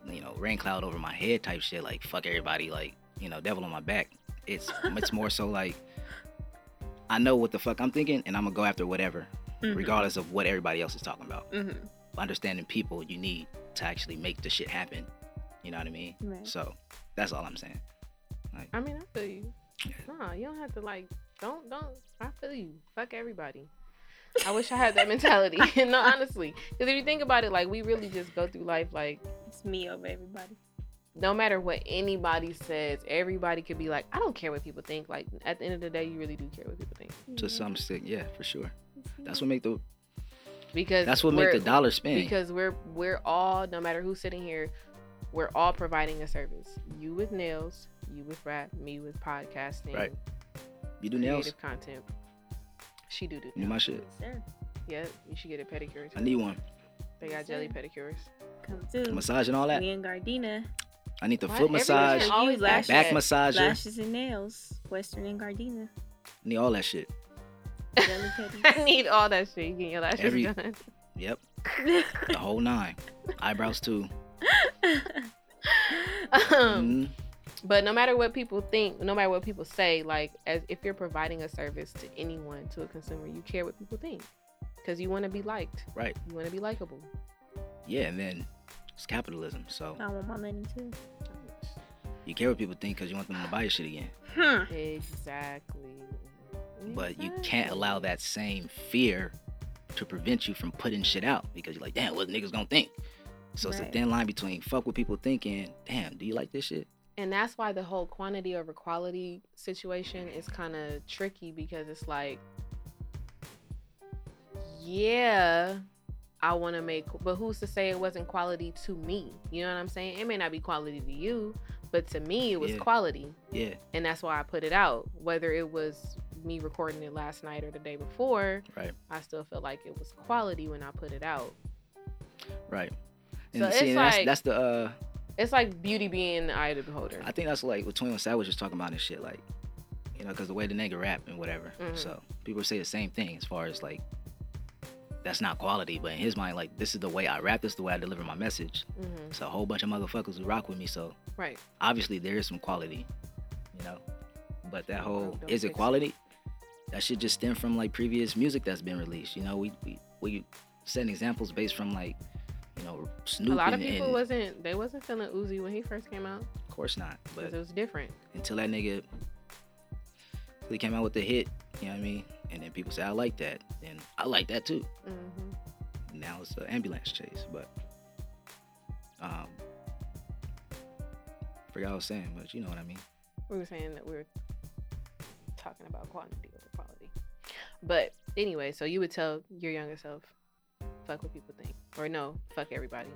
Speaker 1: you know rain cloud over my head type shit. Like fuck everybody, like you know devil on my back. It's it's more so like I know what the fuck I'm thinking, and I'm gonna go after whatever,
Speaker 3: Mm-hmm.
Speaker 1: regardless of what everybody else is talking about.
Speaker 3: hmm
Speaker 1: Understanding people, you need to actually make the shit happen. You know what I mean?
Speaker 3: Right.
Speaker 1: So that's all I'm saying.
Speaker 2: I mean, I feel you. Nah, you don't have to like. Don't don't. I feel you. Fuck everybody. I wish I had that mentality. no, honestly, because if you think about it, like we really just go through life like.
Speaker 3: It's me over everybody.
Speaker 2: no matter what anybody says, everybody could be like, I don't care what people think. Like at the end of the day, you really do care what people think
Speaker 3: Mm-hmm.
Speaker 1: To some extent, yeah, for sure. That's what make the
Speaker 2: because
Speaker 1: that's what make
Speaker 2: we're-
Speaker 1: the dollar spin.
Speaker 2: Because we're we're all, no matter who's sitting here, we're all providing a service. You with nails, you with rap, me with podcasting,
Speaker 1: Right. you do
Speaker 2: creative
Speaker 1: nails,
Speaker 2: content. She do do.
Speaker 1: you my shit.
Speaker 3: Sir,
Speaker 2: Yep, you should get a pedicure. Too.
Speaker 1: I need one.
Speaker 2: They got jelly pedicures.
Speaker 3: come through.
Speaker 1: Massage and all that.
Speaker 3: Me and Gardena.
Speaker 1: I need the
Speaker 2: Why
Speaker 1: foot
Speaker 2: everybody
Speaker 1: massage,
Speaker 2: should always
Speaker 3: Back
Speaker 2: ask
Speaker 1: back
Speaker 2: that?
Speaker 1: massager,
Speaker 3: Lashes and nails. Western and Gardena.
Speaker 1: need all that shit.
Speaker 3: Jelly
Speaker 2: I
Speaker 3: petties.
Speaker 2: need all that shit. You get your lashes
Speaker 1: Every-
Speaker 2: done.
Speaker 1: Yep, the whole nine. Eyebrows too.
Speaker 2: Um,
Speaker 1: Mhm.
Speaker 2: But no matter what people think, no matter what people say, like as if you're providing a service to anyone, to a consumer, you care what people think because you want to be liked.
Speaker 1: Right.
Speaker 2: You want to be likable.
Speaker 1: Yeah, and then it's capitalism. So
Speaker 2: Oh.
Speaker 3: I want my money too.
Speaker 1: you care what people think because you want them to buy your shit again.
Speaker 3: Hmm.
Speaker 2: Exactly.
Speaker 1: But you can't allow
Speaker 2: Exactly.
Speaker 1: that same fear to prevent you from putting shit out because you're like, damn, what niggas gonna think? So it's a
Speaker 3: Right.
Speaker 1: thin line between fuck what people thinking. Damn, do you like this shit?
Speaker 2: And that's why the whole quantity over quality situation is kind of tricky because it's like, yeah, I want to make, but who's to say it wasn't quality to me? You know what I'm saying? It may not be quality to you, but to me, it was
Speaker 1: Yeah.
Speaker 2: quality.
Speaker 1: Yeah,
Speaker 2: and that's why I put it out. Whether it was me recording it last night or the day before,
Speaker 1: right,
Speaker 2: I still felt like it was quality when I put it out.
Speaker 1: right. And
Speaker 2: So it's
Speaker 1: see, that's,
Speaker 2: like-
Speaker 1: that's the uh,
Speaker 2: It's like beauty being in the eye of the beholder.
Speaker 1: I think that's like what 21 Savage was talking about and shit, like, you know, because the way the nigga rap and whatever.
Speaker 2: Mhm.
Speaker 1: So people say the same thing as far as like, that's not quality, but in his mind, like, this is the way I rap, this is the way I deliver my message.
Speaker 2: Mhm.
Speaker 1: It's a whole bunch of motherfuckers who rock with me, so
Speaker 2: Right.
Speaker 1: obviously there is some quality, you know. But that whole
Speaker 2: Don't
Speaker 1: is
Speaker 2: fix
Speaker 1: it
Speaker 2: it.
Speaker 1: quality? That should just stem from like previous music that's been released. You know, we we, we setting examples based from like, you know, Snoop.
Speaker 2: a lot of
Speaker 1: and-
Speaker 2: people
Speaker 1: and-
Speaker 2: wasn't they wasn't feeling Uzi when he first came out
Speaker 1: of course not,
Speaker 2: because
Speaker 1: but
Speaker 2: it was different.
Speaker 1: until that nigga he came out with the hit, you know what I mean? And then people say, I like that. And I like that too.
Speaker 2: hmm
Speaker 1: And now it's an ambulance chase. But um forgot what I was saying, but you know what I mean.
Speaker 2: We were saying that we were talking about quantity over quality. But anyway, so you would tell your younger self, fuck what people think, or no, fuck everybody.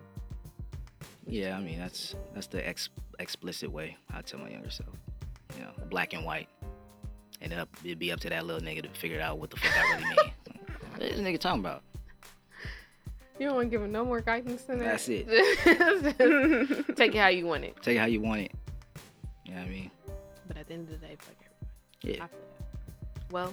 Speaker 1: Yeah, I mean that's that's the ex- explicit way I tell my younger self. You know, black and white. And then up, it'd be up to that little nigga to figure out what the fuck I really mean. what is this nigga talking about?
Speaker 2: You don't want to give him no more guidance than that.
Speaker 1: That's it.
Speaker 2: it. Take it how you want it.
Speaker 1: Take it how you want it. You know what I mean?
Speaker 2: But at the end of the day, fuck everybody.
Speaker 1: Yeah.
Speaker 2: I feel that. Well,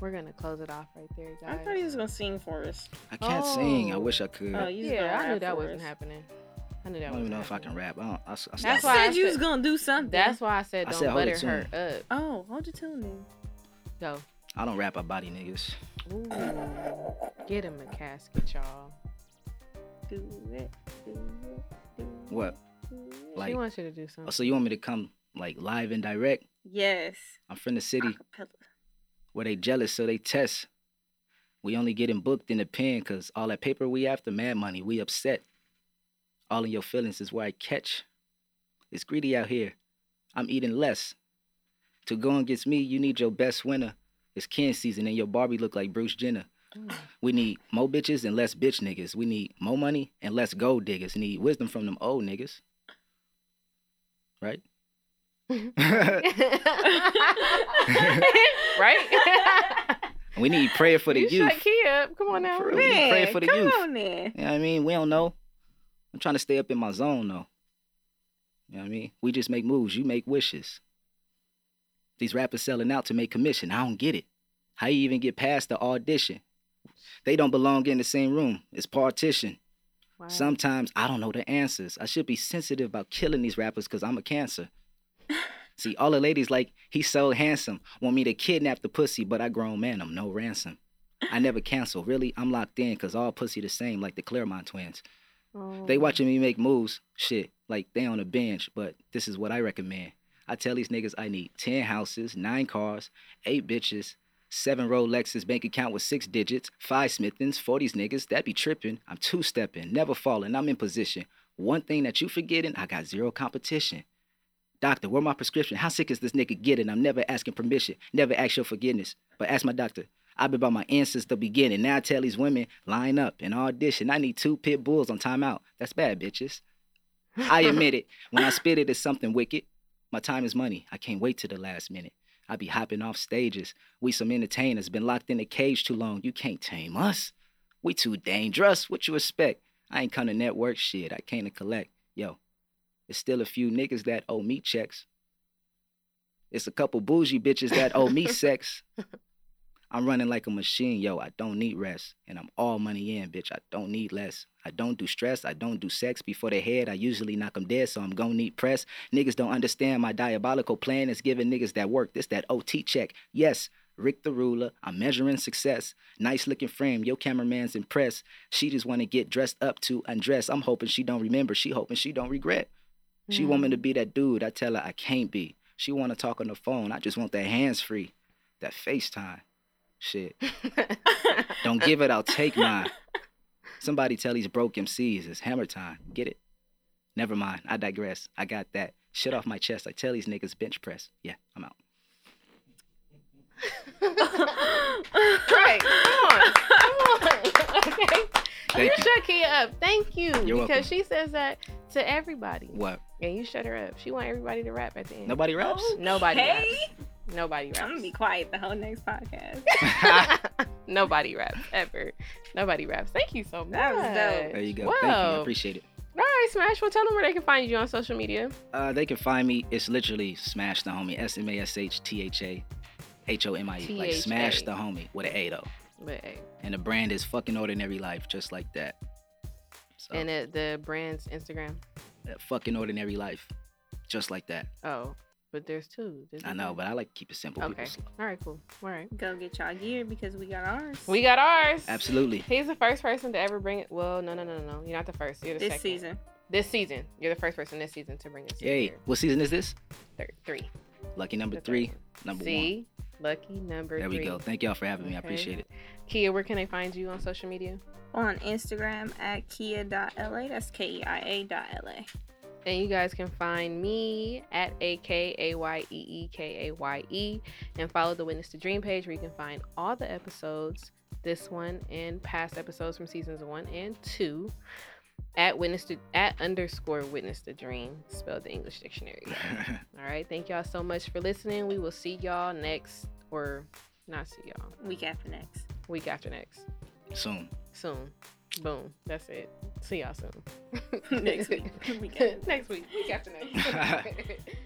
Speaker 2: we're gonna close it off right there,
Speaker 3: I
Speaker 2: guys.
Speaker 3: thought he was gonna sing for us.
Speaker 1: I can't sing. I
Speaker 2: Oh.
Speaker 1: wish I could.
Speaker 3: Oh, you was gonna
Speaker 2: yeah, I
Speaker 3: rap
Speaker 2: knew that
Speaker 3: for
Speaker 2: wasn't
Speaker 3: us.
Speaker 2: happening. I knew that.
Speaker 1: I don't even
Speaker 2: wasn't
Speaker 1: know if I can
Speaker 2: happening.
Speaker 1: rap. I don't, I, s- I
Speaker 3: I
Speaker 1: stopped.
Speaker 2: That's why
Speaker 3: said
Speaker 2: I
Speaker 3: you
Speaker 2: said-
Speaker 3: was gonna do something.
Speaker 2: That's why I said
Speaker 1: I
Speaker 2: don't
Speaker 1: said hold
Speaker 2: butter
Speaker 1: it
Speaker 2: her up.
Speaker 3: oh, hold your tune then.
Speaker 2: Go.
Speaker 1: I don't rap. I body niggas.
Speaker 2: Ooh. Get him a casket, y'all.
Speaker 3: Do it. Do it. Do it.
Speaker 1: What?
Speaker 3: do it.
Speaker 1: Like,
Speaker 2: she wants you to do something.
Speaker 1: oh, so you want me to come like live and direct.
Speaker 3: Yes.
Speaker 1: I'm from the city
Speaker 3: Acapella.
Speaker 1: where they jealous, so they test. We only getting booked in the pen because all that paper we after, mad money, we upset. All in your feelings is where I catch. It's greedy out here. I'm eating less. To go against me, you need your best winner. It's Ken season and your Barbie look like Bruce Jenner. We need more bitches and less bitch niggas. We need more money and less gold diggers. Need wisdom from them old niggas. Right?
Speaker 2: right?
Speaker 1: we need prayer for the
Speaker 2: you
Speaker 1: youth.
Speaker 2: shut Key up. Come on now.
Speaker 1: For real.
Speaker 2: Man.
Speaker 1: We pray for the
Speaker 3: come
Speaker 1: youth.
Speaker 3: on then.
Speaker 1: You know what I mean? We don't know. I'm trying to stay up in my zone though. You know what I mean? We just make moves, you make wishes. These rappers selling out to make commission. I don't get it. How you even get past the audition? They don't belong in the same room. It's partition.
Speaker 2: Wow.
Speaker 1: Sometimes I don't know the answers. I should be sensitive about killing these rappers because I'm a cancer. See, all the ladies like, he's so handsome. Want me to kidnap the pussy, but I grown man, I'm no ransom. I never cancel. Really, I'm locked in because all pussy the same, like the Claremont twins.
Speaker 2: Oh.
Speaker 1: They watching me make moves, shit, like they on a bench, but this is what I recommend. I tell these niggas I need 10 houses, 9 cars, 8 bitches, 7 Rolexes, bank account with 6 digits, 5 Smithins, 40s niggas, that be tripping. I'm two stepping, never falling, I'm in position. One thing that you forgetting, I got zero competition. Doctor, where my prescription? How sick is this nigga getting? I'm never asking permission, never ask your forgiveness, but ask my doctor. I've been by my ancestors the beginning. Now I tell these women, line up and audition. I need two pit bulls on timeout. That's bad, bitches. I admit it. When I spit it, it's something wicked. My time is money. I can't wait to the last minute. I be hopping off stages. We some entertainers been locked in a cage too long. You can't tame us. We too dangerous. What you expect? I ain't come to network shit. I came to collect. Yo, it's still a few niggas that owe me checks. It's a couple bougie bitches that owe me sex. I'm running like a machine, yo. I don't need rest. And I'm all money in, bitch. I don't need less. I don't do stress. I don't do sex before they head. I usually knock 'em dead, so I'm gonna need press. Niggas don't understand my diabolical plan is giving niggas that work. This that OT check. Yes, Rick the ruler. I'm measuring success. Nice looking frame. Yo, cameraman's impressed. She just wanna get dressed up to undress. I'm hoping she don't remember. She hoping she don't regret.
Speaker 2: Mm.
Speaker 1: She want me to be that dude. I tell her I can't be. She wanna talk on the phone. I just want that hands free, that FaceTime. Shit. Don't give it, I'll take mine. Somebody tell these broke MCs it's hammer time. Get it? Never mind. I digress. I got that. Shit off my chest. I tell these niggas bench press. Yeah, I'm out.
Speaker 2: right. Come on. Come on. Okay.
Speaker 1: Thank
Speaker 2: you
Speaker 1: you.
Speaker 2: shut Kia up. Thank you. because
Speaker 1: welcome.
Speaker 2: she says that to everybody.
Speaker 1: What?
Speaker 2: And you shut her up. She want everybody to rap at the end.
Speaker 1: Nobody raps?
Speaker 2: Nobody
Speaker 3: Okay.
Speaker 2: Nobody raps.
Speaker 3: I'm gonna be quiet the whole next podcast.
Speaker 2: Oh. Nobody raps ever. Nobody raps. Thank you so much.
Speaker 3: That was dope.
Speaker 1: there you go.
Speaker 2: Wow.
Speaker 1: Thank you. I appreciate it.
Speaker 2: All right, Smash. Well, tell them where they can find you on social media.
Speaker 1: Uh, they can find me. It's literally Smash the Homie. S M A S H T H A H O M I E. Like
Speaker 2: T H A.
Speaker 1: Smash the Homie with an A though.
Speaker 2: But hey,
Speaker 1: And the brand is fucking ordinary life, just like that. So,
Speaker 2: and at the brand's Instagram.
Speaker 1: uh, fucking ordinary life, just like that.
Speaker 2: Oh, but there's two. There's
Speaker 1: I know, but I like to keep it simple.
Speaker 2: Okay.
Speaker 1: People slow.
Speaker 2: all right, cool. All right,
Speaker 3: Go get y'all gear because we got ours.
Speaker 2: we got ours.
Speaker 1: Absolutely.
Speaker 2: He's the first person to ever bring it. Well, no, no, no, no, no. You're not the first. You're the
Speaker 3: this
Speaker 2: second.
Speaker 3: season.
Speaker 2: This season. You're the first person this season to bring it. to
Speaker 1: Yay.
Speaker 2: your
Speaker 1: What season is this?
Speaker 2: Third, three.
Speaker 1: Lucky number
Speaker 2: The third
Speaker 1: three,
Speaker 2: one.
Speaker 1: number one.
Speaker 2: See, lucky number
Speaker 1: There
Speaker 2: three.
Speaker 1: we go. Thank y'all for having me. I
Speaker 2: Okay.
Speaker 1: appreciate it.
Speaker 2: Kia, where can they find you on social media?
Speaker 3: On Instagram at kia.la. That's K E I A dot L A.
Speaker 2: And you guys can find me at A K A Y E E K A Y E and follow the Witness to Dream page where you can find all the episodes, this one and past episodes from seasons one and two at witness to at underscore witness to dream spelled the english dictionary all right thank y'all so much for listening we will see y'all next or not see y'all
Speaker 3: Week after next.
Speaker 2: week after next
Speaker 1: Soon.
Speaker 2: soon boom that's it see y'all soon
Speaker 3: Next week. Week after
Speaker 2: next week week after next